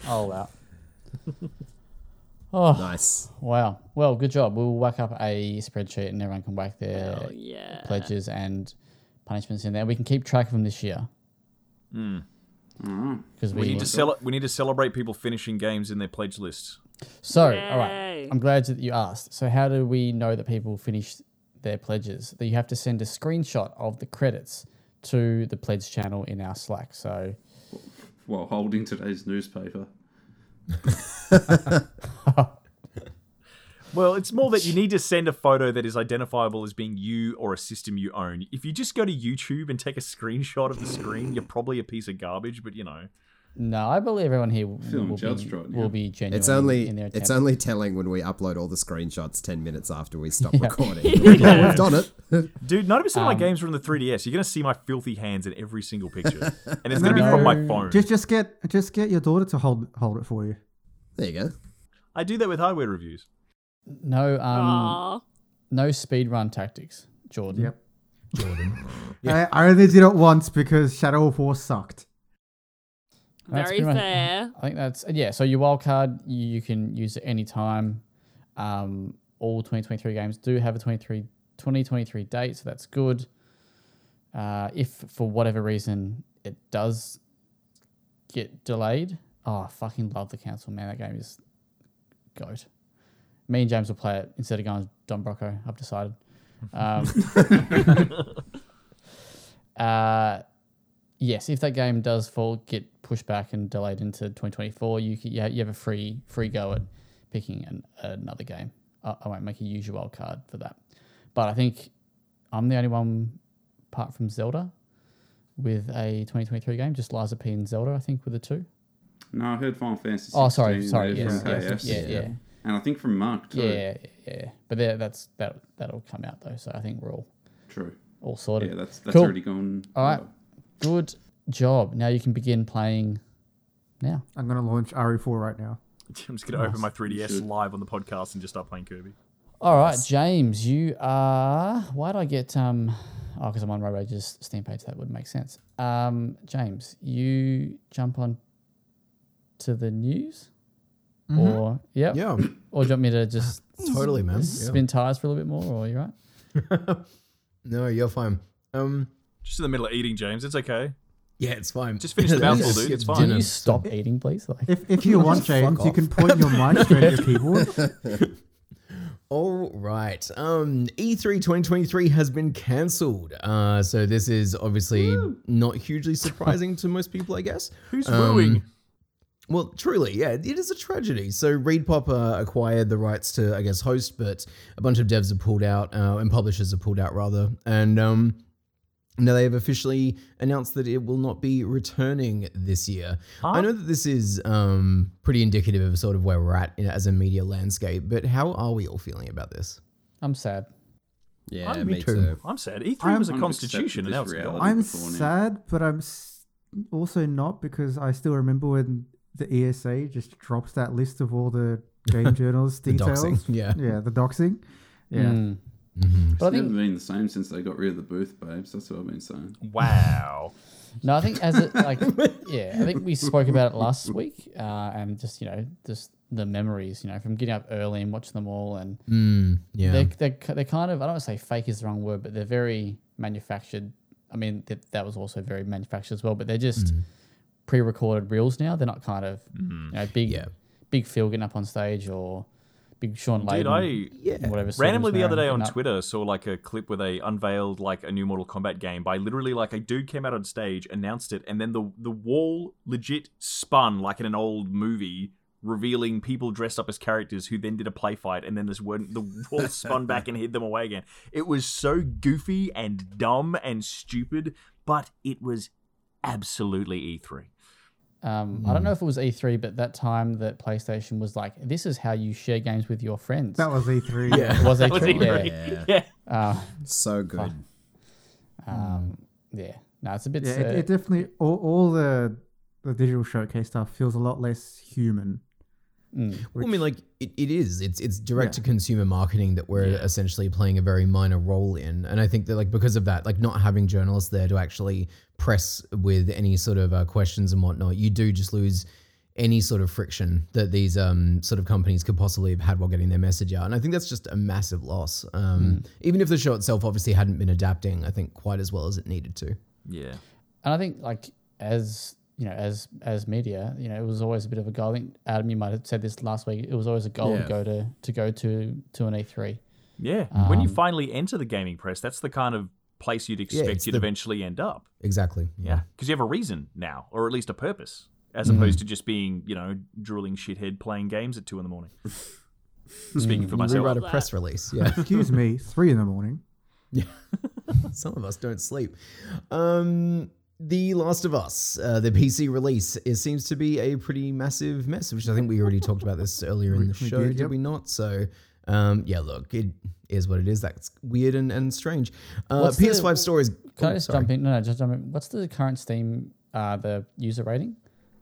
[SPEAKER 4] Oh wow. oh
[SPEAKER 5] Nice.
[SPEAKER 4] wow. Well, good job. We'll whack up a spreadsheet and everyone can whack their
[SPEAKER 2] yeah.
[SPEAKER 4] pledges and punishments in there. We can keep track of them this year.
[SPEAKER 5] Mm.
[SPEAKER 4] Because
[SPEAKER 1] We need to cele- we need to celebrate people finishing games in their pledge lists.
[SPEAKER 4] So, all right.
[SPEAKER 2] Yay.
[SPEAKER 4] I'm glad that you asked. So, how do we know that people finish their pledges? That you have to send a screenshot of the credits to the pledge channel in our Slack. So,
[SPEAKER 6] while holding today's newspaper.
[SPEAKER 1] Well, it's more that you need to send a photo that is identifiable as being you or a system you own. If you just go to YouTube and take a screenshot of the screen, you're probably a piece of garbage. But you know,
[SPEAKER 4] no, I believe everyone here will,
[SPEAKER 6] Feeling
[SPEAKER 4] will be,
[SPEAKER 6] judged right now.
[SPEAKER 4] will be genuine.
[SPEAKER 5] It's only
[SPEAKER 4] in their
[SPEAKER 5] it's
[SPEAKER 4] attempt.
[SPEAKER 5] only telling when we upload all the screenshots ten minutes after we stop recording.
[SPEAKER 2] Yeah.
[SPEAKER 5] We've done it.
[SPEAKER 1] dude, ninety percent of my games are on the 3DS. You're gonna see my filthy hands in every single picture, and it's gonna be from my phone.
[SPEAKER 3] Just just get just get your daughter to hold hold it for you.
[SPEAKER 5] There you go.
[SPEAKER 1] I do that with hardware reviews.
[SPEAKER 4] no um,
[SPEAKER 2] Aw.
[SPEAKER 4] no speed run tactics, Jordan.
[SPEAKER 3] Yep. I, I only did it once because Shadow of War sucked.
[SPEAKER 4] That's
[SPEAKER 2] Very
[SPEAKER 4] pretty much-
[SPEAKER 2] fair.
[SPEAKER 4] I think that's yeah. So your wild card you, you can use at any time. Um, all 2023 games do have a 23 2023 date, so that's good. Uh, if for whatever reason it does get delayed, oh I fucking love the council man. That game is goat. Me and James will play it instead of going Don Brocco. I've decided. Um, uh, yes, if that game does fall, get pushed back and delayed into 2024, you c- you ha- you have a free free go at picking an, another game. I, I won't make a usual wild card for that, but I think I'm the only one, apart from Zelda, with a 2023 game. Just Liza P and Zelda, I think, were the two.
[SPEAKER 6] No, I heard Final Fantasy.
[SPEAKER 4] Oh, sorry,
[SPEAKER 6] 16
[SPEAKER 4] sorry,
[SPEAKER 6] there
[SPEAKER 4] yes,
[SPEAKER 6] from
[SPEAKER 4] yes,
[SPEAKER 6] KS.
[SPEAKER 4] yeah, yeah,
[SPEAKER 6] And I think from Mark too.
[SPEAKER 4] yeah, yeah. But there, that's that that'll come out though, so I think we're all
[SPEAKER 6] True.
[SPEAKER 4] all sorted.
[SPEAKER 6] Yeah, that's that's
[SPEAKER 4] Cool.
[SPEAKER 6] already gone.
[SPEAKER 4] All right. Good job. Now you can begin playing. Now.
[SPEAKER 3] I'm gonna launch RE4 right now.
[SPEAKER 1] I'm just gonna open my 3DS live on the podcast and just start playing Kirby.
[SPEAKER 4] All right, James, you are. Why did I get um? Oh, because I'm on Road Rage's Steam page. That would make sense. Um, James, you jump on to the news, or yep.
[SPEAKER 7] Yeah,
[SPEAKER 4] or do you want me to just
[SPEAKER 7] totally, man. Yeah.
[SPEAKER 4] spin tires for a little bit more? Or you right?
[SPEAKER 7] No, you're fine. Um,
[SPEAKER 1] Just in the middle of eating, James. It's okay.
[SPEAKER 7] yeah, it's fine.
[SPEAKER 1] Just finish the
[SPEAKER 7] Let's
[SPEAKER 1] mouthful,
[SPEAKER 7] skip
[SPEAKER 1] dude. It's
[SPEAKER 4] Can
[SPEAKER 1] fine.
[SPEAKER 7] dinner.
[SPEAKER 4] you stop eating, please? Like,
[SPEAKER 3] If, if you want, James, you can point your mic straight at your keyboard.
[SPEAKER 7] All right. Um, E3 2023 has been cancelled. Uh, so this is obviously not hugely surprising to most people, I guess.
[SPEAKER 1] Who's
[SPEAKER 7] Um,
[SPEAKER 1] wooing?
[SPEAKER 7] Well, truly, yeah, it is a tragedy. So Reed Popper acquired the rights to, I guess, host, but a bunch of devs have pulled out, uh, and publishers have pulled out rather, and um, now they have officially announced that it will not be returning this year. I know that this is um, pretty indicative of sort of where we're at in, as a media landscape, but how are we all feeling about this?
[SPEAKER 4] I'm sad.
[SPEAKER 5] Yeah,
[SPEAKER 1] I'm-
[SPEAKER 5] me,
[SPEAKER 1] me
[SPEAKER 5] too.
[SPEAKER 1] I'm sad. E3
[SPEAKER 3] I'm-
[SPEAKER 1] was a
[SPEAKER 6] I'm
[SPEAKER 1] constitution, and now it's
[SPEAKER 6] accepted this
[SPEAKER 1] gone.
[SPEAKER 6] reality.
[SPEAKER 3] I'm
[SPEAKER 6] before now.
[SPEAKER 3] sad, but I'm s- also not because I still remember when the ESA just drops that list of all the game journalists
[SPEAKER 7] The
[SPEAKER 3] details.
[SPEAKER 7] doxing, yeah. Mm-hmm.
[SPEAKER 3] yeah, the doxing. Yeah,
[SPEAKER 1] Hmm.
[SPEAKER 4] Mm.
[SPEAKER 6] It's
[SPEAKER 4] But I
[SPEAKER 6] never
[SPEAKER 4] think
[SPEAKER 6] been the same since they got rid of the booth, babes. That's what I've been saying.
[SPEAKER 1] Wow.
[SPEAKER 4] No, I think as it like yeah, I think we spoke about it last week, uh, and just you know just the memories, you know, from getting up early and watching them all, and
[SPEAKER 7] Mm, yeah.
[SPEAKER 4] they're, they're ki- they're kind of I don't want to say fake is the wrong word, but they're very manufactured. I mean that that was also very manufactured as well, but they're just pre-recorded reels now. They're not kind of you know big
[SPEAKER 7] Yeah.
[SPEAKER 4] big Phil getting up on stage or big Sean
[SPEAKER 1] Dude,
[SPEAKER 4] Layden.
[SPEAKER 1] I
[SPEAKER 4] and whatever suit he was
[SPEAKER 1] randomly the other day
[SPEAKER 4] wearing
[SPEAKER 1] on
[SPEAKER 4] getting up.
[SPEAKER 1] Twitter saw like a clip where they unveiled like a new Mortal Kombat game by literally like a dude came out on stage, announced it, and then the the wall legit spun like in an old movie, revealing people dressed up as characters who then did a play fight, and then this word, the wall spun back and hid them away again. It was so goofy and dumb and stupid, but it was absolutely E E3.
[SPEAKER 4] Um, I don't know if it was E3, but that time that PlayStation was like, this is how you share games with your friends.
[SPEAKER 3] that was E3. Yeah.
[SPEAKER 4] was E3.
[SPEAKER 1] was E E3.
[SPEAKER 4] Yeah.
[SPEAKER 5] Yeah,
[SPEAKER 1] Yeah.
[SPEAKER 5] so good.
[SPEAKER 4] Um, yeah. No, it's uh, a bit.
[SPEAKER 3] Yeah,
[SPEAKER 4] sad.
[SPEAKER 3] it, it definitely all, all the the digital showcase stuff feels a lot less human.
[SPEAKER 7] Well, I mean, like it, it is. It's it's direct to consumer marketing that we're essentially playing a very minor role in, and I think that like because of that, like not having journalists there to actually press with any sort of uh, questions and whatnot, you do just lose any sort of friction that these um, sort of companies could possibly have had while getting their message out. And I think that's just a massive loss. Um, Even if the show itself obviously hadn't been adapting, I think quite as well as it needed to.
[SPEAKER 1] Yeah.
[SPEAKER 4] And I think like as you know, as as media, you know, it was always a bit of a goal. I think Adam, you might have said this last week. It was always a goal to
[SPEAKER 5] Yeah.
[SPEAKER 4] go to to go to to an E three.
[SPEAKER 1] Yeah. when you finally enter the gaming press, that's the kind of place you'd expect
[SPEAKER 7] Um, it's
[SPEAKER 1] you'd
[SPEAKER 7] the-
[SPEAKER 1] eventually end up.
[SPEAKER 7] Exactly.
[SPEAKER 1] Yeah. Because you have a reason now, or at least a purpose, as opposed to just being, you know, drooling shithead playing games at two in the morning. Speaking for myself.
[SPEAKER 7] Rewrite a press release. Yeah.
[SPEAKER 3] Excuse me, three in the morning.
[SPEAKER 7] Some of us don't sleep. Um, the Last of Us, uh, the PC release, it seems to be a pretty massive mess, which I think we already talked about this earlier in the
[SPEAKER 3] We
[SPEAKER 7] show,
[SPEAKER 3] did,
[SPEAKER 7] did,
[SPEAKER 3] yep.
[SPEAKER 7] we not? So, um, yeah, look, it is what it is. That's weird and, and strange. Uh,
[SPEAKER 4] What's the-
[SPEAKER 7] PS5 store is.
[SPEAKER 4] Can I
[SPEAKER 7] oh,
[SPEAKER 4] just
[SPEAKER 7] sorry.
[SPEAKER 4] jump in? No, no, just jump in. What's the current Steam uh, the user rating?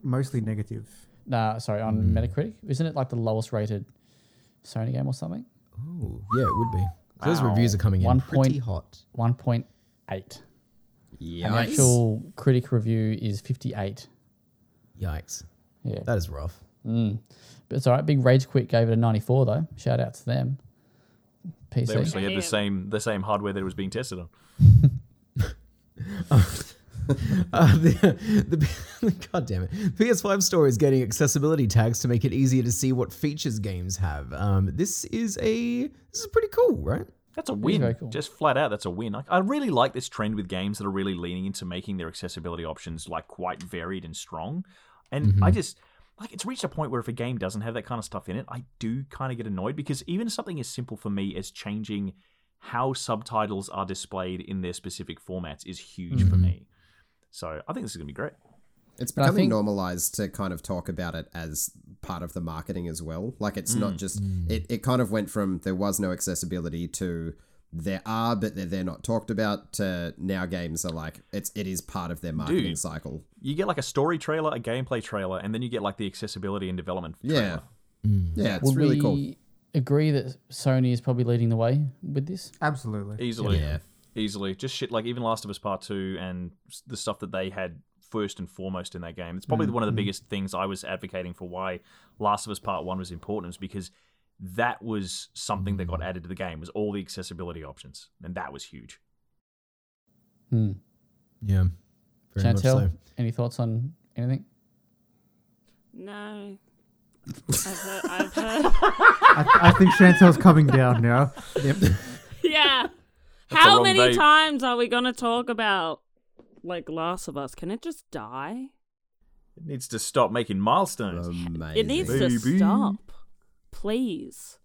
[SPEAKER 3] Mostly negative.
[SPEAKER 4] Nah, sorry, on Metacritic, isn't it like the lowest rated Sony game or something?
[SPEAKER 7] Ooh, yeah, it would be. Those reviews are coming in
[SPEAKER 4] One
[SPEAKER 7] pretty
[SPEAKER 4] point-
[SPEAKER 7] hot.
[SPEAKER 4] One point eight. And the
[SPEAKER 5] Yikes.
[SPEAKER 4] actual critic review is fifty eight.
[SPEAKER 7] Yikes.
[SPEAKER 4] Yeah. Hmm.
[SPEAKER 7] That is rough.
[SPEAKER 4] But it's all right. Big Rage Quit gave it a 94, though. Shout out to them.
[SPEAKER 1] They
[SPEAKER 4] PC.
[SPEAKER 1] obviously had the same the same hardware that it was being tested on.
[SPEAKER 7] Uh, the, the, God damn it. The PS5 store is getting accessibility tags to make it easier to see what features games have. Um, this is a this is pretty cool, right?
[SPEAKER 1] That's a win.
[SPEAKER 4] very cool.
[SPEAKER 1] Just flat out, that's a win. I, I really like this trend with games that are really leaning into making their accessibility options like quite varied and strong. And
[SPEAKER 4] Mm-hmm.
[SPEAKER 1] I just like it's reached a point where if a game doesn't have that kind of stuff in it, I do kind of get annoyed because even something as simple for me as changing how subtitles are displayed in their specific formats is huge for
[SPEAKER 4] Mm-hmm.
[SPEAKER 1] me. So I think this is gonna be great.
[SPEAKER 5] It's
[SPEAKER 4] But I
[SPEAKER 5] becoming
[SPEAKER 4] think-
[SPEAKER 5] normalized to kind of talk about it as part of the marketing as well. Like it's
[SPEAKER 4] Mm.
[SPEAKER 5] not just it, it kind of went from there was no accessibility to there are, but they're, they're not talked about to now games are like it's it is part of their marketing
[SPEAKER 1] Dude.
[SPEAKER 5] cycle.
[SPEAKER 1] You get like a story trailer, a gameplay trailer, and then you get like the accessibility and development trailer.
[SPEAKER 5] Yeah. Yeah, it's
[SPEAKER 4] Would
[SPEAKER 5] really
[SPEAKER 4] we
[SPEAKER 5] cool.
[SPEAKER 4] agree that Sony is probably leading the way with this?
[SPEAKER 3] Absolutely.
[SPEAKER 1] Easily.
[SPEAKER 5] Yeah.
[SPEAKER 1] Easily. Just shit like even Last of Us Part 2 and s- the stuff that they had first and foremost in that game. It's probably
[SPEAKER 7] Mm-hmm.
[SPEAKER 1] one of the biggest things I was advocating for why Last of Us Part 1 was important is because that was something that
[SPEAKER 7] Mm.
[SPEAKER 1] got added to the game was all the accessibility options and that was huge.
[SPEAKER 4] Hmm.
[SPEAKER 7] Yeah. Very
[SPEAKER 4] Chantel,
[SPEAKER 7] much so.
[SPEAKER 4] any thoughts on anything?
[SPEAKER 2] No. I've heard, I've heard.
[SPEAKER 3] I, I think Chantel's coming down now.
[SPEAKER 2] yeah.
[SPEAKER 1] a
[SPEAKER 2] How
[SPEAKER 1] long
[SPEAKER 2] many
[SPEAKER 1] day.
[SPEAKER 2] times are we going to talk about, like, Last of Us? Can it just die?
[SPEAKER 1] It needs to stop making milestones.
[SPEAKER 7] Um,
[SPEAKER 5] Amazing.
[SPEAKER 2] It needs to
[SPEAKER 1] Baby.
[SPEAKER 2] stop. Please.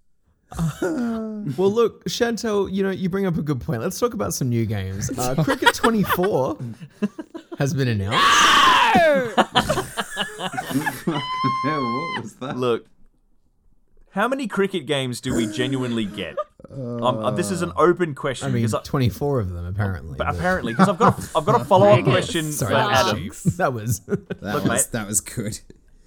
[SPEAKER 7] Well, look, Chantel, you know, you bring up a good point. Let's talk about some new games. Uh, Cricket 24 has been announced.
[SPEAKER 6] yeah, what was that?
[SPEAKER 1] Look, how many cricket games do we genuinely get? um, uh, this is an open question
[SPEAKER 7] I mean,
[SPEAKER 1] because I,
[SPEAKER 7] 24 of them, apparently. but-
[SPEAKER 1] apparently because I've got a, I've got a follow up question
[SPEAKER 7] Sorry,
[SPEAKER 1] for
[SPEAKER 7] that was
[SPEAKER 1] Adam.
[SPEAKER 7] cheap. That was.
[SPEAKER 5] That
[SPEAKER 1] Look,
[SPEAKER 5] was
[SPEAKER 1] mate.
[SPEAKER 5] that was good.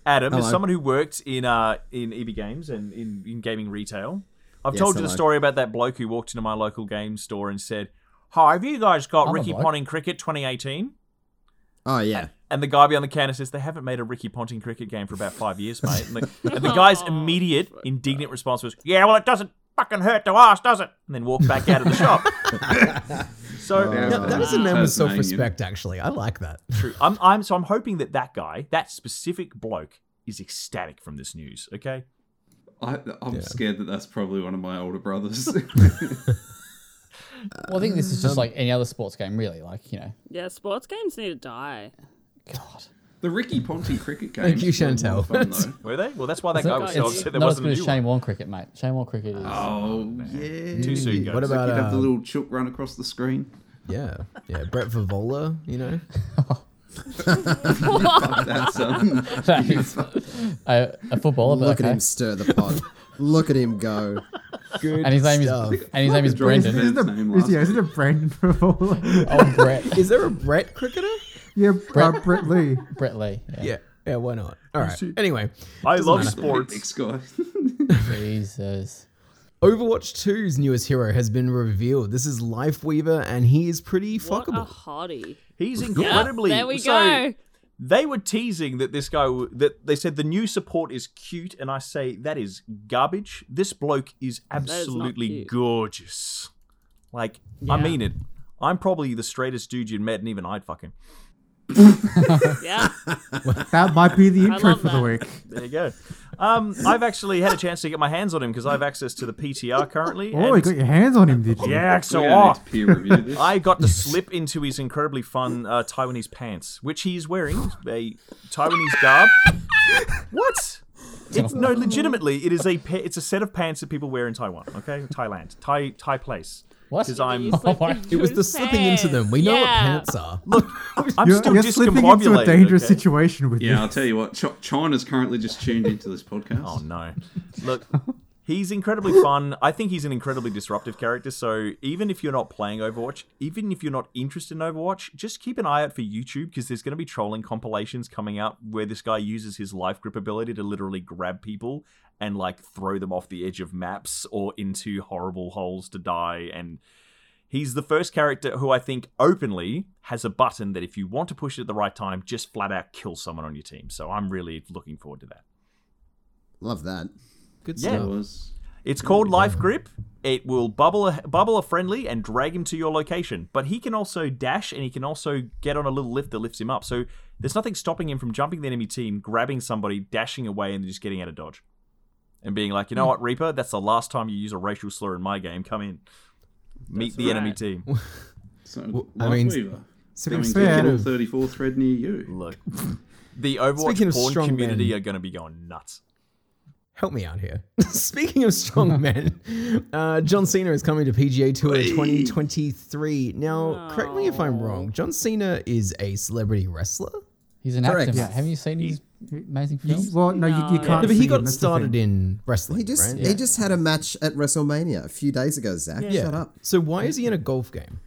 [SPEAKER 1] Adam, as
[SPEAKER 5] Hello.
[SPEAKER 1] someone who worked in uh, in EB Games and in, in gaming retail, I've
[SPEAKER 5] Yes,
[SPEAKER 1] told you the
[SPEAKER 5] hello.
[SPEAKER 1] story about that bloke who walked into my local game store and said, "Hi, have you guys got
[SPEAKER 4] I'm a
[SPEAKER 1] Ricky
[SPEAKER 4] bloke.
[SPEAKER 1] Ponting Cricket 2018?"
[SPEAKER 5] Oh yeah.
[SPEAKER 1] And the guy behind the counter says, "They haven't made a Ricky Ponting Cricket game for about five years, mate." And the, and the guy's immediate indignant response was, "Yeah, well, it doesn't fucking hurt to ask, does it?" And then walked back out of the shop. so
[SPEAKER 7] No, that is a name
[SPEAKER 6] Tasmanian.
[SPEAKER 7] with self respect, actually. I like that.
[SPEAKER 1] true. I'm, I'm so I'm hoping that that guy, that specific bloke, is ecstatic from this news. Okay.
[SPEAKER 6] I, I'm scared that that's probably one of my older brothers.
[SPEAKER 4] Well, I think this is just
[SPEAKER 5] Um,
[SPEAKER 4] like any other sports game, really. Like, you know,
[SPEAKER 2] Yeah, sports games need to die.
[SPEAKER 4] God.
[SPEAKER 6] the Ricky Ponting cricket game.
[SPEAKER 7] Thank you, Chantel.
[SPEAKER 1] Were they? Well, that's why that guy was so
[SPEAKER 4] It's
[SPEAKER 1] upset there
[SPEAKER 4] not as
[SPEAKER 1] wasn't
[SPEAKER 4] good
[SPEAKER 1] a
[SPEAKER 4] as
[SPEAKER 1] new one.
[SPEAKER 4] Shane Warne cricket, mate. Shane Warne cricket is.
[SPEAKER 6] Oh, yeah.
[SPEAKER 1] Too soon, guys.
[SPEAKER 7] What
[SPEAKER 6] Like
[SPEAKER 7] about
[SPEAKER 6] you'd have the
[SPEAKER 7] um,
[SPEAKER 6] little chook run across the screen.
[SPEAKER 7] Yeah, yeah. Brett Favola, you know.
[SPEAKER 6] That's um,
[SPEAKER 4] a, a footballer, but
[SPEAKER 5] Look
[SPEAKER 4] okay.
[SPEAKER 5] at him stir the pot. Look at him go.
[SPEAKER 7] Good
[SPEAKER 4] And his name
[SPEAKER 7] stuff.
[SPEAKER 4] is and his name is
[SPEAKER 6] Jordan
[SPEAKER 4] Brendan.
[SPEAKER 6] Smith.
[SPEAKER 3] Isn't
[SPEAKER 6] His name
[SPEAKER 3] it, is, yeah,
[SPEAKER 6] last
[SPEAKER 3] isn't it Brandon Favola?
[SPEAKER 4] Oh, Brett.
[SPEAKER 7] Is there a Brett cricketer?
[SPEAKER 3] yeah, Brett, uh, Brett Lee.
[SPEAKER 4] Brett Lee. Yeah.
[SPEAKER 7] Yeah. Yeah, why not? All right. Anyway,
[SPEAKER 1] I love
[SPEAKER 6] the
[SPEAKER 1] sports.
[SPEAKER 6] Olympics guy.
[SPEAKER 4] Jesus.
[SPEAKER 7] Overwatch 2's newest hero has been revealed. This is Life Weaver, and he is pretty
[SPEAKER 2] What a
[SPEAKER 7] fuckable.
[SPEAKER 2] hottie.
[SPEAKER 1] He's
[SPEAKER 2] Yeah,
[SPEAKER 1] incredibly.
[SPEAKER 2] there we
[SPEAKER 1] so,
[SPEAKER 2] go.
[SPEAKER 1] They were teasing that this guy w- that they said the new support is cute, and I say that is garbage. This bloke is
[SPEAKER 2] not
[SPEAKER 1] absolutely
[SPEAKER 2] cute.
[SPEAKER 1] gorgeous. Like I
[SPEAKER 2] Yeah.
[SPEAKER 1] mean it. I'm probably the straightest dude you'd met, and even I'd fuck him.
[SPEAKER 2] Yeah.
[SPEAKER 3] That might be the intro
[SPEAKER 2] love
[SPEAKER 3] for the
[SPEAKER 2] that.
[SPEAKER 3] week.
[SPEAKER 1] There you go. Um, I've actually had a chance to get my hands on him because I have access to the PTR currently.
[SPEAKER 3] Oh, you
[SPEAKER 1] and
[SPEAKER 3] got your hands on him, did you?
[SPEAKER 1] yeah, so
[SPEAKER 6] We're gonna
[SPEAKER 1] off.
[SPEAKER 6] need to peer review this.
[SPEAKER 1] I got to slip into his incredibly fun uh, Taiwanese pants, which he is wearing a Taiwanese garb. what? It's, no, legitimately, it is a pa- it's a set of pants that people wear in Taiwan. Okay, Thailand, Thai Thai place.
[SPEAKER 4] What?
[SPEAKER 1] Because I'm
[SPEAKER 2] It
[SPEAKER 7] It was the slipping into them. We know what pants are.
[SPEAKER 1] I'm
[SPEAKER 3] You're,
[SPEAKER 1] still
[SPEAKER 3] you're slipping into
[SPEAKER 1] discombobulated.
[SPEAKER 3] a dangerous
[SPEAKER 1] okay?
[SPEAKER 3] situation with
[SPEAKER 6] Yeah, I'll
[SPEAKER 3] this.
[SPEAKER 6] tell you what. Ch- China's currently just tuned into this podcast.
[SPEAKER 1] Oh no! Look, he's incredibly fun. I think he's an incredibly disruptive character. So even if you're not playing Overwatch, even if you're not interested in Overwatch, just keep an eye out for YouTube because there's going to be trolling compilations coming out where this guy uses his life grip ability to literally grab people and like throw them off the edge of maps or into horrible holes to die and. He's the first character who I think openly has a button that if you want to push it at the right time, just flat out kill someone on your team. So I'm really looking forward to that.
[SPEAKER 5] Love that.
[SPEAKER 7] Good
[SPEAKER 1] Yeah.
[SPEAKER 6] That
[SPEAKER 7] stuff.
[SPEAKER 6] was-
[SPEAKER 1] It's called Life Grip. It will bubble a, bubble a friendly and drag him to your location. But he can also dash and he can also get on a little lift that lifts him up. So there's nothing stopping him from jumping the enemy team, grabbing somebody, dashing away, and just getting out of dodge. And being like, you
[SPEAKER 7] Hmm.
[SPEAKER 1] know what, Reaper, that's the last time you use a racial slur in my game. Come in. Meet the enemy
[SPEAKER 2] right.
[SPEAKER 1] team.
[SPEAKER 6] So,
[SPEAKER 7] I mean,
[SPEAKER 6] Lifeweaver,
[SPEAKER 7] So
[SPEAKER 6] coming to
[SPEAKER 3] fair- um,
[SPEAKER 6] a Channel 34 thread near you.
[SPEAKER 1] Look. The
[SPEAKER 7] Speaking
[SPEAKER 1] Overwatch
[SPEAKER 7] of
[SPEAKER 1] porn
[SPEAKER 7] strong
[SPEAKER 1] community
[SPEAKER 7] men.
[SPEAKER 1] are going to be going nuts.
[SPEAKER 7] help me out here. Speaking of strong men, uh, John Cena is coming to PGA Tour 2023. Now, correct me if I'm wrong. John Cena is a celebrity wrestler,
[SPEAKER 4] He's an
[SPEAKER 5] Correct.
[SPEAKER 4] actor.
[SPEAKER 5] Yes.
[SPEAKER 4] mate. Haven't you seen his amazing
[SPEAKER 3] You-
[SPEAKER 4] films?
[SPEAKER 3] well, no, you, you
[SPEAKER 2] No.
[SPEAKER 3] can't.
[SPEAKER 7] but he
[SPEAKER 3] see him,
[SPEAKER 7] got
[SPEAKER 3] that's the
[SPEAKER 7] started
[SPEAKER 3] thing.
[SPEAKER 7] in wrestling.
[SPEAKER 5] He just
[SPEAKER 7] right?
[SPEAKER 5] he just had a match at WrestleMania a few days ago. Zach,
[SPEAKER 7] yeah.
[SPEAKER 5] shut up.
[SPEAKER 7] So why is he in a golf game?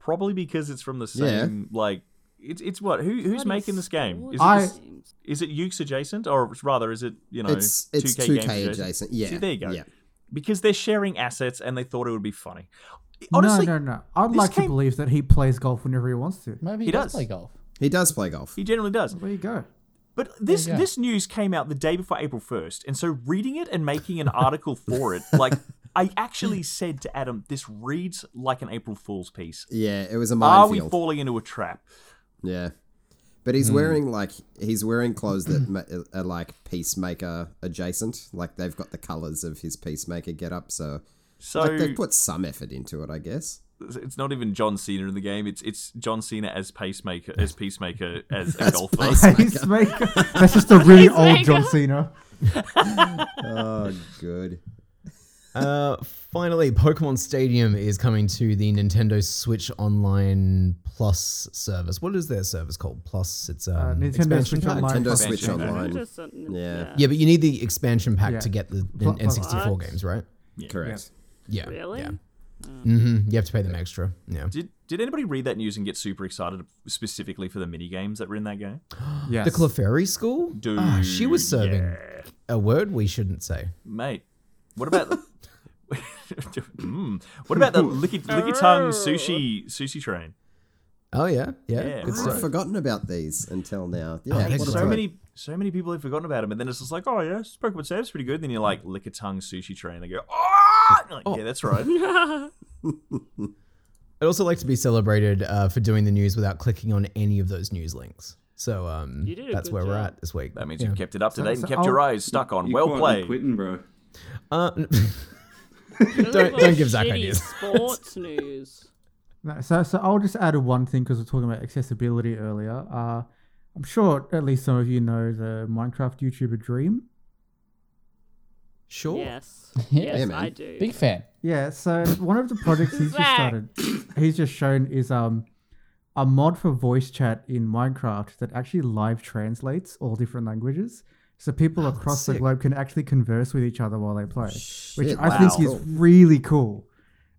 [SPEAKER 1] Probably because it's from the
[SPEAKER 5] Yeah.
[SPEAKER 1] same, like, it's, it's what? Who, who's making this game? Is it
[SPEAKER 3] I-
[SPEAKER 1] the is it Ukes adjacent, or rather, is it you know
[SPEAKER 5] It's it's
[SPEAKER 1] 2K,
[SPEAKER 5] two
[SPEAKER 1] games
[SPEAKER 5] K
[SPEAKER 1] adjacent?
[SPEAKER 5] adjacent. Yeah,
[SPEAKER 1] See, there you go.
[SPEAKER 5] Yeah.
[SPEAKER 1] Because they're sharing assets, and they thought it would be funny. Honestly,
[SPEAKER 3] no, no, no. I'd
[SPEAKER 1] this
[SPEAKER 3] like
[SPEAKER 1] came-
[SPEAKER 3] to believe that he plays golf whenever he wants to.
[SPEAKER 4] Maybe he,
[SPEAKER 1] He
[SPEAKER 4] does.
[SPEAKER 1] does.
[SPEAKER 4] play golf.
[SPEAKER 5] He does play golf.
[SPEAKER 1] he generally does.
[SPEAKER 3] There you go.
[SPEAKER 1] But this
[SPEAKER 4] Yeah.
[SPEAKER 1] this news came out the day before April first, and so reading it and making an article for it, like I actually said to Adam, this reads like an April Fool's piece.
[SPEAKER 5] Yeah, it was a
[SPEAKER 1] Are we Hmm.
[SPEAKER 5] minefield.
[SPEAKER 1] falling into a trap?
[SPEAKER 5] yeah, but he's wearing like he's wearing clothes that ma- are like peacemaker adjacent. Like they've got the colors of his peacemaker getup. So,
[SPEAKER 1] So
[SPEAKER 5] like they've put some effort into it, I guess.
[SPEAKER 1] it's not even John Cena in the game. It's it's John Cena as pacemaker, as peacemaker, as a golfer.
[SPEAKER 3] Pacemaker. That's just a really old John
[SPEAKER 2] Pacemaker.
[SPEAKER 3] Cena.
[SPEAKER 5] Oh, good.
[SPEAKER 7] Uh, finally, Pokemon Stadium is coming to the Nintendo Switch Online Plus service. What is their service called? Plus, it's
[SPEAKER 3] Uh,
[SPEAKER 7] um,
[SPEAKER 3] Nintendo
[SPEAKER 7] expansion
[SPEAKER 3] Switch
[SPEAKER 7] pack.
[SPEAKER 3] Online.
[SPEAKER 5] Nintendo
[SPEAKER 3] Plus.
[SPEAKER 5] Switch
[SPEAKER 1] Expansion pack.
[SPEAKER 5] Online.
[SPEAKER 2] Just something-
[SPEAKER 5] Yeah.
[SPEAKER 7] Yeah, but you need the expansion pack
[SPEAKER 3] Yeah.
[SPEAKER 7] to get the
[SPEAKER 3] Pl-
[SPEAKER 7] N- N64
[SPEAKER 2] What?
[SPEAKER 7] games, right?
[SPEAKER 5] Correct.
[SPEAKER 7] Yeah.
[SPEAKER 2] Really? Oh.
[SPEAKER 7] Yeah. hmm You have to pay them extra. Yeah.
[SPEAKER 1] Did did anybody read that news and get super excited specifically for the mini games that were in that game?
[SPEAKER 3] Yes.
[SPEAKER 7] The Clefairy School?
[SPEAKER 1] Dude,
[SPEAKER 7] Ah, she was serving
[SPEAKER 1] yeah.
[SPEAKER 7] a word we shouldn't say.
[SPEAKER 1] Mate, what about the Mm. What about the licky, licky tongue sushi sushi train?
[SPEAKER 7] Oh, yeah.
[SPEAKER 1] Yeah,
[SPEAKER 7] Yeah. good
[SPEAKER 1] right.
[SPEAKER 5] I've
[SPEAKER 7] stuff.
[SPEAKER 5] forgotten about these until now. Yeah,
[SPEAKER 7] they're
[SPEAKER 5] what a
[SPEAKER 1] So
[SPEAKER 5] time.
[SPEAKER 1] many so many people have forgotten about him, and then it's just like, oh yeah, Pokemon Snap's pretty good. And then you're like, lick a tongue sushi train. They go, oh, like, yeah, that's right.
[SPEAKER 7] I'd also like to be celebrated uh, for doing the news without clicking on any of those news links. So um,
[SPEAKER 2] You did a
[SPEAKER 7] that's
[SPEAKER 2] good
[SPEAKER 7] where we're
[SPEAKER 2] job.
[SPEAKER 7] at this week.
[SPEAKER 1] That means
[SPEAKER 7] Yeah.
[SPEAKER 1] you've kept it up to date and
[SPEAKER 3] so
[SPEAKER 1] kept
[SPEAKER 3] I'll-
[SPEAKER 1] your eyes stuck on
[SPEAKER 6] You're
[SPEAKER 1] well
[SPEAKER 6] quietly
[SPEAKER 1] played.
[SPEAKER 6] Quitting, bro.
[SPEAKER 7] Uh,
[SPEAKER 2] Don't,
[SPEAKER 7] don't give Zach ideas.
[SPEAKER 2] Sports news.
[SPEAKER 3] No, so, so I'll just add one thing because we're talking about accessibility earlier. Uh, I'm sure at least some of you know the Minecraft YouTuber Dream.
[SPEAKER 7] sure.
[SPEAKER 2] Yes.
[SPEAKER 4] Yeah.
[SPEAKER 2] Yes,
[SPEAKER 5] Yeah, man.
[SPEAKER 2] I do.
[SPEAKER 4] Big fan.
[SPEAKER 3] Yeah, so one of the projects he's just
[SPEAKER 2] Zach.
[SPEAKER 3] started, he's just shown is um a mod for voice chat in Minecraft that actually live translates all different languages. So people
[SPEAKER 2] Oh,
[SPEAKER 3] across the
[SPEAKER 7] sick.
[SPEAKER 3] globe can actually converse with each other while they play, which
[SPEAKER 5] Shit,
[SPEAKER 3] I
[SPEAKER 5] wow.
[SPEAKER 3] think is
[SPEAKER 5] Cool.
[SPEAKER 3] really cool.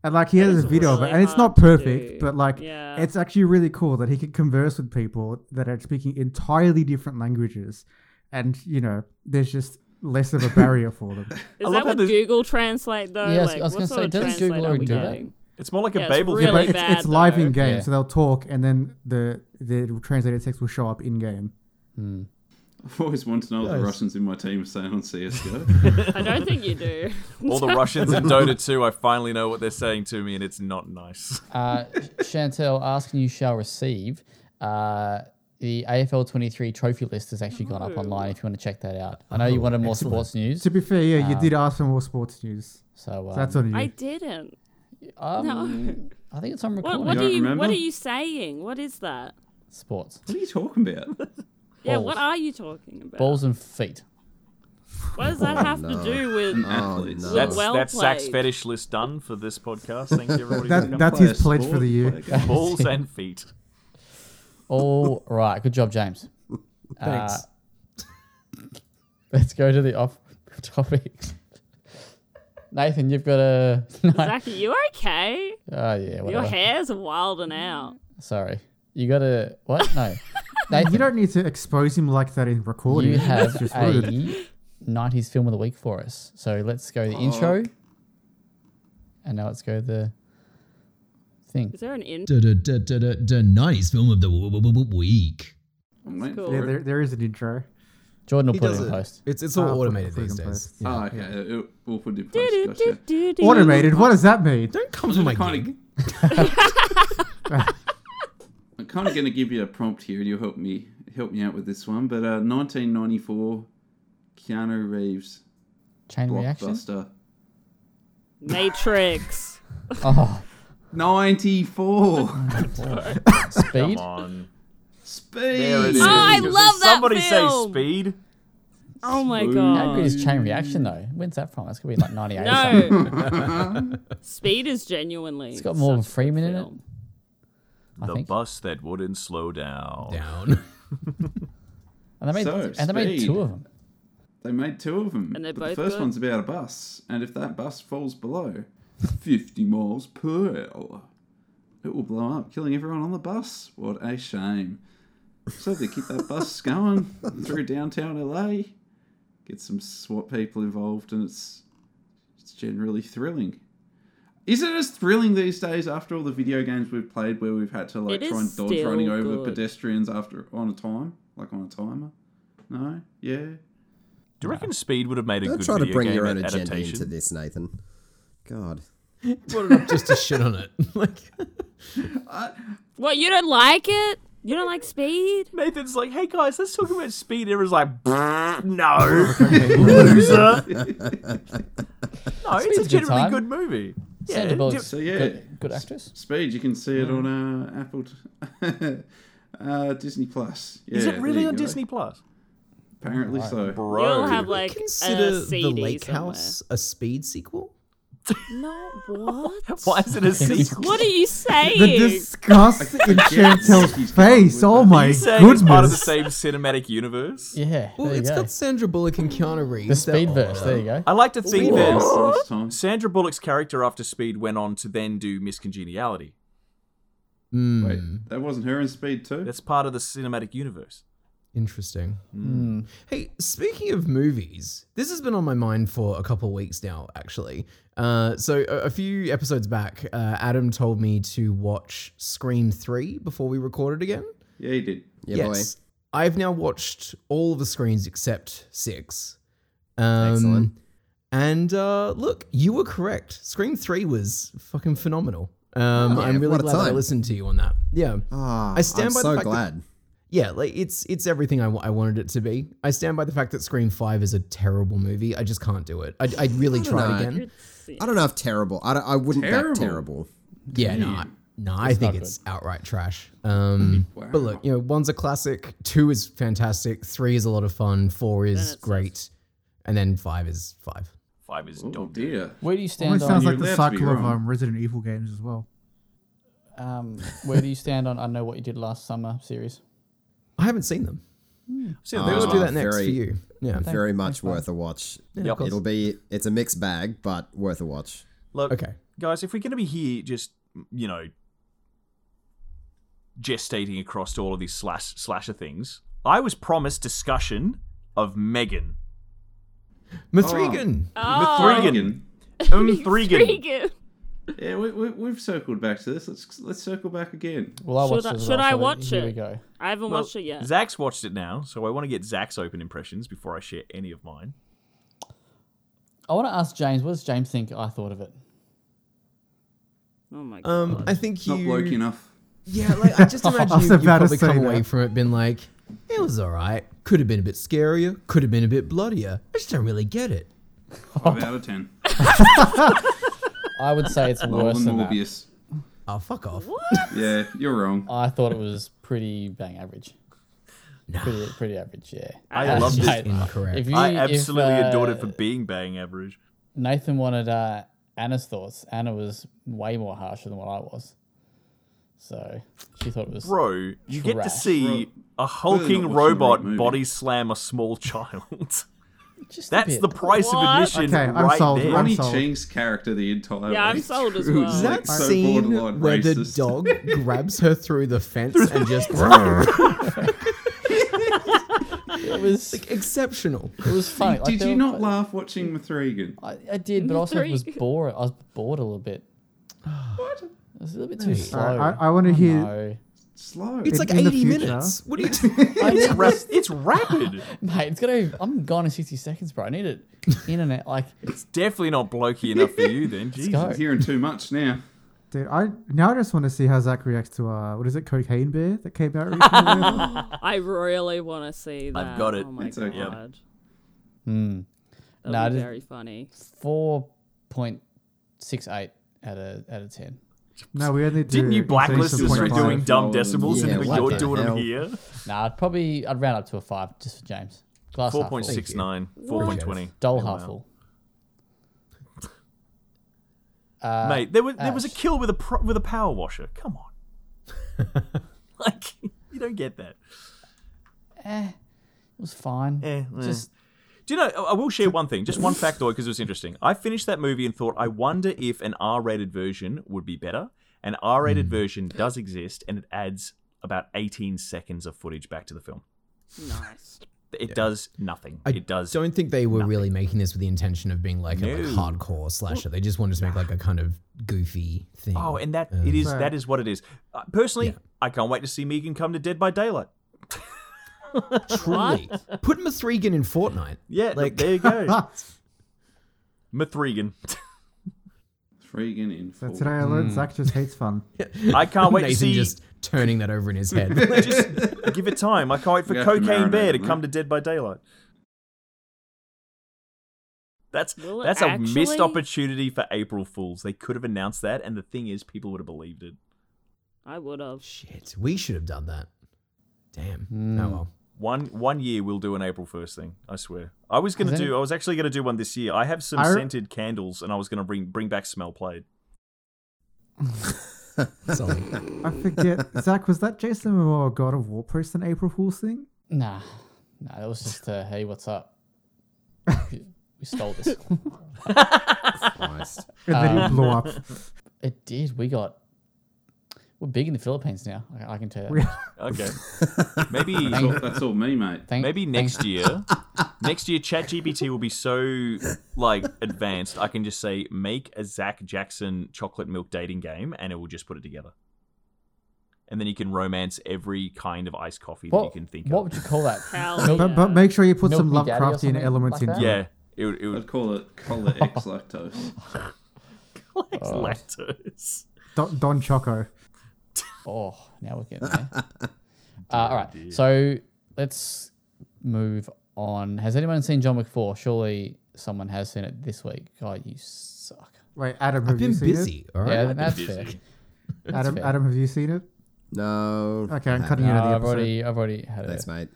[SPEAKER 3] And like he has
[SPEAKER 2] is
[SPEAKER 3] a video of it,
[SPEAKER 2] really
[SPEAKER 3] and it's not
[SPEAKER 2] hard to do.
[SPEAKER 3] perfect, but like
[SPEAKER 2] Yeah.
[SPEAKER 3] it's actually really cool that he can converse with people that are speaking entirely different languages, and you know, there's just less of a barrier for them.
[SPEAKER 2] Is
[SPEAKER 1] love
[SPEAKER 2] that
[SPEAKER 1] how
[SPEAKER 2] what
[SPEAKER 1] this-
[SPEAKER 2] Google Translate though?
[SPEAKER 4] Yeah, I was-
[SPEAKER 2] like,
[SPEAKER 4] I was
[SPEAKER 2] what
[SPEAKER 4] gonna
[SPEAKER 2] sort
[SPEAKER 4] say,
[SPEAKER 2] of
[SPEAKER 4] doesn't
[SPEAKER 2] translate
[SPEAKER 4] Google
[SPEAKER 2] are
[SPEAKER 4] already
[SPEAKER 2] we
[SPEAKER 4] do that?
[SPEAKER 2] getting?
[SPEAKER 1] It's more like
[SPEAKER 2] Yeah,
[SPEAKER 1] a
[SPEAKER 2] it's
[SPEAKER 1] Babel.
[SPEAKER 2] really
[SPEAKER 3] but it's,
[SPEAKER 2] bad,
[SPEAKER 3] it's live
[SPEAKER 2] though.
[SPEAKER 3] in game,
[SPEAKER 4] Yeah.
[SPEAKER 3] so they'll talk, and then the the translated text will show up in game.
[SPEAKER 6] I've always wanted to know what the Russians in my team are saying on CSGO.
[SPEAKER 2] I don't think you do.
[SPEAKER 1] All the Russians in Dota 2, I finally know what they're saying to me, and it's not nice.
[SPEAKER 4] Uh, Chantel, ask and you shall receive. Uh, the AFL 23 trophy list has actually gone up online if you want to check that out. I know you wanted more sports news.
[SPEAKER 3] To be fair, yeah,
[SPEAKER 4] Ah.
[SPEAKER 3] you did ask for more sports news.
[SPEAKER 4] So um,
[SPEAKER 3] That's on you.
[SPEAKER 2] I didn't.
[SPEAKER 4] um,
[SPEAKER 2] no.
[SPEAKER 4] I think it's on
[SPEAKER 2] What,
[SPEAKER 4] recording.
[SPEAKER 2] what,
[SPEAKER 6] You
[SPEAKER 2] are
[SPEAKER 6] don't
[SPEAKER 2] you, what
[SPEAKER 6] remember?
[SPEAKER 2] are you saying? What is that?
[SPEAKER 4] Sports.
[SPEAKER 6] what are you talking about?
[SPEAKER 2] Yeah,
[SPEAKER 4] Balls.
[SPEAKER 2] what are you talking about?
[SPEAKER 4] Balls and feet.
[SPEAKER 2] What does that have to do with.
[SPEAKER 6] Athletes.
[SPEAKER 5] Oh, no.
[SPEAKER 1] That's
[SPEAKER 2] Well
[SPEAKER 1] that's Zach's
[SPEAKER 2] played.
[SPEAKER 1] fetish list done for this podcast. Thanks everybody. for
[SPEAKER 3] That,
[SPEAKER 1] coming.
[SPEAKER 3] that's
[SPEAKER 6] play
[SPEAKER 3] his
[SPEAKER 6] a
[SPEAKER 3] pledge for
[SPEAKER 6] sport,
[SPEAKER 3] the year.
[SPEAKER 6] play a game.
[SPEAKER 1] balls and feet.
[SPEAKER 4] All right. Good job, James. Uh,
[SPEAKER 7] Thanks.
[SPEAKER 4] Let's go to the off topics. Nathan, you've got a. oh,
[SPEAKER 2] Zach, are you okay?
[SPEAKER 4] yeah.
[SPEAKER 2] Your
[SPEAKER 4] Whatever.
[SPEAKER 2] hair's wilding out.
[SPEAKER 4] Sorry. You got a. What? No. Nathan,
[SPEAKER 3] You don't need to expose him like that in recording.
[SPEAKER 4] you have
[SPEAKER 3] That's just rude.
[SPEAKER 4] a 90s film of the week for us. So let's go the intro. And now let's go the thing.
[SPEAKER 2] Is there an in?
[SPEAKER 7] Da, da, da, da, da, da, 90s film of the w- w- w- week.
[SPEAKER 6] I'm waiting
[SPEAKER 2] cool.
[SPEAKER 6] for
[SPEAKER 3] Yeah,
[SPEAKER 6] it.
[SPEAKER 3] there, there is an intro.
[SPEAKER 4] Jordan will
[SPEAKER 7] He
[SPEAKER 4] put
[SPEAKER 7] does
[SPEAKER 4] it in
[SPEAKER 7] it.
[SPEAKER 4] post.
[SPEAKER 7] It's, it's all
[SPEAKER 3] Ah, put-
[SPEAKER 7] automated
[SPEAKER 3] put it
[SPEAKER 7] these
[SPEAKER 3] in
[SPEAKER 7] days.
[SPEAKER 3] post.
[SPEAKER 7] Yeah.
[SPEAKER 6] Oh, okay. It, it, we'll put it in post, gotcha.
[SPEAKER 2] Do-do-do-do-do.
[SPEAKER 3] Automated? What does that mean?
[SPEAKER 7] Don't come for my
[SPEAKER 6] Kind
[SPEAKER 7] gig.
[SPEAKER 6] of, I'm kind of going to give you a prompt here, and you'll help me help me out with this one. But uh, 1994, Keanu Reeves
[SPEAKER 4] Chain reaction.
[SPEAKER 6] blockbuster.
[SPEAKER 2] Matrix.
[SPEAKER 4] Oh,
[SPEAKER 6] 94
[SPEAKER 4] speed.
[SPEAKER 1] Come on.
[SPEAKER 6] speed.
[SPEAKER 1] There it is.
[SPEAKER 2] Oh, I love that
[SPEAKER 1] Somebody
[SPEAKER 2] film.
[SPEAKER 1] say speed.
[SPEAKER 2] Oh my
[SPEAKER 6] Smooth.
[SPEAKER 4] How good
[SPEAKER 2] god.
[SPEAKER 4] is chain reaction though? When's that from? That's gonna be like 98. or something.
[SPEAKER 2] No. Speed is genuinely.
[SPEAKER 4] It's got Morgan
[SPEAKER 2] such a good
[SPEAKER 4] Freeman in it.
[SPEAKER 2] film.
[SPEAKER 4] I
[SPEAKER 1] the
[SPEAKER 4] think.
[SPEAKER 1] bus that wouldn't slow down.
[SPEAKER 7] Down.
[SPEAKER 4] And they made
[SPEAKER 6] So,
[SPEAKER 4] and they made
[SPEAKER 6] Speed.
[SPEAKER 4] two of them.
[SPEAKER 6] They made two of them.
[SPEAKER 2] And they're
[SPEAKER 6] but
[SPEAKER 2] both
[SPEAKER 6] the first
[SPEAKER 2] good?
[SPEAKER 6] one's about a bus, and if that bus falls below 50 miles per hour, it will blow up, killing everyone on the bus. What a shame. So they keep that bus going through downtown LA, get some SWAT people involved, and it's it's generally thrilling. Is it as thrilling these days after all the video games we've played where we've had to like
[SPEAKER 2] It
[SPEAKER 6] try and
[SPEAKER 2] is
[SPEAKER 6] dodge
[SPEAKER 2] still
[SPEAKER 6] running over
[SPEAKER 2] good.
[SPEAKER 6] pedestrians after on a time, like on a timer? No, yeah.
[SPEAKER 1] Do you reckon Speed would have made a
[SPEAKER 5] Don't
[SPEAKER 1] good
[SPEAKER 5] try to
[SPEAKER 1] video
[SPEAKER 5] bring
[SPEAKER 1] game
[SPEAKER 5] your own agenda
[SPEAKER 1] adaptation?
[SPEAKER 5] into this, Nathan. God.
[SPEAKER 7] Brought it up just to shit on it. Like,
[SPEAKER 2] What, you don't like it? You don't like speed?
[SPEAKER 1] Nathan's like, hey guys, let's talk about Speed. Everyone's like, "Brr, no, loser. no, it's
[SPEAKER 4] Speed's a
[SPEAKER 1] a
[SPEAKER 4] good
[SPEAKER 1] generally
[SPEAKER 4] time.
[SPEAKER 1] good movie.
[SPEAKER 4] Sandra
[SPEAKER 1] do-
[SPEAKER 4] Bullock's
[SPEAKER 6] So yeah,
[SPEAKER 4] good, good actress.
[SPEAKER 6] Speed. You can see it on uh, Apple, t- uh, Disney Plus. Yeah,
[SPEAKER 1] is it
[SPEAKER 6] there
[SPEAKER 1] really
[SPEAKER 6] you
[SPEAKER 1] on
[SPEAKER 6] go.
[SPEAKER 1] Disney Plus?
[SPEAKER 6] Apparently so.
[SPEAKER 1] Bro,
[SPEAKER 2] You'll have like
[SPEAKER 7] consider
[SPEAKER 2] a CD
[SPEAKER 7] the Lake
[SPEAKER 2] somewhere.
[SPEAKER 7] House a speed sequel?
[SPEAKER 2] No, what?
[SPEAKER 1] why is it a sequel?
[SPEAKER 2] what are you saying?
[SPEAKER 3] The disgust in Chantel's face. Oh my
[SPEAKER 1] You saying it's part of the
[SPEAKER 3] goodness.
[SPEAKER 1] same cinematic universe?
[SPEAKER 4] Yeah.
[SPEAKER 7] Well,
[SPEAKER 4] there you
[SPEAKER 7] it's
[SPEAKER 4] go.
[SPEAKER 7] got Sandra Bullock
[SPEAKER 2] Mm.
[SPEAKER 7] and Keanu
[SPEAKER 4] the
[SPEAKER 7] Reeves.
[SPEAKER 4] speed
[SPEAKER 7] They're-
[SPEAKER 4] verse. There you go.
[SPEAKER 1] I like to think that
[SPEAKER 6] Last time.
[SPEAKER 1] Sandra Bullock's character after Speed went on to then do Miss Congeniality.
[SPEAKER 7] Mm,
[SPEAKER 6] Wait, that wasn't her in Speed too.
[SPEAKER 1] That's part of the cinematic universe.
[SPEAKER 7] Interesting.
[SPEAKER 5] Hmm.
[SPEAKER 7] Hey, speaking of movies, this has been on my mind for a couple of weeks now, actually. Uh, so, a, a few episodes back, uh, Adam told me to watch Scream 3 before we recorded again.
[SPEAKER 6] Yeah, he did.
[SPEAKER 5] Yeah,
[SPEAKER 7] yes. I've now watched all of the screens except six. Um,
[SPEAKER 5] Excellent.
[SPEAKER 7] And uh, look, you were correct. Scream 3 was fucking phenomenal. Um,
[SPEAKER 5] Oh, Yeah,
[SPEAKER 7] I'm really
[SPEAKER 5] what a
[SPEAKER 7] glad that I
[SPEAKER 5] time.
[SPEAKER 7] listened to you on that. Yeah.
[SPEAKER 5] boy. Ah,
[SPEAKER 7] I stand
[SPEAKER 5] I'm
[SPEAKER 7] by the
[SPEAKER 5] so
[SPEAKER 7] fact that-
[SPEAKER 5] glad.
[SPEAKER 7] Yeah, like it's it's everything I wa- I wanted it to be. I stand by the fact that Scream Five is a terrible movie. I just can't do it. I I really tried
[SPEAKER 5] know.
[SPEAKER 7] again.
[SPEAKER 5] I don't know if terrible. I, don't- I wouldn't
[SPEAKER 6] Terrible.
[SPEAKER 5] back terrible.
[SPEAKER 7] Yeah, no, I- no, I think it's outright trash. Um, But look, you know, one's a classic, two is fantastic, three is a lot of fun, four is great, and then five is five.
[SPEAKER 1] Five is
[SPEAKER 6] Oh
[SPEAKER 1] dope.
[SPEAKER 6] dear.
[SPEAKER 4] Where do you stand
[SPEAKER 3] Almost sounds
[SPEAKER 4] on?
[SPEAKER 3] like
[SPEAKER 6] You're
[SPEAKER 3] the
[SPEAKER 6] allowed to be
[SPEAKER 3] cycle of
[SPEAKER 6] wrong.
[SPEAKER 3] um, Resident Evil games as well.
[SPEAKER 4] Um, where do you stand on? I know what you did last summer series.
[SPEAKER 7] I haven't seen them.
[SPEAKER 1] See, the
[SPEAKER 5] Ah,
[SPEAKER 7] Maybe we'll
[SPEAKER 1] first
[SPEAKER 7] do
[SPEAKER 1] one.
[SPEAKER 7] that next
[SPEAKER 5] very-
[SPEAKER 7] for you. Yeah.
[SPEAKER 5] Very much worth a watch.
[SPEAKER 1] Yep. course.
[SPEAKER 5] It'll be. It's a mixed bag, but worth a watch.
[SPEAKER 1] Look,
[SPEAKER 7] Okay.
[SPEAKER 1] guys, if we're going to be here just, you know, gestating across to all of these slash slasher things, I was promised discussion of Megan.
[SPEAKER 7] Mathregan.
[SPEAKER 2] oh,
[SPEAKER 1] Mithrigan. Um, Threegan.
[SPEAKER 2] Threegan.
[SPEAKER 6] Yeah, we, we, we've circled back to this. Let's let's circle back again.
[SPEAKER 4] Well, I
[SPEAKER 2] Should
[SPEAKER 4] watched
[SPEAKER 2] I-
[SPEAKER 4] it as
[SPEAKER 2] should
[SPEAKER 4] well,
[SPEAKER 2] I
[SPEAKER 4] so
[SPEAKER 2] watch
[SPEAKER 4] here
[SPEAKER 2] it?
[SPEAKER 4] we go.
[SPEAKER 2] I haven't
[SPEAKER 1] Well,
[SPEAKER 2] watched it yet.
[SPEAKER 1] Zach's watched it now, so I want to get Zach's open impressions before I share any of mine.
[SPEAKER 4] I want to ask James. What does James think I thought of it?
[SPEAKER 2] oh my god.
[SPEAKER 7] Um, I think you.
[SPEAKER 6] Not bloke enough.
[SPEAKER 7] Yeah, like I just
[SPEAKER 3] I
[SPEAKER 7] imagine
[SPEAKER 3] was
[SPEAKER 7] you, you
[SPEAKER 3] about to
[SPEAKER 7] probably
[SPEAKER 3] say
[SPEAKER 7] come away
[SPEAKER 3] that.
[SPEAKER 7] from it being like, it was all right. Could have been a bit scarier. Could have been a bit bloodier. I just don't really get it.
[SPEAKER 6] Five out of ten.
[SPEAKER 4] I would say it's
[SPEAKER 6] Lower
[SPEAKER 4] worse
[SPEAKER 6] than
[SPEAKER 4] than that.
[SPEAKER 6] Morbius.
[SPEAKER 7] Oh, fuck off.
[SPEAKER 6] Yeah, you're wrong.
[SPEAKER 4] I thought it was pretty bang average. Pretty, pretty average, yeah.
[SPEAKER 1] I
[SPEAKER 4] That's
[SPEAKER 1] loved it.
[SPEAKER 4] right.
[SPEAKER 7] Incorrect.
[SPEAKER 4] If you-
[SPEAKER 1] I
[SPEAKER 4] if,
[SPEAKER 1] absolutely
[SPEAKER 4] uh,
[SPEAKER 1] adored it for being bang average.
[SPEAKER 4] Nathan wanted uh, Anna's thoughts. Anna was way more harsher than what I was. So she thought it was.
[SPEAKER 1] Bro, you get to
[SPEAKER 4] Trash.
[SPEAKER 1] see a
[SPEAKER 6] Clearly
[SPEAKER 1] hulking
[SPEAKER 6] not watching the right
[SPEAKER 1] robot
[SPEAKER 6] movie.
[SPEAKER 1] body slam a small child.
[SPEAKER 4] Just a
[SPEAKER 1] That's
[SPEAKER 4] bit.
[SPEAKER 1] the price
[SPEAKER 2] What?
[SPEAKER 1] of admission
[SPEAKER 3] Okay, I'm
[SPEAKER 1] right
[SPEAKER 3] sold.
[SPEAKER 1] there.
[SPEAKER 3] I'm
[SPEAKER 6] Ronnie
[SPEAKER 3] sold.
[SPEAKER 6] Chang's character the entire
[SPEAKER 2] Yeah, I'm
[SPEAKER 6] way
[SPEAKER 2] sold as
[SPEAKER 6] through
[SPEAKER 2] well.
[SPEAKER 6] is,
[SPEAKER 7] That
[SPEAKER 6] like, so
[SPEAKER 7] scene
[SPEAKER 6] borderline
[SPEAKER 7] where
[SPEAKER 6] racist.
[SPEAKER 7] the dog grabs her through the fence and just
[SPEAKER 4] It was, it
[SPEAKER 7] exceptional.
[SPEAKER 4] was funny. Like,
[SPEAKER 6] Did
[SPEAKER 4] there
[SPEAKER 6] you
[SPEAKER 4] were-
[SPEAKER 6] not laugh watching Mithragan?
[SPEAKER 4] I, I did, but also it was
[SPEAKER 2] Three.
[SPEAKER 4] bored. I was bored a little bit. What? It was a little bit too slow.
[SPEAKER 3] I, I want to hear.
[SPEAKER 4] know.
[SPEAKER 6] Slow.
[SPEAKER 7] It's
[SPEAKER 3] In-
[SPEAKER 7] like
[SPEAKER 3] in the
[SPEAKER 7] 80
[SPEAKER 3] future-
[SPEAKER 7] minutes. What are you doing?
[SPEAKER 4] I
[SPEAKER 1] It's,
[SPEAKER 4] need-
[SPEAKER 1] ra- it's rapid.
[SPEAKER 4] mate, it's gonna. I'm gone in 60 seconds, bro. I need it. Internet, like,
[SPEAKER 1] It's definitely not blokey enough for you then. Jesus.
[SPEAKER 4] go.
[SPEAKER 6] I'm hearing too much now.
[SPEAKER 3] Dude, I now I just want to see how Zach reacts to uh, what is it, cocaine beer that came out recently.
[SPEAKER 2] I really want to see that.
[SPEAKER 1] I've got it.
[SPEAKER 2] Oh my
[SPEAKER 6] It's
[SPEAKER 2] god.
[SPEAKER 6] okay. Yep.
[SPEAKER 4] hmm.
[SPEAKER 2] That'd
[SPEAKER 4] Nah,
[SPEAKER 2] be
[SPEAKER 4] just-
[SPEAKER 2] very funny.
[SPEAKER 4] four point six eight out of out of ten.
[SPEAKER 3] no, we only do.
[SPEAKER 1] Didn't you blacklist us for
[SPEAKER 3] 16.5.
[SPEAKER 1] doing dumb
[SPEAKER 6] Yeah,
[SPEAKER 1] decimals and
[SPEAKER 5] what
[SPEAKER 1] you're
[SPEAKER 5] the
[SPEAKER 1] doing
[SPEAKER 5] hell?
[SPEAKER 1] them here?
[SPEAKER 4] Nah, I'd probably I'd round up to a five just for James. Glass half full.
[SPEAKER 1] 4.69,
[SPEAKER 2] What?
[SPEAKER 1] 4.20.
[SPEAKER 4] Doll
[SPEAKER 1] Oh,
[SPEAKER 4] half
[SPEAKER 1] wow.
[SPEAKER 4] full. Uh,
[SPEAKER 1] Mate, there was there was a
[SPEAKER 4] Ash.
[SPEAKER 1] kill with a pro- with a power washer. Come on, like you don't get that.
[SPEAKER 4] it was fine.
[SPEAKER 1] Eh, eh.
[SPEAKER 4] Just
[SPEAKER 1] Do you know? I I will share one thing, just one factoid, because it was interesting. I finished that movie and thought, I wonder if an R-rated version would be better. An R-rated
[SPEAKER 7] Hmm.
[SPEAKER 1] version does exist, and it adds about 18 seconds of footage back to the film.
[SPEAKER 2] Nice.
[SPEAKER 1] It does nothing.
[SPEAKER 7] I
[SPEAKER 1] it does.
[SPEAKER 7] don't think they were really making this with the intention of being like a
[SPEAKER 1] No.
[SPEAKER 7] like, hardcore slasher. They just wanted to make like a kind of goofy thing.
[SPEAKER 1] Oh, and that it is. That is what it is. Uh, personally, I can't wait to see Megan come to Dead by Daylight.
[SPEAKER 7] truly put Mithrigan in Fortnite.
[SPEAKER 1] Yeah,
[SPEAKER 7] Like-
[SPEAKER 1] there you go. Mithrigan.
[SPEAKER 6] Mithragan in
[SPEAKER 3] So
[SPEAKER 6] full.
[SPEAKER 3] today I learned Zach just hates fun.
[SPEAKER 1] I can't wait to
[SPEAKER 7] Nathan
[SPEAKER 1] see.
[SPEAKER 7] just turning that over in his head.
[SPEAKER 1] just give it time. I can't wait for
[SPEAKER 6] We have to
[SPEAKER 1] Cocaine Bear
[SPEAKER 6] marinate
[SPEAKER 1] to
[SPEAKER 6] on
[SPEAKER 1] come
[SPEAKER 6] that.
[SPEAKER 1] to Dead by Daylight. That's
[SPEAKER 2] Will it
[SPEAKER 1] that's a missed
[SPEAKER 2] actually?
[SPEAKER 1] opportunity for April Fools. They could have announced that, and the thing is, people would have believed it.
[SPEAKER 2] I would have.
[SPEAKER 7] Shit, we should have done that. Damn.
[SPEAKER 3] Hmm.
[SPEAKER 7] Oh well.
[SPEAKER 1] One one year we'll do an April first thing. I swear. I was gonna
[SPEAKER 4] Has
[SPEAKER 1] do.
[SPEAKER 4] any-
[SPEAKER 1] I was actually gonna do one this year. I have some
[SPEAKER 3] I re-
[SPEAKER 1] scented candles, and I was gonna bring bring back smell played.
[SPEAKER 7] Sorry.
[SPEAKER 3] I forget. Zach, was that Jason Momoa God of War post an April Fool's thing?
[SPEAKER 4] nah, nah. That was just a hey, what's up? we stole this.
[SPEAKER 5] Christ.
[SPEAKER 3] And then he blew up.
[SPEAKER 4] it did. We got. We're big in the Philippines now. I, I can tell you.
[SPEAKER 3] We-
[SPEAKER 4] that.
[SPEAKER 1] Okay. Maybe
[SPEAKER 6] That's all me, mate.
[SPEAKER 4] Thank-
[SPEAKER 1] Maybe
[SPEAKER 4] thanks-
[SPEAKER 1] next year, next year, ChatGPT will be so like advanced. I can just say, make a Zach Jackson chocolate milk dating game, and it will just put it together. And then you can romance every kind of iced coffee that you
[SPEAKER 4] What,
[SPEAKER 1] can think
[SPEAKER 4] what
[SPEAKER 1] of.
[SPEAKER 4] would you call that?
[SPEAKER 2] Hell
[SPEAKER 3] But,
[SPEAKER 2] yeah.
[SPEAKER 3] but make sure you put
[SPEAKER 4] Milk
[SPEAKER 3] some
[SPEAKER 4] Me Daddy or
[SPEAKER 3] Lovecraftian
[SPEAKER 4] something
[SPEAKER 3] elements
[SPEAKER 4] like
[SPEAKER 3] into
[SPEAKER 4] that?
[SPEAKER 3] it.
[SPEAKER 1] Yeah, it would. It would
[SPEAKER 6] I'd call it color X lactose.
[SPEAKER 1] it's lactose.
[SPEAKER 3] Don, Don Choco.
[SPEAKER 4] Oh, now we're getting there. uh, all right. So let's move on. Has anyone seen John Wick 4? Surely someone has seen it this week. God, you suck.
[SPEAKER 3] Wait, Adam, have
[SPEAKER 7] I've been
[SPEAKER 3] you seen
[SPEAKER 7] busy. All right.
[SPEAKER 4] yeah, that's fair.
[SPEAKER 1] busy.
[SPEAKER 3] it? Adam, Adam, have you seen it?
[SPEAKER 5] No.
[SPEAKER 3] Okay,
[SPEAKER 5] I
[SPEAKER 3] I'm
[SPEAKER 5] haven't.
[SPEAKER 3] cutting you out
[SPEAKER 4] Uh,
[SPEAKER 3] of
[SPEAKER 4] I've
[SPEAKER 3] the episode.
[SPEAKER 4] already, I've already had it.
[SPEAKER 5] Thanks, mate.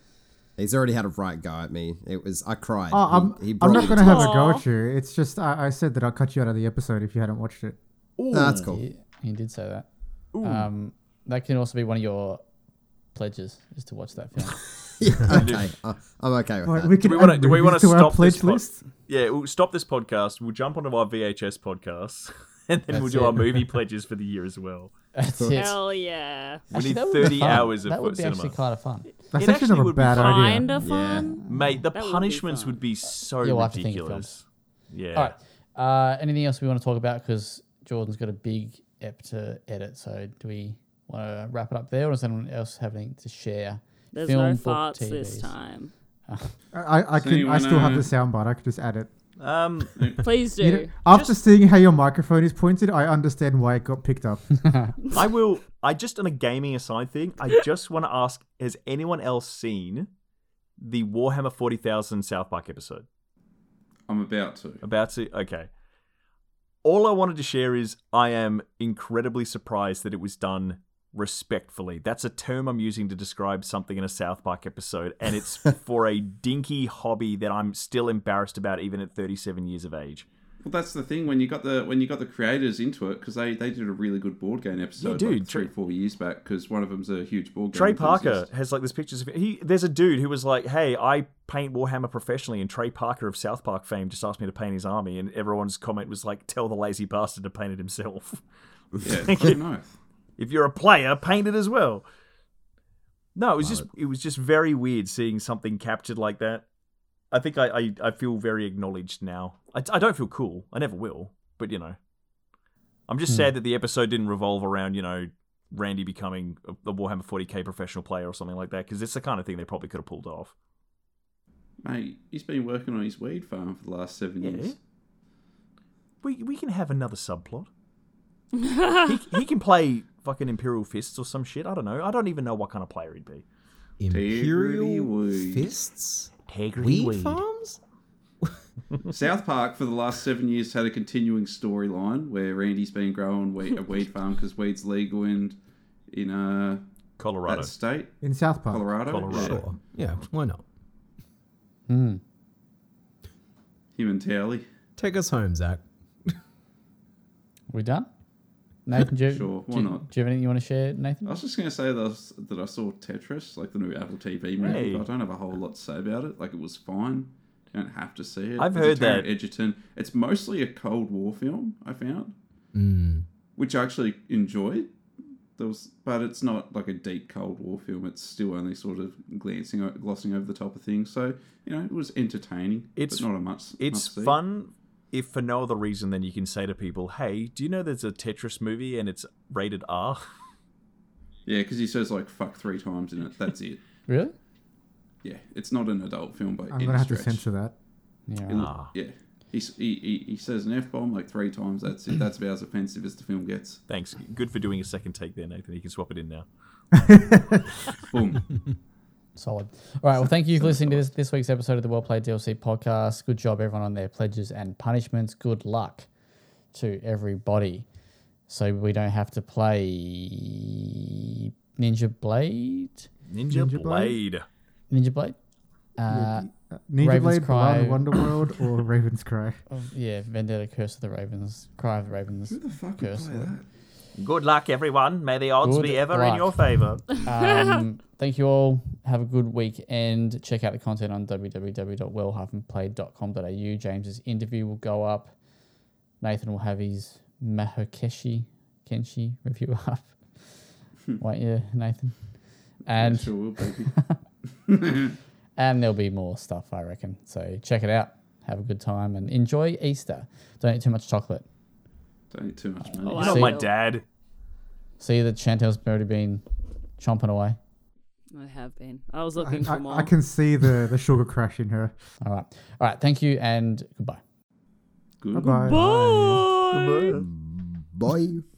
[SPEAKER 5] He's already had a right go at me. It was I cried.
[SPEAKER 3] Oh, I'm,
[SPEAKER 5] He- he brought
[SPEAKER 3] I'm
[SPEAKER 5] me
[SPEAKER 3] not going to
[SPEAKER 5] to-
[SPEAKER 3] have a go
[SPEAKER 2] Aw.
[SPEAKER 3] at you. It's just I, I said that I'll cut you out of the episode if you hadn't watched it.
[SPEAKER 5] No, that's cool.
[SPEAKER 4] He, he did say that. Um, that can also be one of your pledges, is to watch that film.
[SPEAKER 5] Yeah, okay, I- I'm okay with
[SPEAKER 3] Right,
[SPEAKER 5] that.
[SPEAKER 3] we can
[SPEAKER 1] we wanna-
[SPEAKER 3] add
[SPEAKER 1] Uh, do we
[SPEAKER 3] movies
[SPEAKER 1] wanna
[SPEAKER 3] to our
[SPEAKER 1] stop this
[SPEAKER 3] pledge
[SPEAKER 1] pod-
[SPEAKER 3] list?
[SPEAKER 1] Yeah, we'll stop this podcast. We'll jump onto our VHS podcast, and then we'll
[SPEAKER 4] That's
[SPEAKER 1] do our
[SPEAKER 4] it.
[SPEAKER 1] movie pledges for the year as well.
[SPEAKER 4] That's it.
[SPEAKER 2] Hell yeah.
[SPEAKER 1] We need
[SPEAKER 4] that would be
[SPEAKER 1] 30
[SPEAKER 4] fun.
[SPEAKER 1] hours of
[SPEAKER 4] That would
[SPEAKER 1] foot
[SPEAKER 4] be
[SPEAKER 1] cinema.
[SPEAKER 4] actually kind of fun.
[SPEAKER 3] That's
[SPEAKER 1] It
[SPEAKER 3] actually
[SPEAKER 1] actually
[SPEAKER 3] not a
[SPEAKER 1] would be
[SPEAKER 3] bad idea.
[SPEAKER 2] Kind of
[SPEAKER 5] Yeah.
[SPEAKER 2] fun.
[SPEAKER 1] Mate, the
[SPEAKER 2] Mm, would be
[SPEAKER 1] punishments
[SPEAKER 2] fun.
[SPEAKER 1] would be so
[SPEAKER 4] You'll have to think of
[SPEAKER 1] ridiculous. Yeah.
[SPEAKER 4] All right. Uh, anything else we want to talk about? Because Jordan's got a big ep to edit. So do we want to wrap it up there, or does anyone else have anything to share?
[SPEAKER 2] There's
[SPEAKER 4] Film,
[SPEAKER 2] no
[SPEAKER 4] book,
[SPEAKER 2] farts this
[SPEAKER 4] TVs.
[SPEAKER 2] time.
[SPEAKER 3] I, I, I
[SPEAKER 6] So
[SPEAKER 3] can.
[SPEAKER 6] you
[SPEAKER 3] I still have
[SPEAKER 6] wanna-
[SPEAKER 3] the soundbite. I could just add it.
[SPEAKER 1] Um,
[SPEAKER 2] Please do.
[SPEAKER 3] You know, after seeing how your microphone is pointed, I understand why it got picked up.
[SPEAKER 1] I will. I just on a gaming aside thing. I just want to ask: Has anyone else seen the Warhammer Forty Thousand South Park episode?
[SPEAKER 6] I'm about to.
[SPEAKER 1] About to. Okay. All I wanted to share is I am incredibly surprised that it was done respectfully. That's a term I'm using to describe something in a South Park episode, and it's for a dinky hobby that I'm still embarrassed about, even at 37 years of age.
[SPEAKER 6] Well, that's the thing when you got the when you got the creators into it because they they did a really good board game episode
[SPEAKER 1] Yeah, dude,
[SPEAKER 6] like three
[SPEAKER 1] Trey-
[SPEAKER 6] four years back because one of them's a huge board game.
[SPEAKER 1] Trey Parker
[SPEAKER 6] enthusiast.
[SPEAKER 1] has like there's pictures of he. There's a dude who was like, "Hey, I paint Warhammer professionally," and Trey Parker of South Park fame just asked me to paint his army, and everyone's comment was like, "Tell the lazy bastard to paint it himself.
[SPEAKER 6] Yeah, fucking oath.
[SPEAKER 1] If you're a player, paint it as well." No, it was just it was just very weird seeing something captured like that. I think I I, I feel very acknowledged now. I, I don't feel cool. I never will, but you know, I'm just sad that the episode didn't revolve around you know Randy becoming a a Warhammer 40k professional player or something like that because it's the kind of thing they probably could have pulled off.
[SPEAKER 6] Mate, he's been working on his weed farm for the last seven
[SPEAKER 1] Yeah.
[SPEAKER 6] years.
[SPEAKER 1] We we can have another subplot. he, he can play fucking Imperial Fists or some shit. I don't know. I don't even know what kind of player he'd be.
[SPEAKER 6] Integrity
[SPEAKER 7] Imperial
[SPEAKER 6] Weed.
[SPEAKER 7] Fists?
[SPEAKER 1] Integrity
[SPEAKER 7] Weed, Farms?
[SPEAKER 6] South Park for the last seven years had a continuing storyline where Randy's been growing weed, a weed farm because weed's legal in in uh
[SPEAKER 1] Colorado.
[SPEAKER 6] that state
[SPEAKER 3] In South Park.
[SPEAKER 6] Colorado.
[SPEAKER 1] Colorado.
[SPEAKER 6] Yeah.
[SPEAKER 7] Sure. Yeah, why not?
[SPEAKER 6] Him and Tally.
[SPEAKER 7] Take us home, Zach.
[SPEAKER 4] We done? Nathan, do you,
[SPEAKER 6] Sure, why
[SPEAKER 4] do, you-
[SPEAKER 6] not? Oh.
[SPEAKER 4] do you have anything you want to share, Nathan?
[SPEAKER 6] I was just going to say that I, s- that I saw Tetris, like the new Apple TV movie.
[SPEAKER 1] Hey.
[SPEAKER 6] But I don't have a whole lot to say about it. Like it was fine. You don't have to see it.
[SPEAKER 1] I've
[SPEAKER 6] It's a
[SPEAKER 1] heard
[SPEAKER 6] Taron
[SPEAKER 1] that.
[SPEAKER 6] Egerton. It's mostly a Cold War film. I found,
[SPEAKER 7] Mm.
[SPEAKER 6] which I actually enjoyed. There was, but it's not like a deep Cold War film. It's still only sort of glancing, o- glossing over the top of things. So you know, it was entertaining.
[SPEAKER 1] It's-
[SPEAKER 6] but not a much.
[SPEAKER 1] It's
[SPEAKER 6] must-see.
[SPEAKER 1] fun if for no other reason than you can say to people, "Hey, do you know there's a Tetris movie and it's rated R?"
[SPEAKER 6] Yeah, because he says like "fuck" three times in it. That's it.
[SPEAKER 4] Really?
[SPEAKER 6] Yeah, it's not an adult film, but
[SPEAKER 3] I'm gonna have to censor that.
[SPEAKER 4] Yeah.
[SPEAKER 6] He
[SPEAKER 4] right.
[SPEAKER 6] look- Yeah. He, s- he, he, he says an F bomb like three times. That's it. That's about as offensive as the film gets.
[SPEAKER 1] Thanks. Good for doing a second take there, Nathan. You can swap it in now.
[SPEAKER 6] Boom.
[SPEAKER 4] Solid. All right. Well, thank you for listening to this, this week's episode of the Well Played DLC podcast. Good job, everyone, on their pledges and punishments. Good luck to everybody. So we don't have to play Ninja Blade.
[SPEAKER 1] Ninja,
[SPEAKER 3] Ninja Blade?
[SPEAKER 1] Blade.
[SPEAKER 4] Ninja Blade. Uh,
[SPEAKER 3] Uh, Ninja
[SPEAKER 4] Raven's
[SPEAKER 3] Blade,
[SPEAKER 4] Cry.
[SPEAKER 3] Blood, Wonderworld, or Raven's Cry.
[SPEAKER 4] yeah, Vendetta, Curse of the Ravens, Cry of the Ravens.
[SPEAKER 6] Who the fuck would
[SPEAKER 4] Curse
[SPEAKER 6] play
[SPEAKER 4] word.
[SPEAKER 6] that?
[SPEAKER 1] Good luck, everyone. May the odds
[SPEAKER 4] Good
[SPEAKER 1] be ever
[SPEAKER 4] luck.
[SPEAKER 1] in your favor.
[SPEAKER 4] um, thank you all. Have a good weekend. Check out the content on www.well-played.com.au. James's interview will go up. Nathan will have his Mahokeshi Kenshi review up. Won't you, Nathan? And
[SPEAKER 6] Sure will, baby.
[SPEAKER 4] and there'll be more stuff, I reckon. So check it out. Have a good time and enjoy Easter. Don't eat too much chocolate.
[SPEAKER 6] Don't eat too much, mate.
[SPEAKER 2] Oh,
[SPEAKER 1] You're
[SPEAKER 2] I
[SPEAKER 1] not my
[SPEAKER 2] will.
[SPEAKER 1] dad.
[SPEAKER 4] See that Chantel's already been chomping away.
[SPEAKER 2] I have been. I was
[SPEAKER 3] I,
[SPEAKER 2] looking for more.
[SPEAKER 3] I, I can see the, the sugar crash in her.
[SPEAKER 4] All right. All right. Thank you and goodbye.
[SPEAKER 6] Good.
[SPEAKER 3] Bye bye.
[SPEAKER 2] Bye.
[SPEAKER 5] Bye.